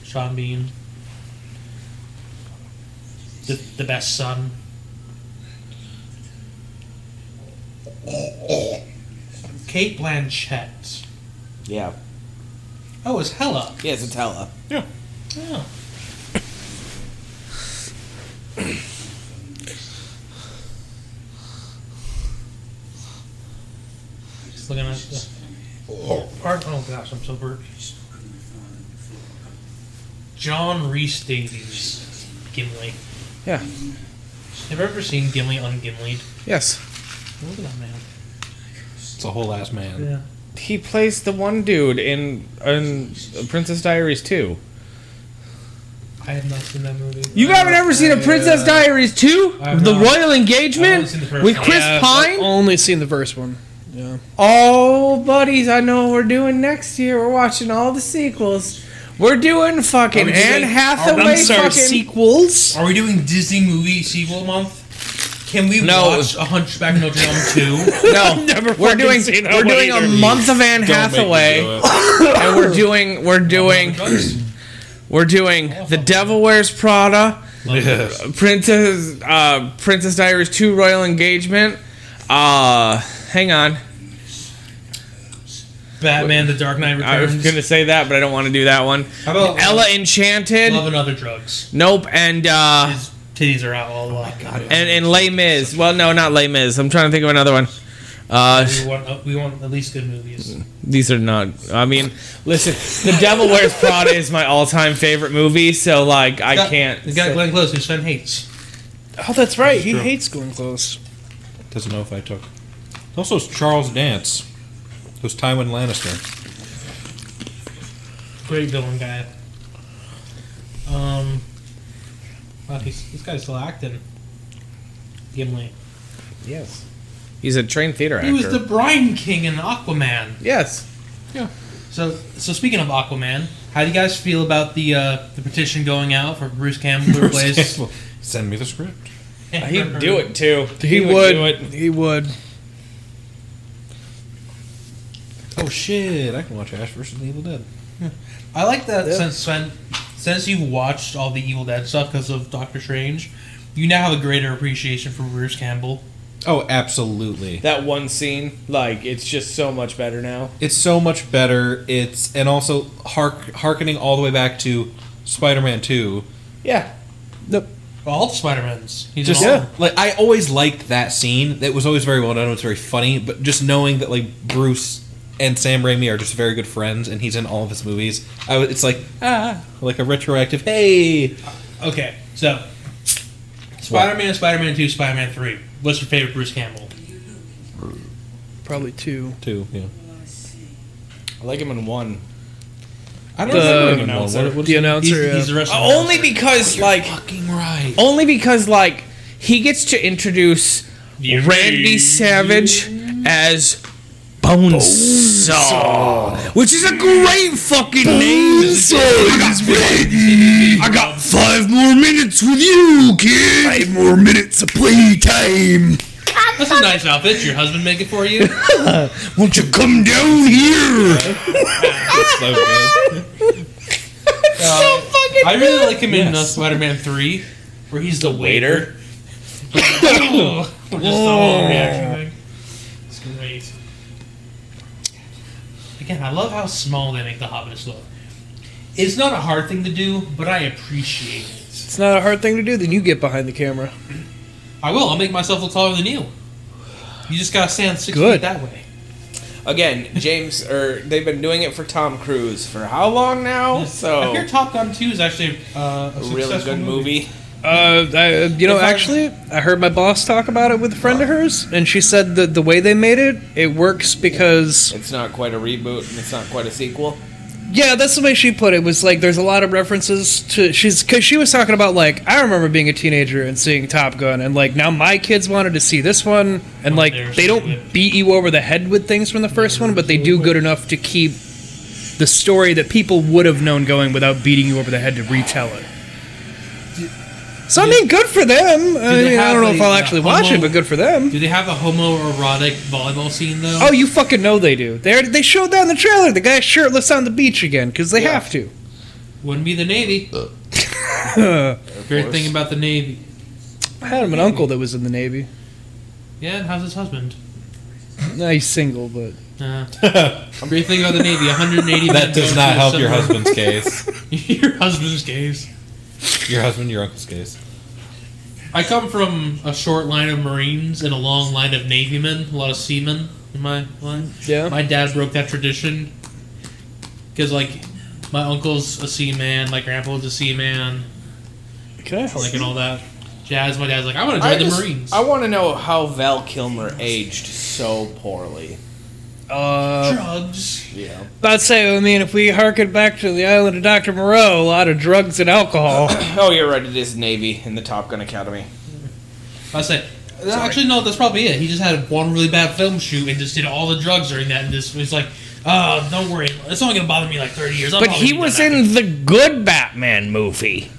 [SPEAKER 3] Sean Bean. The, the best son. Kate Blanchett.
[SPEAKER 7] Yeah,
[SPEAKER 3] Oh, it's Hella.
[SPEAKER 7] yeah, it's a Tella.
[SPEAKER 3] Oh. looking at the. Pardon- Oh gosh, I'm so burped. John Reese Davies, Gimli.
[SPEAKER 7] Yeah.
[SPEAKER 3] Have you ever seen Gimli on Gimli?
[SPEAKER 7] Yes.
[SPEAKER 3] Look at that man.
[SPEAKER 5] It's a whole ass man.
[SPEAKER 3] Yeah.
[SPEAKER 7] He plays the one dude in in Princess Diaries 2.
[SPEAKER 3] I have not seen that movie.
[SPEAKER 4] You haven't ever seen a Princess Diaries 2?
[SPEAKER 3] I have
[SPEAKER 4] The
[SPEAKER 3] not.
[SPEAKER 4] Royal
[SPEAKER 3] I haven't
[SPEAKER 4] Engagement
[SPEAKER 3] seen the first
[SPEAKER 4] with
[SPEAKER 3] one.
[SPEAKER 4] Chris
[SPEAKER 2] Yeah, I've
[SPEAKER 4] Pine?
[SPEAKER 2] only seen the first one. Yeah.
[SPEAKER 7] Oh, buddies, I know what we're doing next year. We're watching all the sequels. We're doing fucking
[SPEAKER 3] Are we
[SPEAKER 7] Anne
[SPEAKER 3] doing-
[SPEAKER 7] Hathaway
[SPEAKER 2] I'm sorry,
[SPEAKER 7] fucking.
[SPEAKER 2] sequels?
[SPEAKER 3] Are we doing Disney movie sequel month? Can we
[SPEAKER 7] No.
[SPEAKER 3] watch A Hunchback of Notre Dame <laughs> 2?
[SPEAKER 7] no, we're doing we're doing a month of Anne Hathaway, and we're doing we're doing
[SPEAKER 2] <laughs>
[SPEAKER 7] we're doing The Devil Wears Prada, Princess uh, Princess Diaries Two Royal Engagement. Uh, hang on,
[SPEAKER 3] Batman: The Dark Knight
[SPEAKER 7] I was
[SPEAKER 3] Returns.
[SPEAKER 7] gonna say that, but I don't want to do that one.
[SPEAKER 3] How about uh,
[SPEAKER 7] Ella Enchanted.
[SPEAKER 3] Love and Other Drugs?
[SPEAKER 7] Nope, and uh,
[SPEAKER 3] His titties are out all the lot.
[SPEAKER 7] and and Les Mis. Well, no, not Les Mis. I'm trying to think of another one. Uh,
[SPEAKER 3] We want, uh, we want at least good movies.
[SPEAKER 7] these are not. I mean, listen, The Devil Wears Prada is my all-time favorite movie, so like I
[SPEAKER 3] Got-
[SPEAKER 7] can't.
[SPEAKER 3] We got
[SPEAKER 7] say-
[SPEAKER 3] Glenn Close, who Sven hates.
[SPEAKER 2] Oh, that's right. He hates Glenn Close.
[SPEAKER 5] Doesn't know if I took. Also, it's Charles Dance, who's Tywin Lannister.
[SPEAKER 3] Great villain guy. Um, wow, he's, this guy's still acting. Gimli.
[SPEAKER 7] Yes, he's a trained theater actor.
[SPEAKER 3] He was the Brine King in Aquaman.
[SPEAKER 7] yes.
[SPEAKER 3] So, so speaking of Aquaman, how do you guys feel about the uh, the petition going out for Bruce Campbell to replace? <laughs>
[SPEAKER 5] Send me the script.
[SPEAKER 7] He'd do it too.
[SPEAKER 2] He, would. He would.
[SPEAKER 5] Oh shit! I can watch Ash versus the Evil Dead.
[SPEAKER 3] I like that since Sven, since you watched all the Evil Dead stuff because of Doctor Strange, you now have a greater appreciation for Bruce Campbell.
[SPEAKER 5] Oh, absolutely.
[SPEAKER 7] That one scene, like, it's just so much better now.
[SPEAKER 5] It's so much better. It's and also hark harkening all the way back to Spider-Man Two.
[SPEAKER 7] Yeah.
[SPEAKER 3] All the Spider Mans. He's
[SPEAKER 5] Just
[SPEAKER 3] in all of
[SPEAKER 5] like I always liked that scene. It was always very well done. It was very funny. But just knowing that like Bruce and Sam Raimi are just very good friends, and he's in all of his movies. I, w- it's like ah, like a retroactive. Hey,
[SPEAKER 3] them. Okay, so Spider Man, Spider Man Two, Spider Man Three. What's your favorite Bruce Campbell?
[SPEAKER 2] Probably two.
[SPEAKER 5] two. Yeah.
[SPEAKER 7] I like him in one.
[SPEAKER 5] I don't
[SPEAKER 2] The-
[SPEAKER 5] remember anymore. What, what
[SPEAKER 2] The
[SPEAKER 3] He's,
[SPEAKER 2] announcer.
[SPEAKER 3] he's the rest. of
[SPEAKER 7] Only because, like,
[SPEAKER 5] fucking right.
[SPEAKER 7] only because, like, he gets to introduce
[SPEAKER 3] the
[SPEAKER 7] Randy Savage as Bonesaw, which is a great fucking name.
[SPEAKER 1] I got five more minutes with you, kid. Five more minutes of play time.
[SPEAKER 3] That's a nice outfit. Did your husband make it for you?
[SPEAKER 1] Won't you come down here?
[SPEAKER 5] So good.
[SPEAKER 3] I really like him in uh, Spider Man Three, where he's the waiter. <coughs> Just the whole reaction thing. It's great. Again, I love how small they make the hobbits look. It's not a hard thing to do, but I appreciate it.
[SPEAKER 2] It's not a hard thing to do. Then you get behind the camera.
[SPEAKER 3] I will. I'll make myself look taller than you. You just gotta stand six
[SPEAKER 2] Good.
[SPEAKER 3] feet that way.
[SPEAKER 9] Again, James, or
[SPEAKER 7] er,
[SPEAKER 9] they've been doing it for Tom Cruise for how long
[SPEAKER 5] <laughs>
[SPEAKER 9] now?
[SPEAKER 3] I hear
[SPEAKER 9] So
[SPEAKER 3] Top Gun Two is actually uh, a
[SPEAKER 9] a really
[SPEAKER 3] successful
[SPEAKER 9] good movie.
[SPEAKER 2] Uh, I, uh, you know,
[SPEAKER 3] If I-
[SPEAKER 2] actually, I heard my boss talk about it with a friend of hers, and she said that the way they made it, it works because
[SPEAKER 9] It's not quite a reboot and it's not quite a sequel.
[SPEAKER 2] yeah, that's the way she put it. Was like, there's a lot of references to she's because she was talking about like I remember being a teenager and seeing Top Gun, and like now my kids wanted to see this one, and like
[SPEAKER 3] there's
[SPEAKER 2] they
[SPEAKER 3] the-
[SPEAKER 2] don't beat you over the head with things from the first one, but they do good enough to keep the story that people would have known going without beating you over the head to retell it. So I mean, good for them. I,
[SPEAKER 3] they
[SPEAKER 2] mean, I
[SPEAKER 3] have
[SPEAKER 2] don't know if
[SPEAKER 3] a- uh,
[SPEAKER 2] I'll
[SPEAKER 3] a
[SPEAKER 2] actually watch it,
[SPEAKER 3] homo-
[SPEAKER 2] but good for them.
[SPEAKER 3] Do they have a homoerotic volleyball scene though?
[SPEAKER 2] Oh, you fucking know they do. They already- they showed that in the trailer. The guy shirtless on the beach again because they have
[SPEAKER 3] <laughs>
[SPEAKER 2] to.
[SPEAKER 3] Wouldn't be the Navy. Great thing about the Navy.
[SPEAKER 2] I had him an uncle that was in the Navy.
[SPEAKER 3] Yeah, and how's his husband?
[SPEAKER 2] Now he's single, but
[SPEAKER 5] <laughs>
[SPEAKER 3] Uh, great thing about the Navy. 180.
[SPEAKER 5] That
[SPEAKER 3] men
[SPEAKER 5] does
[SPEAKER 3] go
[SPEAKER 5] not
[SPEAKER 3] to
[SPEAKER 5] help your
[SPEAKER 7] <laughs>
[SPEAKER 3] somewhere-
[SPEAKER 5] husband's case.
[SPEAKER 3] <laughs> your husband's gays.
[SPEAKER 5] Your husband, your uncle's case.
[SPEAKER 3] I come from a short line of Marines and a long line of Navy men, a lot of seamen. my life.
[SPEAKER 7] Yeah.
[SPEAKER 3] My dad broke that tradition because, like, my uncle's a seaman, my grandpa was a seaman,
[SPEAKER 2] Okay.
[SPEAKER 3] like, and all that. Jazz, my dad's like, I want to
[SPEAKER 9] Oh, I,
[SPEAKER 3] join the
[SPEAKER 9] just-
[SPEAKER 3] Marines.
[SPEAKER 9] I want to know how Val Kilmer aged so poorly.
[SPEAKER 2] Uh,
[SPEAKER 3] Drugs.
[SPEAKER 9] Yeah.
[SPEAKER 2] I'd say, I mean, if we harken back to the island of Dr. Moreau, a lot of drugs and alcohol.
[SPEAKER 9] Oh, you're right. It is Navy in the Top Gun Academy.
[SPEAKER 3] I say, actually, no, that's probably it. He just had one really bad film shoot and just did all the drugs during that. And this was like, oh, don't worry, it's only gonna bother me like thirty years. I'll
[SPEAKER 4] But
[SPEAKER 3] probably
[SPEAKER 4] he
[SPEAKER 3] be
[SPEAKER 4] was
[SPEAKER 3] done
[SPEAKER 4] in the good Batman movie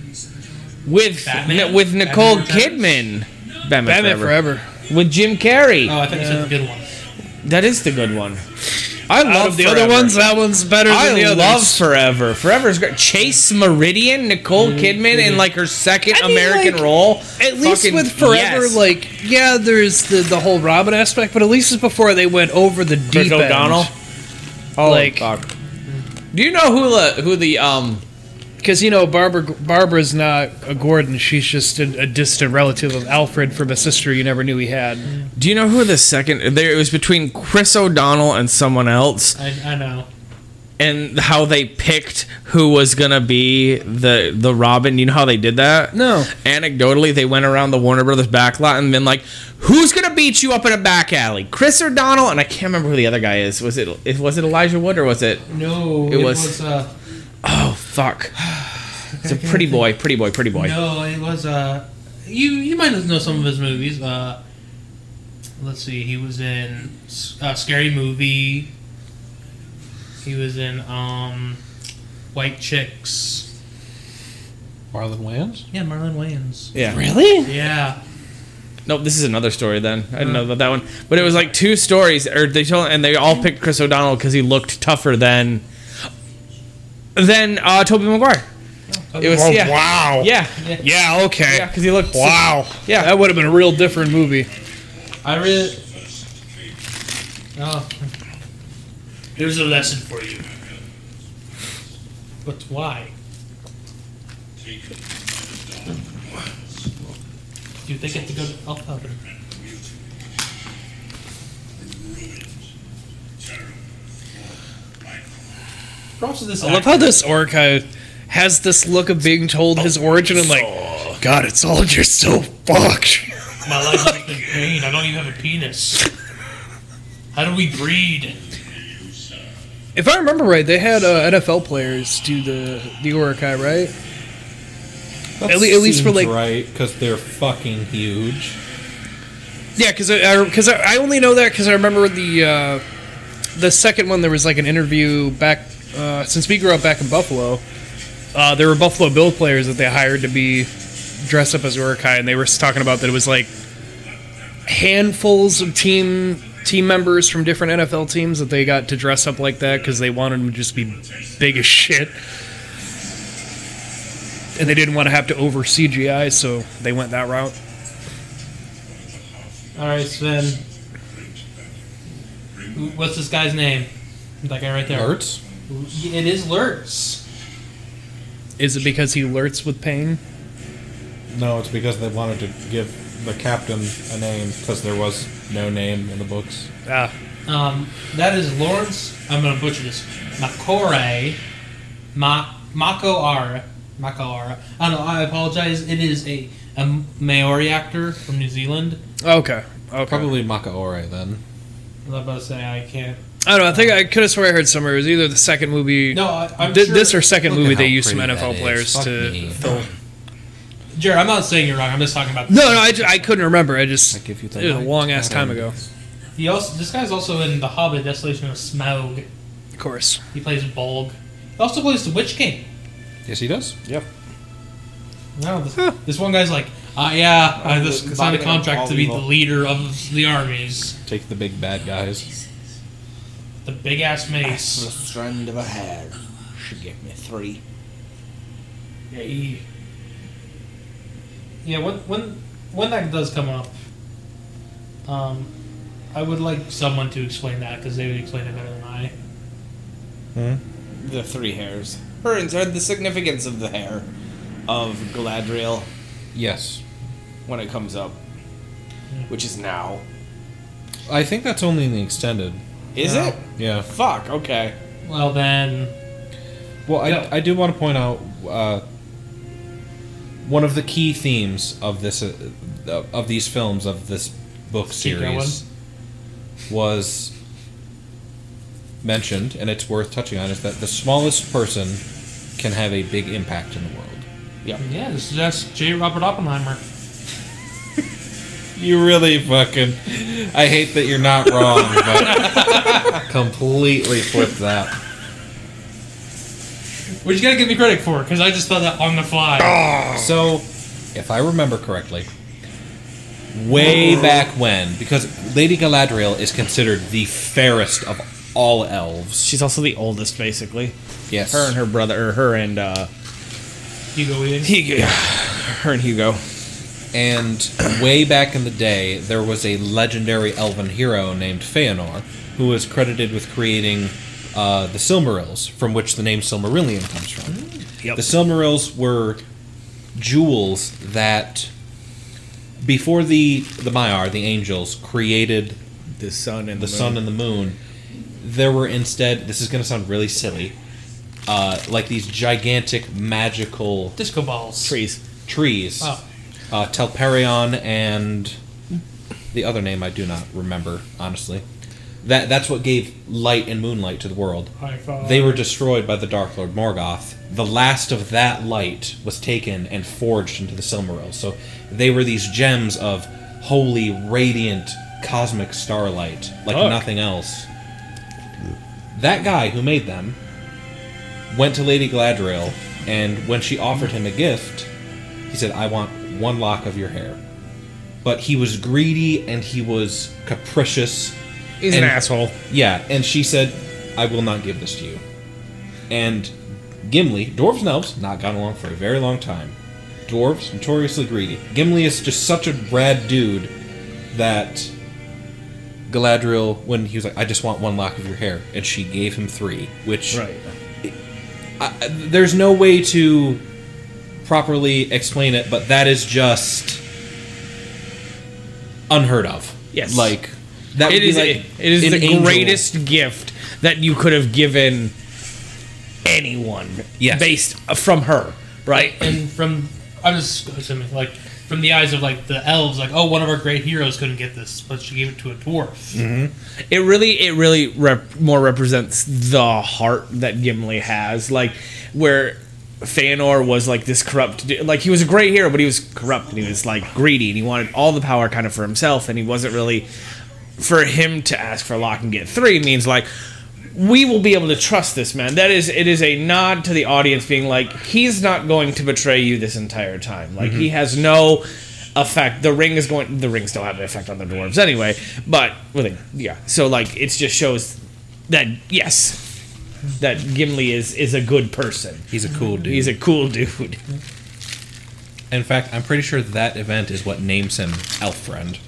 [SPEAKER 4] with
[SPEAKER 3] Batman?
[SPEAKER 4] with
[SPEAKER 3] Batman
[SPEAKER 4] Nicole
[SPEAKER 3] Returns?
[SPEAKER 4] Kidman. Batman,
[SPEAKER 2] Batman Forever.
[SPEAKER 4] with Jim Carrey.
[SPEAKER 3] after. Oh, I think it's a good one.
[SPEAKER 4] that is the good one.
[SPEAKER 2] I love the other
[SPEAKER 4] Forever.
[SPEAKER 2] ones. That one's better than the
[SPEAKER 4] I
[SPEAKER 2] others.
[SPEAKER 4] love Forever. Forever's great. Chase Meridian, Nicole Kidman in like her second
[SPEAKER 2] Mm-hmm. I mean,
[SPEAKER 4] American
[SPEAKER 2] like,
[SPEAKER 4] role.
[SPEAKER 2] At least
[SPEAKER 4] Fucking
[SPEAKER 2] with Forever,
[SPEAKER 4] yes.
[SPEAKER 2] like, yeah, there's the, the whole Robin aspect, but at least it's before they went over the deep
[SPEAKER 4] Chris
[SPEAKER 2] end.
[SPEAKER 4] O'Donnell.
[SPEAKER 2] Oh, like,
[SPEAKER 4] Do you know who the who the um
[SPEAKER 2] Because you know, Barbara Barbara's not a Gordon. She's just a, a distant relative of Alfred from a sister you never knew he had.
[SPEAKER 4] Do you know who the second there it was between Chris O'Donnell and someone else
[SPEAKER 3] I, I know.
[SPEAKER 4] and how they picked who was gonna be the the Robin. You know how they did that?
[SPEAKER 2] No.
[SPEAKER 4] Anecdotally, they went around the Warner Brothers backlot and been like, "Who's gonna beat you up in a back alley? Chris O'Donnell?" And I can't remember who the other guy is. Was it it- was it Elijah Wood or was it?
[SPEAKER 3] No,
[SPEAKER 4] It
[SPEAKER 3] it,
[SPEAKER 4] was-
[SPEAKER 3] was. uh,
[SPEAKER 4] Oh fuck! It's a pretty boy, pretty boy, pretty boy.
[SPEAKER 3] No, it was. Uh, you you might know some of his movies. Uh, let's see, he was in uh, Scary Movie. He was in um, White Chicks.
[SPEAKER 2] Marlon Wayans.
[SPEAKER 3] Yeah, Marlon Wayans.
[SPEAKER 4] Yeah.
[SPEAKER 2] Really?
[SPEAKER 3] Yeah,
[SPEAKER 4] Nope, this is another story then. I didn't know about that one. But it was like two stories, or they told, and they all picked Chris O'Donnell because he looked tougher than than uh, Toby Maguire. It was yeah,
[SPEAKER 2] Wow.
[SPEAKER 4] yeah,
[SPEAKER 2] Yeah. Okay.
[SPEAKER 4] yeah, because he looked
[SPEAKER 2] Wow.
[SPEAKER 4] Yeah.
[SPEAKER 2] That would have been a real different movie.
[SPEAKER 3] I really. Oh, here's a lesson for you. But why? Do they get to go to oh, Alphabet? Props to this
[SPEAKER 2] I love
[SPEAKER 3] actor.
[SPEAKER 2] how this orc uh, has this look of being told his origin and like, God, it's all just so fucked.
[SPEAKER 3] My life has been pain. I don't even have a penis. How do we breed?
[SPEAKER 2] If I remember right, they had uh, NFL players do the the Orakai, right? At le- at least for, like-
[SPEAKER 5] right because they're fucking huge.
[SPEAKER 2] Yeah, because I because I, I only know that because I remember the uh, the second one. There was like an interview back uh, since we grew up back in Buffalo. Uh, there were Buffalo Bill players that they hired to be dressed up as Urukai, and they were talking about that it was like handfuls of team team members from different NFL teams that they got to dress up like that because they wanted them to just be big as shit. And they didn't want to have to over CGI, so they went that route.
[SPEAKER 3] All right, Sven. Who- What's this guy's name? That guy right there.
[SPEAKER 5] Hurts.
[SPEAKER 3] It is Lurts.
[SPEAKER 2] Is it because he lurts with pain?
[SPEAKER 5] No, it's because they wanted to give the captain a name because there was no name in the books.
[SPEAKER 2] Ah,
[SPEAKER 3] Um, that is Lawrence. I'm gonna butcher this. Makore, Ma Makoara, Makoara. I don't know. I apologize. It is a, a Maori actor from New Zealand.
[SPEAKER 2] Okay. Okay.
[SPEAKER 5] Probably Makaore then.
[SPEAKER 3] I was about to say I can't.
[SPEAKER 2] I don't know. I think I could have sworn I heard somewhere it was either the second movie.
[SPEAKER 3] No, I, I'm
[SPEAKER 2] thi-
[SPEAKER 3] sure.
[SPEAKER 2] this or second
[SPEAKER 5] Look
[SPEAKER 2] movie
[SPEAKER 5] at
[SPEAKER 2] they
[SPEAKER 5] how
[SPEAKER 2] used some
[SPEAKER 5] pretty that
[SPEAKER 2] NFL
[SPEAKER 5] is.
[SPEAKER 2] players
[SPEAKER 5] Fuck
[SPEAKER 2] to
[SPEAKER 5] me.
[SPEAKER 2] fill.
[SPEAKER 3] Jared, I'm not saying you're wrong. I'm just talking about.
[SPEAKER 2] No, no, I, ju- I couldn't remember. I just
[SPEAKER 5] I give you the
[SPEAKER 2] it was a
[SPEAKER 5] light,
[SPEAKER 2] long ass time
[SPEAKER 5] Adam.
[SPEAKER 2] ago.
[SPEAKER 3] He also this guy's also in The Hobbit: Desolation of Smaug.
[SPEAKER 2] Of course.
[SPEAKER 3] He plays Bolg. He also plays the Witch King.
[SPEAKER 5] Yes, he does. Yep.
[SPEAKER 3] No, this, this one guy's like, uh, yeah, I just signed a contract to be the leader of the armies.
[SPEAKER 5] Take the big bad guys.
[SPEAKER 3] The big ass
[SPEAKER 7] <laughs>
[SPEAKER 9] The
[SPEAKER 3] mace.
[SPEAKER 9] strand of a hair should give me three.
[SPEAKER 3] Yeah, he- yeah. When when when that does come up, um, I would like someone to explain that because they would explain it better than I.
[SPEAKER 9] The three hairs. Burns are the significance of the hair of Galadriel
[SPEAKER 5] Yes.
[SPEAKER 9] when it comes up, which is now.
[SPEAKER 5] I think that's only in the extended.
[SPEAKER 7] Is
[SPEAKER 3] No.
[SPEAKER 7] it?
[SPEAKER 5] Yeah.
[SPEAKER 7] Fuck. Okay.
[SPEAKER 3] Well then,
[SPEAKER 5] Well, I,
[SPEAKER 3] Yeah.
[SPEAKER 5] I do want to point out uh, one of the key themes of this uh, of these films of this book
[SPEAKER 3] Keep going.
[SPEAKER 5] series was mentioned, and it's worth touching on, is that the smallest person can have a big impact in the world.
[SPEAKER 3] yeah, this is that's J. Robert Oppenheimer.
[SPEAKER 5] You really fucking. I hate that you're not wrong, but <laughs> completely flipped that.
[SPEAKER 3] Which you gotta give me credit for, because I just thought that on the fly.
[SPEAKER 5] So, if I remember correctly, way back when, because Lady Galadriel is considered the fairest of all elves.
[SPEAKER 4] She's also the oldest, basically.
[SPEAKER 5] Yes.
[SPEAKER 4] Her and her brother, or her and uh,
[SPEAKER 3] Hugo Weaving.
[SPEAKER 4] Hugo. Her and Hugo.
[SPEAKER 5] And way back in the day, there was a legendary elven hero named Feanor, who was credited with creating uh, the Silmarils, from which the name Silmarillion comes from.
[SPEAKER 4] Yep.
[SPEAKER 5] The Silmarils were jewels that, before the the Maiar, the angels, created
[SPEAKER 4] The sun and
[SPEAKER 5] the sun and the moon, there were instead. This is going to sound really silly, uh, like these gigantic magical
[SPEAKER 3] Disco balls.
[SPEAKER 4] trees.
[SPEAKER 5] trees.
[SPEAKER 3] Oh.
[SPEAKER 5] Uh, Telperion and the other name I do not remember honestly. That that's what gave light and moonlight to the world.
[SPEAKER 3] High five.
[SPEAKER 5] They were destroyed by the Dark Lord Morgoth. The last of that light was taken and forged into the Silmarils. So they were these gems of holy, radiant, cosmic starlight, like
[SPEAKER 4] Fuck.
[SPEAKER 5] nothing else. That guy who made them went to Lady Gladriel, and when she offered him a gift, he said, I want one lock of your hair. But he was greedy and he was capricious
[SPEAKER 4] He's
[SPEAKER 5] an
[SPEAKER 4] an asshole.
[SPEAKER 5] yeah, and she said, I will not give this to you. And Gimli, dwarves and elves, not gotten along for a very long time. Dwarves, notoriously greedy. Gimli is just such a rad dude that Galadriel, when he was like, I just want one lock of your hair, and she gave him three, which I, I- there's no way to properly explain it, but that is just unheard of.
[SPEAKER 4] Yes.
[SPEAKER 5] Like, that would
[SPEAKER 4] It
[SPEAKER 5] be
[SPEAKER 4] is,
[SPEAKER 5] like
[SPEAKER 4] it is
[SPEAKER 5] an
[SPEAKER 4] the
[SPEAKER 5] angel.
[SPEAKER 4] greatest gift that you could have given anyone
[SPEAKER 5] Yes.
[SPEAKER 4] based uh, from her, right?
[SPEAKER 3] and from I'm just assuming like from the eyes of like the elves, like oh, one of our great heroes couldn't get this, but she gave it to a dwarf.
[SPEAKER 4] It really, it really rep- more represents the heart that Gimli has, like where Feanor was like this corrupt, du- like he was a great hero, but he was corrupt and he was like greedy and he wanted all the power kind of for himself, and he wasn't really for him to ask for lock and get three means like we will be able to trust this man. That is, it is a nod to the audience being like, he's not going to betray you this entire time. Like he has no effect. The ring is going. The rings don't have an effect on the dwarves anyway. But well, they- yeah. So like, it just shows that yes, that Gimli is is a good person.
[SPEAKER 5] He's a cool dude.
[SPEAKER 4] He's a cool dude.
[SPEAKER 5] In fact, I'm pretty sure that event is what names him Elf Friend.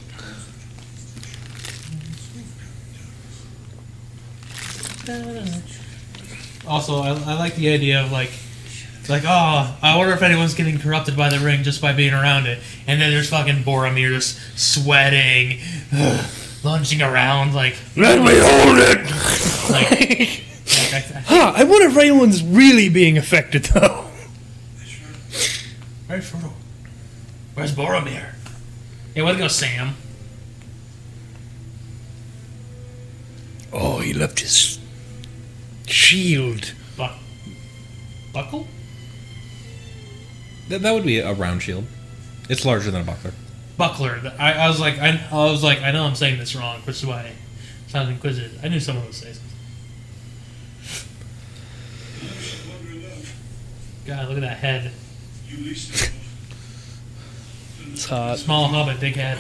[SPEAKER 3] Also, I, I like the idea of like. it's Like, oh, I wonder if anyone's getting corrupted by the ring just by being around it. And then there's fucking Boromir just sweating, <sighs> lunging around, like,
[SPEAKER 6] Let me hold it!
[SPEAKER 3] like, like, I, I,
[SPEAKER 2] Huh, I wonder if anyone's really being affected, though.
[SPEAKER 3] where's Frodo? Where's Boromir? Yeah, where'd go, Sam?
[SPEAKER 2] Oh, he left his shield.
[SPEAKER 3] Buck- buckle?
[SPEAKER 5] That, that would be a round shield. It's larger than a buckler.
[SPEAKER 3] buckler. I, I was like, I, I was like, I know I'm saying this wrong, which is why I sound inquisitive. I knew someone would say something. God, look at that head.
[SPEAKER 2] It's hot.
[SPEAKER 3] Small hobbit, big head.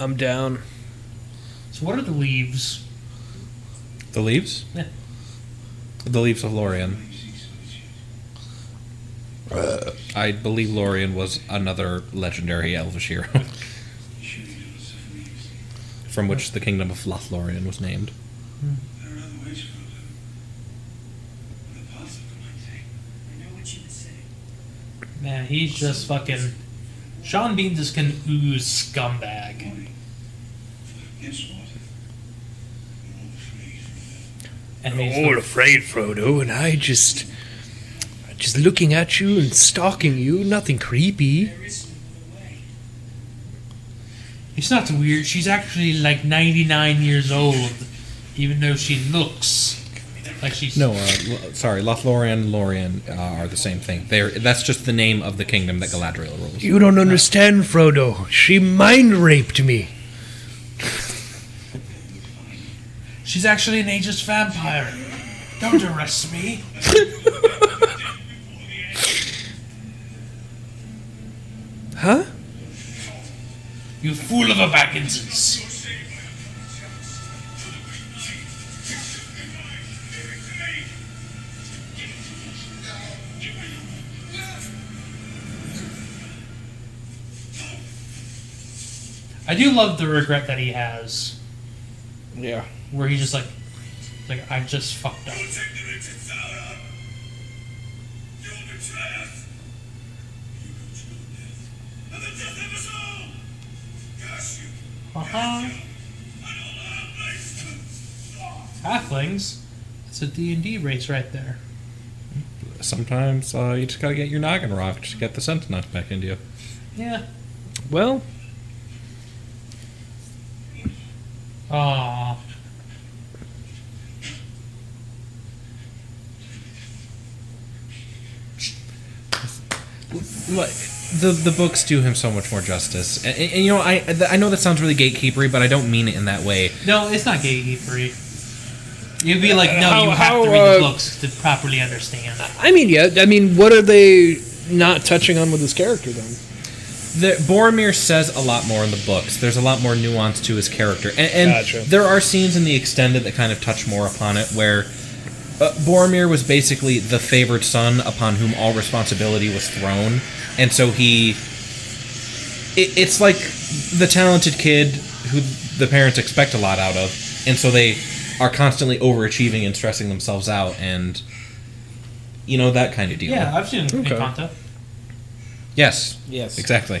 [SPEAKER 2] I'm down.
[SPEAKER 3] So what are the leaves?
[SPEAKER 5] The leaves?
[SPEAKER 3] Yeah.
[SPEAKER 5] The leaves of Lorien. I believe Lorien was another legendary elvish hero. <laughs> From which the kingdom of Lothlorien was named.
[SPEAKER 3] Man, he's just fucking Sean Beans is can ooze scumbag.
[SPEAKER 8] Guess what? You're all afraid.
[SPEAKER 3] And he's
[SPEAKER 2] All afraid, Frodo, and I just. Just looking at you and stalking you, nothing creepy.
[SPEAKER 3] It's not weird. She's actually like 99 years old, even though she looks like she's.
[SPEAKER 5] No, uh, L- sorry, Lothlorien and Lorien uh, are the same thing. They're that's just the name of the kingdom that Galadriel rules.
[SPEAKER 2] You don't understand, Frodo. She mind raped me.
[SPEAKER 3] She's actually an ageist vampire. Don't arrest me.
[SPEAKER 2] Huh?
[SPEAKER 3] You fool of a Bagginses. I do love the regret that he has,
[SPEAKER 7] Yeah.
[SPEAKER 3] where he's just like, like I just fucked up.
[SPEAKER 8] Take the riches, Sauron! You'll betray us! You go to your death, and the death of us all! Curse you!
[SPEAKER 3] Uh-huh.
[SPEAKER 8] And all our blessings!
[SPEAKER 3] Halflings, that's a D and D race right there.
[SPEAKER 5] Sometimes uh, you just gotta get your noggin rocked to get the sentinel back into you.
[SPEAKER 3] Yeah.
[SPEAKER 2] Well,
[SPEAKER 3] Aww.
[SPEAKER 5] Like the the books do him so much more justice. And, and, and, you know, I I know that sounds really gatekeepery, but I don't mean it in that way.
[SPEAKER 3] No, it's not free. You'd be like, no,
[SPEAKER 2] How-
[SPEAKER 3] you have
[SPEAKER 2] how,
[SPEAKER 3] to read
[SPEAKER 2] uh,
[SPEAKER 3] the books to properly understand.
[SPEAKER 2] I mean, yeah. I mean, what are they not touching on with his character then?
[SPEAKER 5] The, Boromir says a lot more in the books. There's a lot more nuance to his character, and, and
[SPEAKER 2] Gotcha.
[SPEAKER 5] there are scenes in the extended that kind of touch more upon it, where uh, Boromir was basically the favored son upon whom all responsibility was thrown, and so he. It, it's like the talented kid who the parents expect a lot out of, and so they are constantly overachieving and stressing themselves out, and you know that kind of deal.
[SPEAKER 3] Yeah, I've seen
[SPEAKER 2] Okay.
[SPEAKER 3] Encanto.
[SPEAKER 5] Yes.
[SPEAKER 7] Yes.
[SPEAKER 5] Exactly.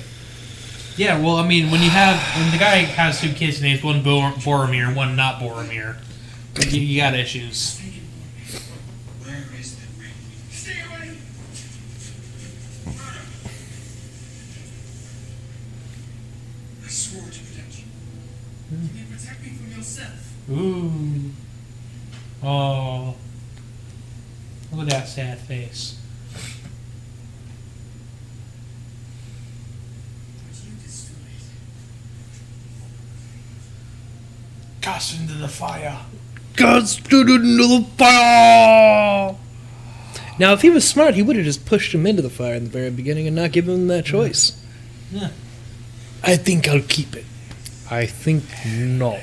[SPEAKER 3] Yeah, well, I mean, when you have when the guy has two kids and he's one Bor- Boromir, one not Boromir, you, you got issues.
[SPEAKER 8] Where is the ring? Stay away! Murder! I swore to protect you.
[SPEAKER 10] You can protect me from yourself.
[SPEAKER 3] Ooh. Oh. Look at that sad face.
[SPEAKER 10] But you destroyed.
[SPEAKER 3] Cast into the fire.
[SPEAKER 2] Now, if he was smart, he would have just pushed him into the fire in the very beginning and not given him that choice.
[SPEAKER 3] Yeah.
[SPEAKER 2] I think I'll keep it. I think not.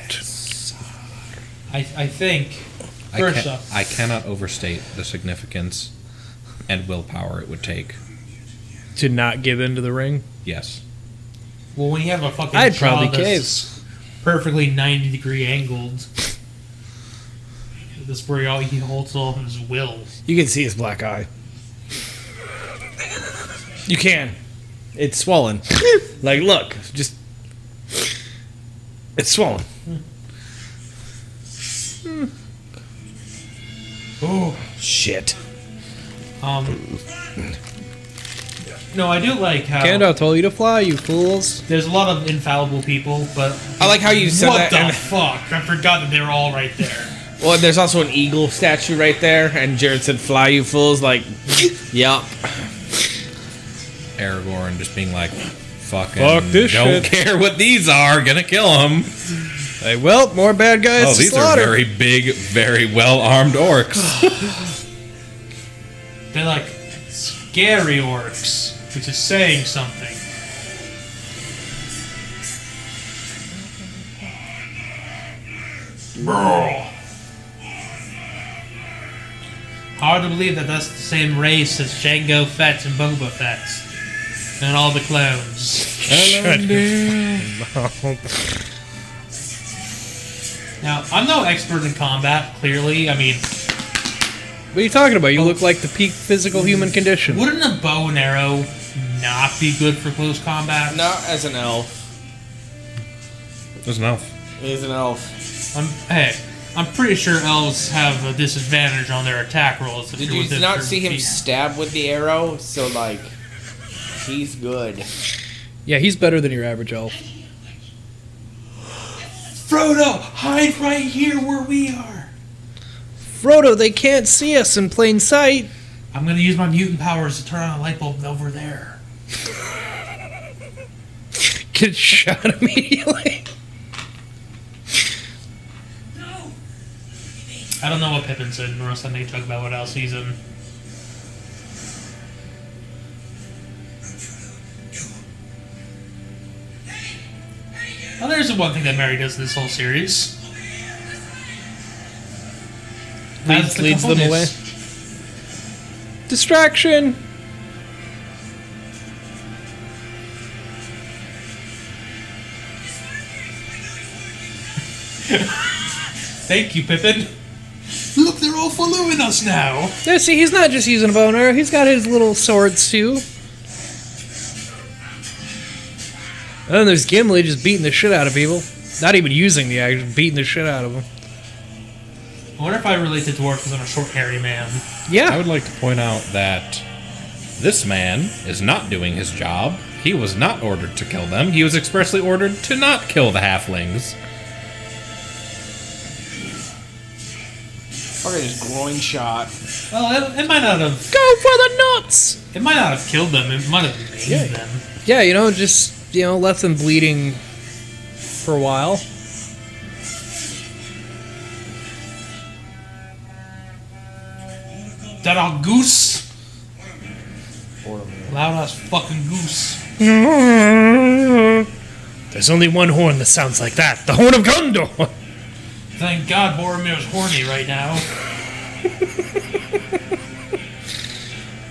[SPEAKER 3] I, I think.
[SPEAKER 5] I,
[SPEAKER 3] First
[SPEAKER 5] can,
[SPEAKER 3] off,
[SPEAKER 5] I cannot overstate the significance and willpower it would take.
[SPEAKER 2] To not give in to the ring?
[SPEAKER 5] Yes.
[SPEAKER 3] well, when you have a fucking
[SPEAKER 2] I'd
[SPEAKER 3] jaw
[SPEAKER 2] probably
[SPEAKER 3] that's
[SPEAKER 2] cave.
[SPEAKER 3] perfectly ninety degree angled, this where all he holds all of his will.
[SPEAKER 4] You can see his black eye. You can. It's swollen. like, look, just. It's swollen.
[SPEAKER 3] Hmm. Oh.
[SPEAKER 4] Shit.
[SPEAKER 3] Um. No, I do like how
[SPEAKER 2] Gandalf told you to fly, you fools.
[SPEAKER 3] there's a lot of infallible people, but
[SPEAKER 7] I like how you said
[SPEAKER 3] what
[SPEAKER 7] that.
[SPEAKER 3] the
[SPEAKER 7] and-
[SPEAKER 3] fuck? I forgot that they were all right there.
[SPEAKER 7] well, there's also an eagle statue right there, and Jared said, "Fly, you fools!" Like, yup.
[SPEAKER 5] Aragorn just being like, fucking
[SPEAKER 2] Fuck this
[SPEAKER 5] don't
[SPEAKER 2] shit."
[SPEAKER 5] care what these are, gonna kill them.
[SPEAKER 2] Like, well, more bad guys
[SPEAKER 5] oh,
[SPEAKER 2] to
[SPEAKER 5] these
[SPEAKER 2] slaughter.
[SPEAKER 5] are very big, very well armed orcs.
[SPEAKER 3] They're like scary orcs, which is saying something. Hard to believe that that's the same race as Django Fett and Boba Fett, and all the clones. Now, I'm no expert in combat. Clearly, I mean,
[SPEAKER 2] What are you talking about? You look like the peak physical human condition.
[SPEAKER 3] Wouldn't a bow and arrow not be good for close combat.
[SPEAKER 9] Not as an elf.
[SPEAKER 5] There's an elf.
[SPEAKER 9] As an elf.
[SPEAKER 3] I'm, Um, hey, I'm pretty sure elves have a disadvantage on their attack rolls. If
[SPEAKER 9] Did
[SPEAKER 3] you're
[SPEAKER 9] you
[SPEAKER 3] within
[SPEAKER 9] not
[SPEAKER 3] certain
[SPEAKER 9] see him
[SPEAKER 3] feet.
[SPEAKER 9] stab with the arrow? So like, he's good.
[SPEAKER 2] Yeah, he's better than your average elf.
[SPEAKER 5] Frodo, hide right here where we are.
[SPEAKER 2] Frodo, they can't see us in plain sight.
[SPEAKER 3] I'm gonna use my mutant powers to turn on a light bulb over there.
[SPEAKER 2] Get shot <laughs> immediately.
[SPEAKER 3] I don't know what Pippin's in. The rest I need to talk about what else he's in. Well, there's the one thing that Mary does in this whole series. That's the
[SPEAKER 2] leads them
[SPEAKER 3] cojones.
[SPEAKER 2] Distraction.
[SPEAKER 3] Thank you, Pippin. Look, they're all following us now.
[SPEAKER 2] Yeah, see, he's not just using a bow and arrow. He's got his little swords too. And then there's Gimli just beating the shit out of people. Not even using the action, beating the shit out of them.
[SPEAKER 3] I wonder if I relate to dwarf because I'm a short, hairy man.
[SPEAKER 5] I
[SPEAKER 2] Yeah,
[SPEAKER 5] would like to point out that this man is not doing his job. He was not ordered to kill them. He was expressly ordered to not kill the halflings.
[SPEAKER 9] Fucking his groin shot.
[SPEAKER 3] Well, it, it might not have.
[SPEAKER 2] go for the nuts.
[SPEAKER 3] It might not have killed them. It might have maimed them.
[SPEAKER 2] Yeah, you know, just you know, left them bleeding for a while.
[SPEAKER 3] That our goose. Loud ass fucking goose.
[SPEAKER 2] There's only one horn that sounds like that. The horn of Gondor.
[SPEAKER 3] Thank God Boromir's horny right now.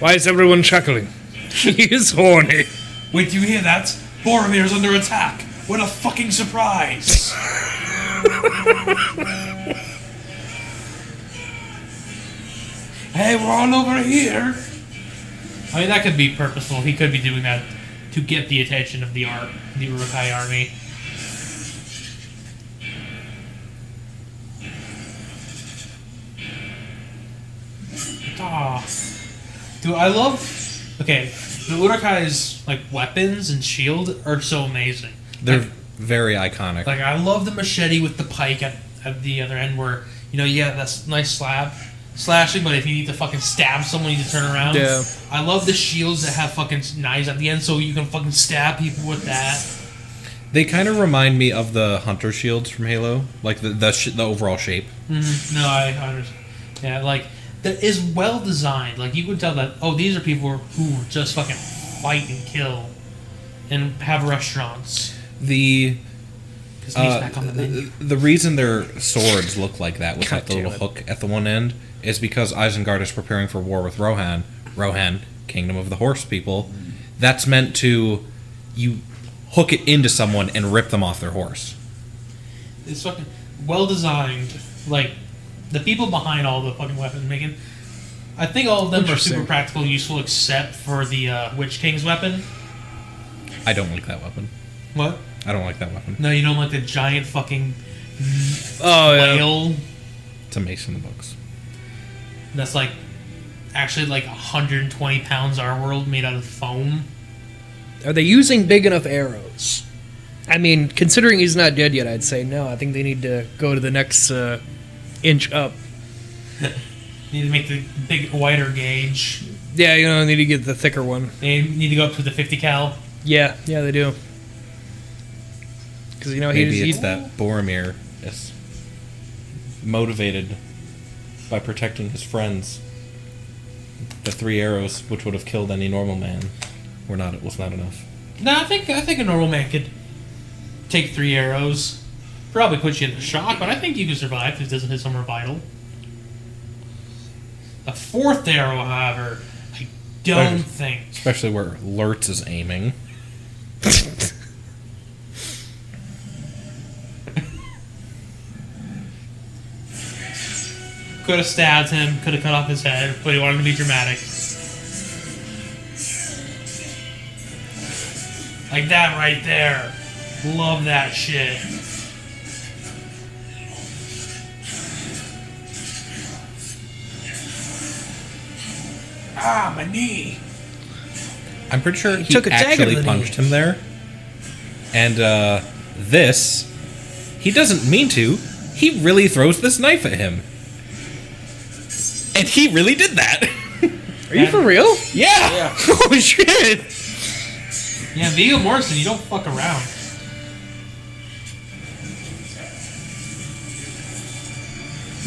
[SPEAKER 2] Why is everyone chuckling? He's horny.
[SPEAKER 3] Wait, do you hear that? Boromir's under attack. What a fucking surprise! hey, we're all over here. I mean, that could be purposeful. He could be doing that to get the attention of the ar- the Urukai army. Ah, do I love? Okay, the Urukai's like weapons and shield are so amazing.
[SPEAKER 5] They're very iconic.
[SPEAKER 3] Like I love the machete with the pike at, at the other end, where you know you got that s- nice slab slashing, but if you need to fucking stab someone, you need to turn around.
[SPEAKER 2] Yeah.
[SPEAKER 3] I love the shields that have fucking s- knives at the end, so you can fucking stab people with that.
[SPEAKER 5] They kind of remind me of the hunter shields from Halo, like the the, sh- the overall shape.
[SPEAKER 3] Mhm. No, I, I understand. Yeah, like that is well designed. Like you can tell that oh these are people who just fucking fight and kill, and have restaurants.
[SPEAKER 5] The
[SPEAKER 3] 'Cause meat's
[SPEAKER 5] uh,
[SPEAKER 3] back on the menu.
[SPEAKER 5] th- the reason their swords look like that with like the
[SPEAKER 2] damn
[SPEAKER 5] little hook at the one end is because Isengard is preparing for war with Rohan. Rohan, kingdom of the horse people, that's meant to you hook it into someone and rip them off their horse.
[SPEAKER 3] It's fucking well designed. Like the people behind all the fucking weapons making. I think all of them are super
[SPEAKER 2] Interesting.
[SPEAKER 3] practical, and useful, except for the uh, Witch King's weapon.
[SPEAKER 5] I don't like that weapon.
[SPEAKER 3] What?
[SPEAKER 5] I don't like that weapon.
[SPEAKER 3] No, you don't like the giant fucking
[SPEAKER 2] Oh
[SPEAKER 3] whale
[SPEAKER 5] It's a mace in the books.
[SPEAKER 3] that's like actually like 120 pounds our world made out of foam.
[SPEAKER 2] Are they using big enough arrows? I mean, considering he's not dead yet, I'd say no. I think they need to go to the next uh, inch up.
[SPEAKER 3] Need to make the big wider gauge.
[SPEAKER 2] Yeah, you know, they need to get the thicker one.
[SPEAKER 3] They need to go up to the 50 cal.
[SPEAKER 2] Yeah, yeah, they do. Because you know
[SPEAKER 5] Maybe
[SPEAKER 2] he, he
[SPEAKER 5] it's that Boromir is motivated by protecting his friends. The three arrows, which would have killed any normal man, were not. It was not enough.
[SPEAKER 3] No, I think I think a normal man could take three arrows. Probably put you into shock, but I think you can survive if it doesn't hit somewhere vital. The fourth arrow, however, I don't
[SPEAKER 5] Right.
[SPEAKER 3] think.
[SPEAKER 5] Especially where Lurtz is aiming.
[SPEAKER 3] Could have stabbed him, could have cut off his head, but he wanted to be dramatic. Like that right there. Love that shit.
[SPEAKER 6] Ah, my knee.
[SPEAKER 5] I'm pretty sure he
[SPEAKER 3] took a dagger to
[SPEAKER 5] actually
[SPEAKER 3] the knee.
[SPEAKER 5] punched him there. And uh, this, he doesn't mean to. He really throws this knife at him. And he really did that. <laughs>
[SPEAKER 2] Are you for real?
[SPEAKER 5] yeah. <laughs> oh shit.
[SPEAKER 3] Yeah, Viggo Morrison, you don't fuck around.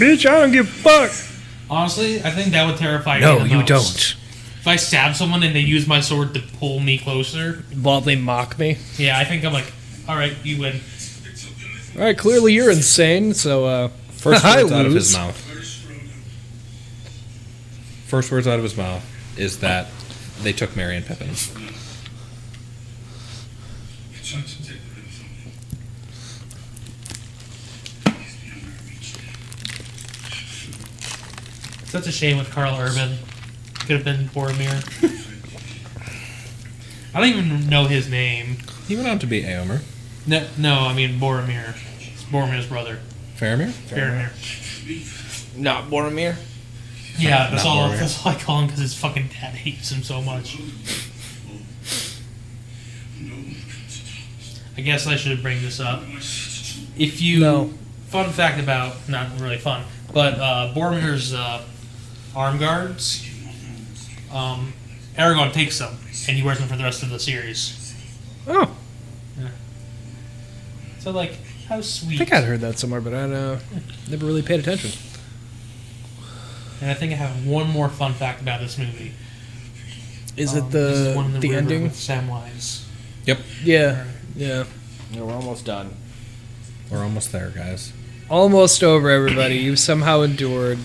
[SPEAKER 2] Bitch, I don't give a fuck.
[SPEAKER 3] Honestly, I think that would terrify me
[SPEAKER 2] No,
[SPEAKER 3] the
[SPEAKER 2] you
[SPEAKER 3] most.
[SPEAKER 2] don't.
[SPEAKER 3] If I stab someone and they use my sword to pull me closer,
[SPEAKER 2] While they mock me.
[SPEAKER 3] yeah, I think I'm like, all right, you win.
[SPEAKER 2] All right, clearly you're insane. So uh,
[SPEAKER 5] First
[SPEAKER 2] I
[SPEAKER 5] words out of his
[SPEAKER 2] lose.
[SPEAKER 5] mouth. First words out of his mouth is that they took Mary and Pippin.
[SPEAKER 3] Such a shame with Carl Urban. Could have been Boromir. <laughs> I don't even know his name.
[SPEAKER 5] He went on to be Aomer.
[SPEAKER 3] No, no, I mean Boromir. It's Boromir's brother.
[SPEAKER 5] Faramir?
[SPEAKER 3] Boromir.
[SPEAKER 9] Not Boromir.
[SPEAKER 3] Yeah, that's
[SPEAKER 5] Not
[SPEAKER 3] all.
[SPEAKER 5] Boromir.
[SPEAKER 3] That's all I call him because his fucking dad hates him so much. I guess I should bring this up. If you,
[SPEAKER 2] No.
[SPEAKER 3] fun fact about not really fun, but uh, Boromir's uh, arm guards, um, Aragorn takes them and he wears them for the rest of the series.
[SPEAKER 2] Oh,
[SPEAKER 3] So like, how sweet!
[SPEAKER 2] I think I'd heard that somewhere, but I uh, never really paid attention.
[SPEAKER 3] and I think I have one more fun fact about this movie.
[SPEAKER 2] Is
[SPEAKER 3] Um,
[SPEAKER 2] it
[SPEAKER 3] this is
[SPEAKER 2] the
[SPEAKER 3] one
[SPEAKER 2] the
[SPEAKER 3] in river
[SPEAKER 2] ending?
[SPEAKER 3] with Samwise?
[SPEAKER 2] Yeah, yeah.
[SPEAKER 9] No, we're almost done.
[SPEAKER 5] We're almost there, guys.
[SPEAKER 2] Almost over, everybody. You've somehow endured.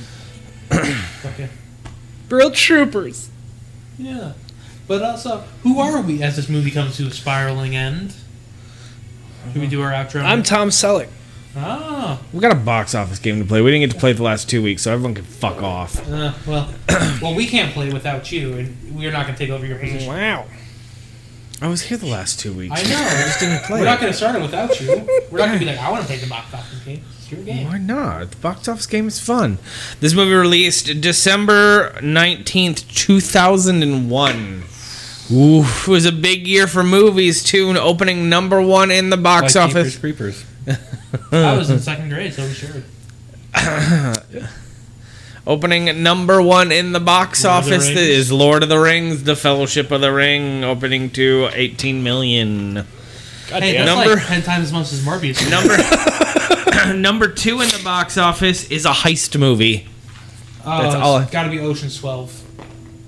[SPEAKER 3] Okay.
[SPEAKER 2] <clears throat> Real troopers.
[SPEAKER 3] Yeah. But also, who are we as this movie comes to a spiraling end? Should we do our outro?
[SPEAKER 2] I'm Tom Selleck.
[SPEAKER 3] Ah,
[SPEAKER 4] We got a box office game to play. We didn't get to play the last two weeks, so everyone can fuck off.
[SPEAKER 3] uh,
[SPEAKER 4] <coughs>
[SPEAKER 3] well, well, we can't play without you, and we're not going to take over your position.
[SPEAKER 2] Wow.
[SPEAKER 4] I was here the last two weeks.
[SPEAKER 3] I know.
[SPEAKER 4] play <laughs>
[SPEAKER 3] We're not
[SPEAKER 4] it.
[SPEAKER 3] going to start it without you. We're not going to be like, I want to play the mock fucking game. It's your game.
[SPEAKER 4] <laughs> Why not? The box office game is fun. This movie released December 19th, 2001. Ooh, it was a big year for movies, too, and opening number one in the box
[SPEAKER 5] Like
[SPEAKER 4] office.
[SPEAKER 5] Creepers, creepers.
[SPEAKER 3] I was in second grade, so we sure.
[SPEAKER 4] Opening at number one in the box
[SPEAKER 3] Lord of the
[SPEAKER 4] office
[SPEAKER 3] Rings.
[SPEAKER 4] is Lord of the Rings, The Fellowship of the Ring, opening to 18 million.
[SPEAKER 3] Hey, that's
[SPEAKER 4] Number-
[SPEAKER 3] like ten times as much as Morbius.
[SPEAKER 4] Number <coughs> number two in the box office is a heist movie.
[SPEAKER 3] Oh,
[SPEAKER 4] that's
[SPEAKER 3] that's
[SPEAKER 4] all I-
[SPEAKER 3] Got to be Ocean's Twelve.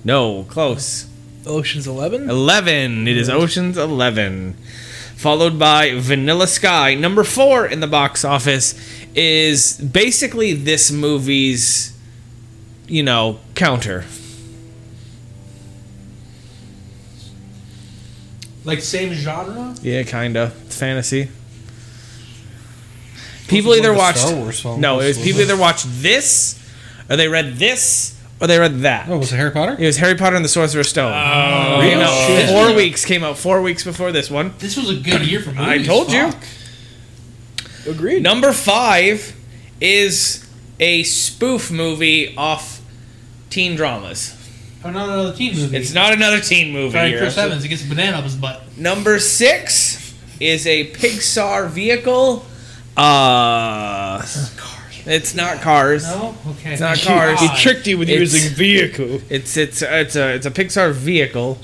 [SPEAKER 4] No, close.
[SPEAKER 2] Ocean's Eleven.
[SPEAKER 4] Eleven. It is Ocean's Eleven. Followed by Vanilla Sky. Number four in the box office is basically this movie's, you know, counter.
[SPEAKER 3] Like same genre.
[SPEAKER 4] Yeah, kinda. It's fantasy. People either watched no, it was people either watched this, or they read this, or they read that.
[SPEAKER 5] Oh, was it Harry Potter?
[SPEAKER 4] It was Harry Potter and the Sorcerer's Stone. Oh, came out four weeks came out four weeks before this one.
[SPEAKER 3] This was a good year for movies.
[SPEAKER 4] I told you.
[SPEAKER 3] Fuck.
[SPEAKER 2] Agreed.
[SPEAKER 4] Number five is a spoof movie off teen dramas.
[SPEAKER 3] Oh, no, no, the teen movie.
[SPEAKER 4] It's not another teen movie.
[SPEAKER 3] Sorry,
[SPEAKER 4] you're
[SPEAKER 3] Chris
[SPEAKER 4] absolutely-
[SPEAKER 3] Evans. He gets a banana up his butt.
[SPEAKER 4] Number six is a Pixar vehicle. Uh, it's not cars.
[SPEAKER 3] No, okay.
[SPEAKER 4] It's not cars.
[SPEAKER 3] God.
[SPEAKER 2] Tricked you with
[SPEAKER 4] It's-
[SPEAKER 2] using vehicle.
[SPEAKER 4] It's it's it's a it's a Pixar vehicle.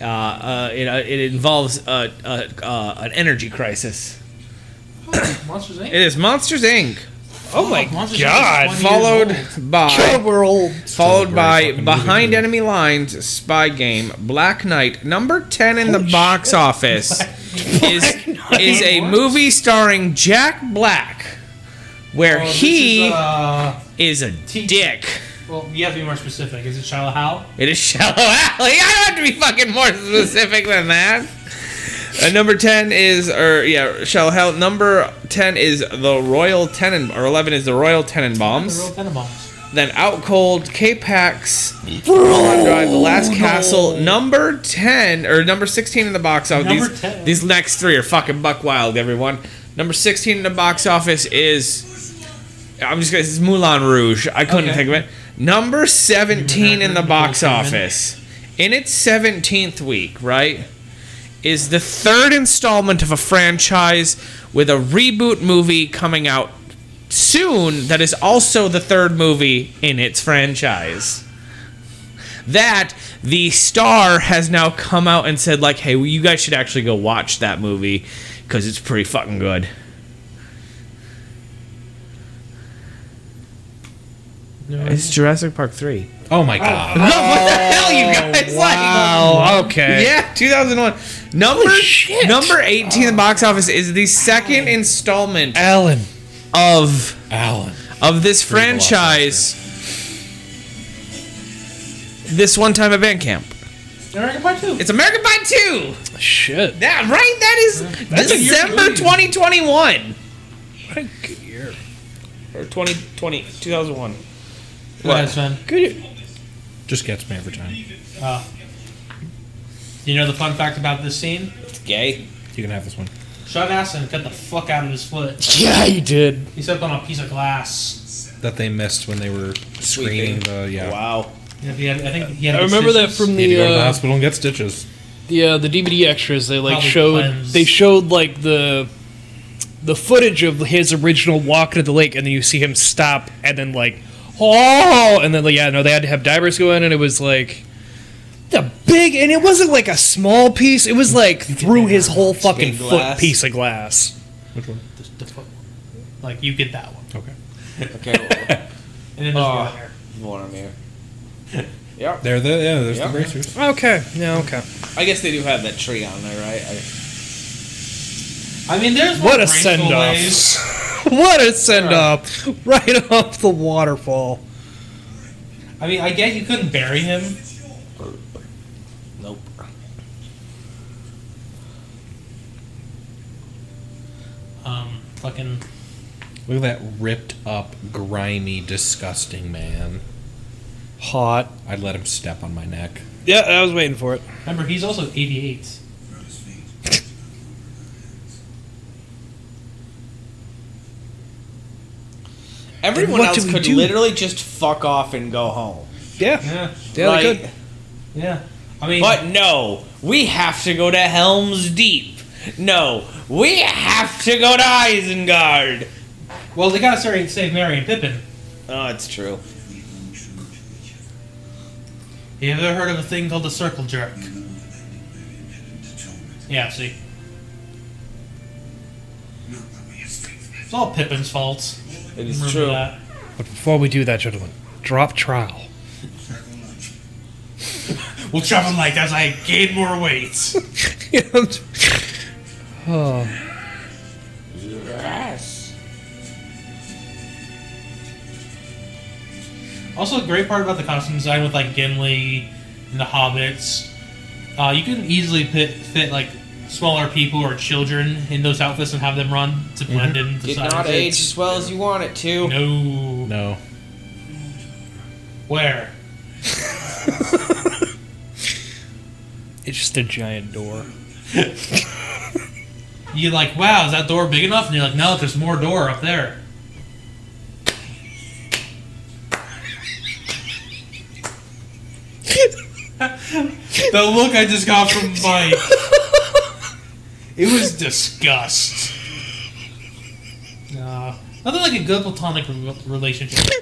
[SPEAKER 4] Uh, uh, it, uh, it involves uh uh uh an energy crisis.
[SPEAKER 3] Monsters Inc.
[SPEAKER 4] It is Monsters Inc.
[SPEAKER 3] Oh my Monsters
[SPEAKER 2] God.
[SPEAKER 3] Inc. is 20 years
[SPEAKER 4] Followed
[SPEAKER 3] old.
[SPEAKER 4] by
[SPEAKER 2] We're old.
[SPEAKER 4] followed by
[SPEAKER 5] fucking movie,
[SPEAKER 4] Behind
[SPEAKER 5] dude.
[SPEAKER 4] Enemy Lines, Spy Game, Black Knight. Number ten in the box
[SPEAKER 3] <laughs>
[SPEAKER 4] office is is a movie starring Jack Black, where
[SPEAKER 3] Well, Oh, this
[SPEAKER 4] he
[SPEAKER 3] Is, uh,
[SPEAKER 4] is a
[SPEAKER 3] teacher.
[SPEAKER 4] dick.
[SPEAKER 3] well, you have to be more specific. Is it Shiloh Howe?
[SPEAKER 4] It is Shallow <laughs> Alley. I don't have to be fucking more specific than that. Uh, number ten is, or yeah, Shallow Hell. Number ten is the Royal Tenen, or eleven is the Royal
[SPEAKER 3] The
[SPEAKER 4] Tenenbaums.
[SPEAKER 3] real Tenenbaums.
[SPEAKER 7] then Out Cold, K-Pax, Holland Drive, The Last Castle, number 10, or number 16 in the box office.
[SPEAKER 3] Number
[SPEAKER 7] Oh, these,
[SPEAKER 3] 10.
[SPEAKER 7] these next three are fucking buck wild, everyone. Number 16 in the box office is, I'm just going to, it's Moulin Rouge. I couldn't
[SPEAKER 3] Okay.
[SPEAKER 7] think of it. Number 17 in the
[SPEAKER 3] Nicole
[SPEAKER 7] box
[SPEAKER 3] Kidman.
[SPEAKER 7] office, in its 17th week, right? is the third installment of a franchise with a reboot movie coming out soon that is also the third movie in its franchise. That the star has now come out and said, like, hey, well, you guys should actually go watch that movie because it's pretty fucking good. It's Jurassic Park 3.
[SPEAKER 5] Oh my god.
[SPEAKER 7] <laughs> what the hell, you guys? Like,
[SPEAKER 2] Oh, okay.
[SPEAKER 7] yeah, 2001. Number number 18 in the box office is the second installment
[SPEAKER 2] Alan.
[SPEAKER 7] of
[SPEAKER 5] Alan.
[SPEAKER 7] of this franchise. This one time at Bandcamp.
[SPEAKER 3] American Pie 2.
[SPEAKER 7] It's American Pie 2.
[SPEAKER 2] Shit.
[SPEAKER 7] That right? That is
[SPEAKER 3] a year
[SPEAKER 7] December
[SPEAKER 3] early.
[SPEAKER 7] 2021
[SPEAKER 2] What a good year.
[SPEAKER 7] or 2020 2001.
[SPEAKER 3] Go ahead, Sven.
[SPEAKER 2] Good year.
[SPEAKER 5] Just gets me every time.
[SPEAKER 3] Uh, you know the fun fact about this scene?
[SPEAKER 7] It's gay.
[SPEAKER 5] You can have this one.
[SPEAKER 3] Sean Astin cut the fuck out of his foot.
[SPEAKER 2] Yeah, you did.
[SPEAKER 3] He stepped on a piece of glass.
[SPEAKER 5] That they missed when they were screening the yeah.
[SPEAKER 7] Wow.
[SPEAKER 3] And if he had- I think he had
[SPEAKER 2] I remember that from
[SPEAKER 5] Need to
[SPEAKER 2] the
[SPEAKER 5] go to the
[SPEAKER 2] uh,
[SPEAKER 5] hospital and get stitches.
[SPEAKER 2] the uh, the DVD extras. They like
[SPEAKER 3] Probably
[SPEAKER 2] showed
[SPEAKER 3] cleanse.
[SPEAKER 2] they showed like the the footage of his original walk into the lake, and then you see him stop, and then like oh, and then like, yeah, no, they had to have divers go in, and it was like. The big and it wasn't like a small piece. It was like through his whole fucking
[SPEAKER 7] Big
[SPEAKER 2] foot
[SPEAKER 7] glass.
[SPEAKER 2] piece of glass.
[SPEAKER 3] The, the foot one. Like, you get that one.
[SPEAKER 9] Okay,
[SPEAKER 3] And
[SPEAKER 7] <laughs>
[SPEAKER 3] then there's
[SPEAKER 9] Aw.
[SPEAKER 3] one there.
[SPEAKER 9] well, Boromir.
[SPEAKER 5] There the yeah, there's
[SPEAKER 9] Yeah.
[SPEAKER 5] the bracers.
[SPEAKER 2] Okay, yeah, okay.
[SPEAKER 9] I guess they do have that tree on there, right? I,
[SPEAKER 3] I mean, there's
[SPEAKER 2] What
[SPEAKER 3] one
[SPEAKER 2] a
[SPEAKER 3] graceful
[SPEAKER 2] send
[SPEAKER 3] ways.
[SPEAKER 2] off! <laughs> what a send off! Right off the waterfall.
[SPEAKER 3] I mean, I get you couldn't bury him.
[SPEAKER 9] nope.
[SPEAKER 3] Um, fucking.
[SPEAKER 5] Look at that ripped up, grimy, disgusting man.
[SPEAKER 2] Hot.
[SPEAKER 5] I'd let him step on my neck.
[SPEAKER 2] Yeah, I was waiting for it.
[SPEAKER 3] Remember, he's also 88.
[SPEAKER 9] Everyone
[SPEAKER 2] what
[SPEAKER 9] else
[SPEAKER 2] do we
[SPEAKER 9] could
[SPEAKER 2] do?
[SPEAKER 9] literally just fuck off and go home.
[SPEAKER 2] Yeah,
[SPEAKER 3] Yeah.
[SPEAKER 2] yeah,
[SPEAKER 9] Like,
[SPEAKER 2] they could.
[SPEAKER 3] Yeah. I mean,
[SPEAKER 9] But no, we have to go to Helm's Deep. No, we have to go to Isengard.
[SPEAKER 3] well, they gotta start save Mary and Pippin.
[SPEAKER 9] Oh, it's true.
[SPEAKER 3] You ever heard of a thing called the circle jerk? Yeah, see. It's all Pippin's fault.
[SPEAKER 9] It is
[SPEAKER 3] Remember
[SPEAKER 9] true.
[SPEAKER 3] that.
[SPEAKER 2] But before we do that, gentlemen, drop trial.
[SPEAKER 3] We'll travel like as I gain more weight.
[SPEAKER 2] oh,
[SPEAKER 3] also, a great part about the costume design with like Gimli and the hobbits, uh, you can easily fit, fit like smaller people or children in those outfits and have them run to blend in. to
[SPEAKER 9] Did
[SPEAKER 3] size.
[SPEAKER 9] not age
[SPEAKER 3] It's-
[SPEAKER 9] as well as you want it to.
[SPEAKER 3] No.
[SPEAKER 5] No.
[SPEAKER 3] Where?
[SPEAKER 2] it's just a giant door.
[SPEAKER 3] You're like, wow, is that door big enough? And you're like, no, there's more door up there. the look I just got from Mike. it was disgust. Nah. nothing like a good platonic re- relationship.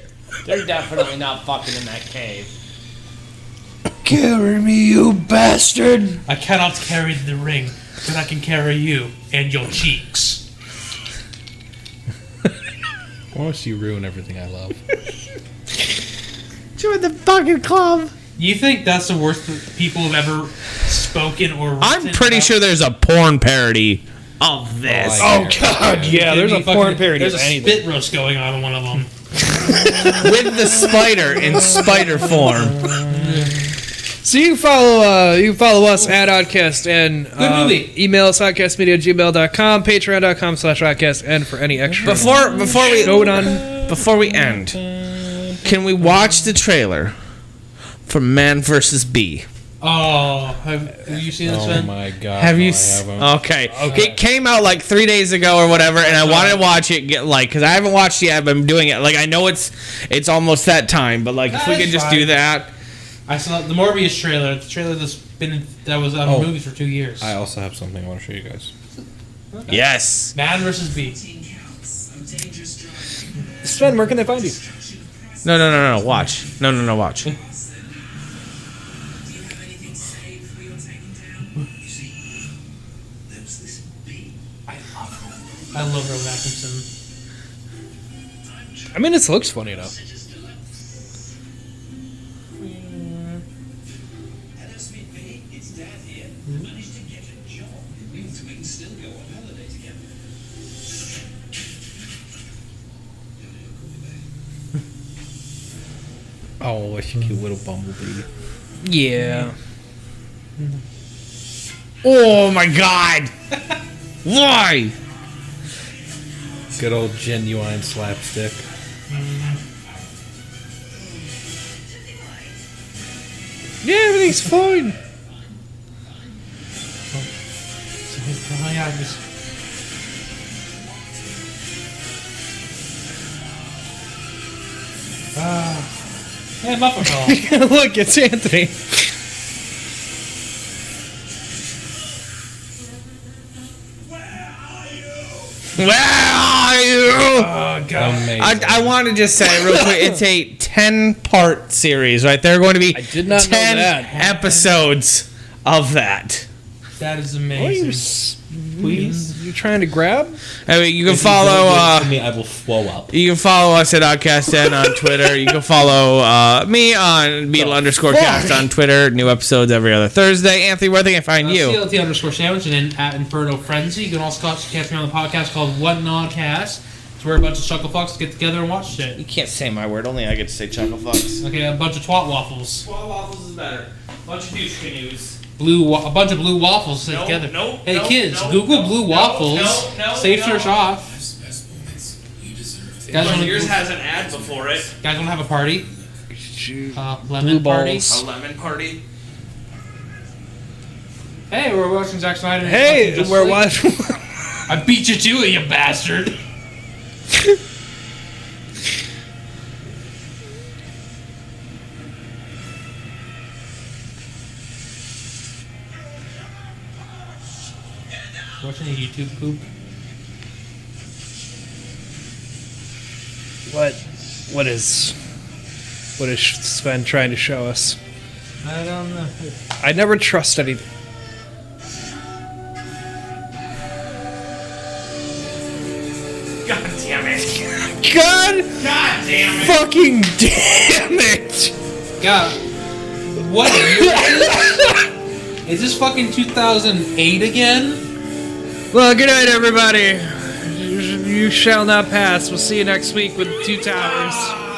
[SPEAKER 9] They're definitely not fucking in that cave.
[SPEAKER 2] Carry me, you bastard!
[SPEAKER 3] I cannot carry the ring, but I can carry you and your cheeks.
[SPEAKER 5] Why must you ruin everything I love?
[SPEAKER 4] Join the fucking club.
[SPEAKER 3] You think that's the worst that people have ever spoken or written
[SPEAKER 4] I'm pretty
[SPEAKER 3] about?
[SPEAKER 4] sure there's a porn parody of this.
[SPEAKER 2] Oh god, yeah, there's a
[SPEAKER 3] Maybe
[SPEAKER 2] porn
[SPEAKER 3] fucking-
[SPEAKER 2] parody
[SPEAKER 3] There's
[SPEAKER 2] of
[SPEAKER 3] a
[SPEAKER 2] anything.
[SPEAKER 3] spit roast going on in one of them.
[SPEAKER 4] with the spider in spider form.
[SPEAKER 2] So you can follow uh, you can follow us at Oddcast and uh,
[SPEAKER 3] movie.
[SPEAKER 2] email us oddcastmedia gmail.com, patreon.com slash oddcast and for any extra
[SPEAKER 7] Before before we
[SPEAKER 2] Showdown.
[SPEAKER 7] before we end,
[SPEAKER 4] Can we watch the trailer for Man vs. Bee?
[SPEAKER 3] <laughs> Oh, have, have you seen this one?
[SPEAKER 5] Oh, my god.
[SPEAKER 4] Have you?
[SPEAKER 5] no, I
[SPEAKER 4] s-
[SPEAKER 5] haven't.
[SPEAKER 4] okay. It came out like three days ago or whatever, and I wanted to watch it. Get like, cause I haven't watched it yet. But I'm doing it. Like, I know it's it's almost that time, but like, if we
[SPEAKER 3] That's
[SPEAKER 4] could just
[SPEAKER 3] fine.
[SPEAKER 4] do that.
[SPEAKER 3] I saw the Morbius trailer. The trailer that's been that was on
[SPEAKER 5] Oh.
[SPEAKER 3] movies for two years.
[SPEAKER 5] I also have something I want to show you guys.
[SPEAKER 4] Yes.
[SPEAKER 3] Man versus Bee.
[SPEAKER 2] Sven, where can they find you?
[SPEAKER 4] No, no, no, no. Watch. No, no, no. Watch.
[SPEAKER 10] Do you have anything safe we were taking down? You see, there was this bee.
[SPEAKER 3] I love Rowan Atkinson.
[SPEAKER 2] I mean, this looks funny though.
[SPEAKER 10] Hello, Sweet Bee. It's Dad here. Managed to get a job. It means we can still go on holiday together.
[SPEAKER 5] Oh, what a cute little bumblebee.
[SPEAKER 2] Yeah. Mm-hmm.
[SPEAKER 4] Oh my God. <laughs> Why?
[SPEAKER 5] Good old genuine slapstick.
[SPEAKER 2] Yeah, everything's fine.
[SPEAKER 3] Oh yeah, I just Ah. Hey, Muppet <laughs> Doll.
[SPEAKER 2] Look, it's Anthony.
[SPEAKER 4] Where are you?
[SPEAKER 5] Amazing.
[SPEAKER 4] I, I want to just say real quick, it's a ten-part series, right? There are going to be
[SPEAKER 2] I did not know
[SPEAKER 4] ten
[SPEAKER 2] that.
[SPEAKER 4] episodes of that.
[SPEAKER 3] that is
[SPEAKER 2] What are you,
[SPEAKER 3] amazing.
[SPEAKER 2] s- you trying to grab?
[SPEAKER 4] I mean, you can
[SPEAKER 5] If you don't
[SPEAKER 4] follow.
[SPEAKER 5] give it
[SPEAKER 4] Uh,
[SPEAKER 5] to me, I will flow up.
[SPEAKER 4] you can follow us at OddcastN on Twitter. You can follow uh, me on Beetle underscore Cast on Twitter. New episodes every other Thursday. Anthony, where they can find
[SPEAKER 3] Uh,
[SPEAKER 4] you?
[SPEAKER 3] CLT underscore sandwich and then at Inferno Frenzy. You can also catch catch me on the podcast called What Not Cast. It's where a bunch of chuckle fucks get together and watch shit.
[SPEAKER 7] You can't say my word. Only I get to say chuckle fucks.
[SPEAKER 3] Okay, a bunch of twat waffles.
[SPEAKER 7] Twat waffles is better. Bunch of douche canoes.
[SPEAKER 3] Blue, wa- a bunch of blue waffles sit
[SPEAKER 7] No,
[SPEAKER 3] together.
[SPEAKER 7] no,
[SPEAKER 3] hey
[SPEAKER 7] no,
[SPEAKER 3] kids,
[SPEAKER 7] no,
[SPEAKER 3] Google
[SPEAKER 7] no,
[SPEAKER 3] blue
[SPEAKER 7] no,
[SPEAKER 3] waffles.
[SPEAKER 7] no, no,
[SPEAKER 3] Safe
[SPEAKER 7] no.
[SPEAKER 3] search off.
[SPEAKER 8] Best moments. You deserve to.
[SPEAKER 3] Guys wanna,
[SPEAKER 7] yours has an ad before it.
[SPEAKER 3] guys wanna have a party? Uh, lemon
[SPEAKER 2] Blue
[SPEAKER 3] party.
[SPEAKER 2] balls.
[SPEAKER 7] A lemon party.
[SPEAKER 3] Hey, we're watching Zack Snyder. and fucking
[SPEAKER 2] Hey,
[SPEAKER 3] Justice
[SPEAKER 2] we're
[SPEAKER 3] League.
[SPEAKER 2] watching.
[SPEAKER 3] <laughs> I beat you to it, you bastard. Watching a YouTube poop.
[SPEAKER 2] what? What is? What is Sven trying to show us?
[SPEAKER 3] I don't know.
[SPEAKER 2] I never trust anything.
[SPEAKER 7] God damn it.
[SPEAKER 2] God
[SPEAKER 7] God damn
[SPEAKER 2] fucking damn it!
[SPEAKER 3] God, what year is
[SPEAKER 2] <laughs>
[SPEAKER 3] this? Is this fucking 2008 again?
[SPEAKER 2] Well, good night, everybody. You shall not pass. We'll see you next week with Two Towers.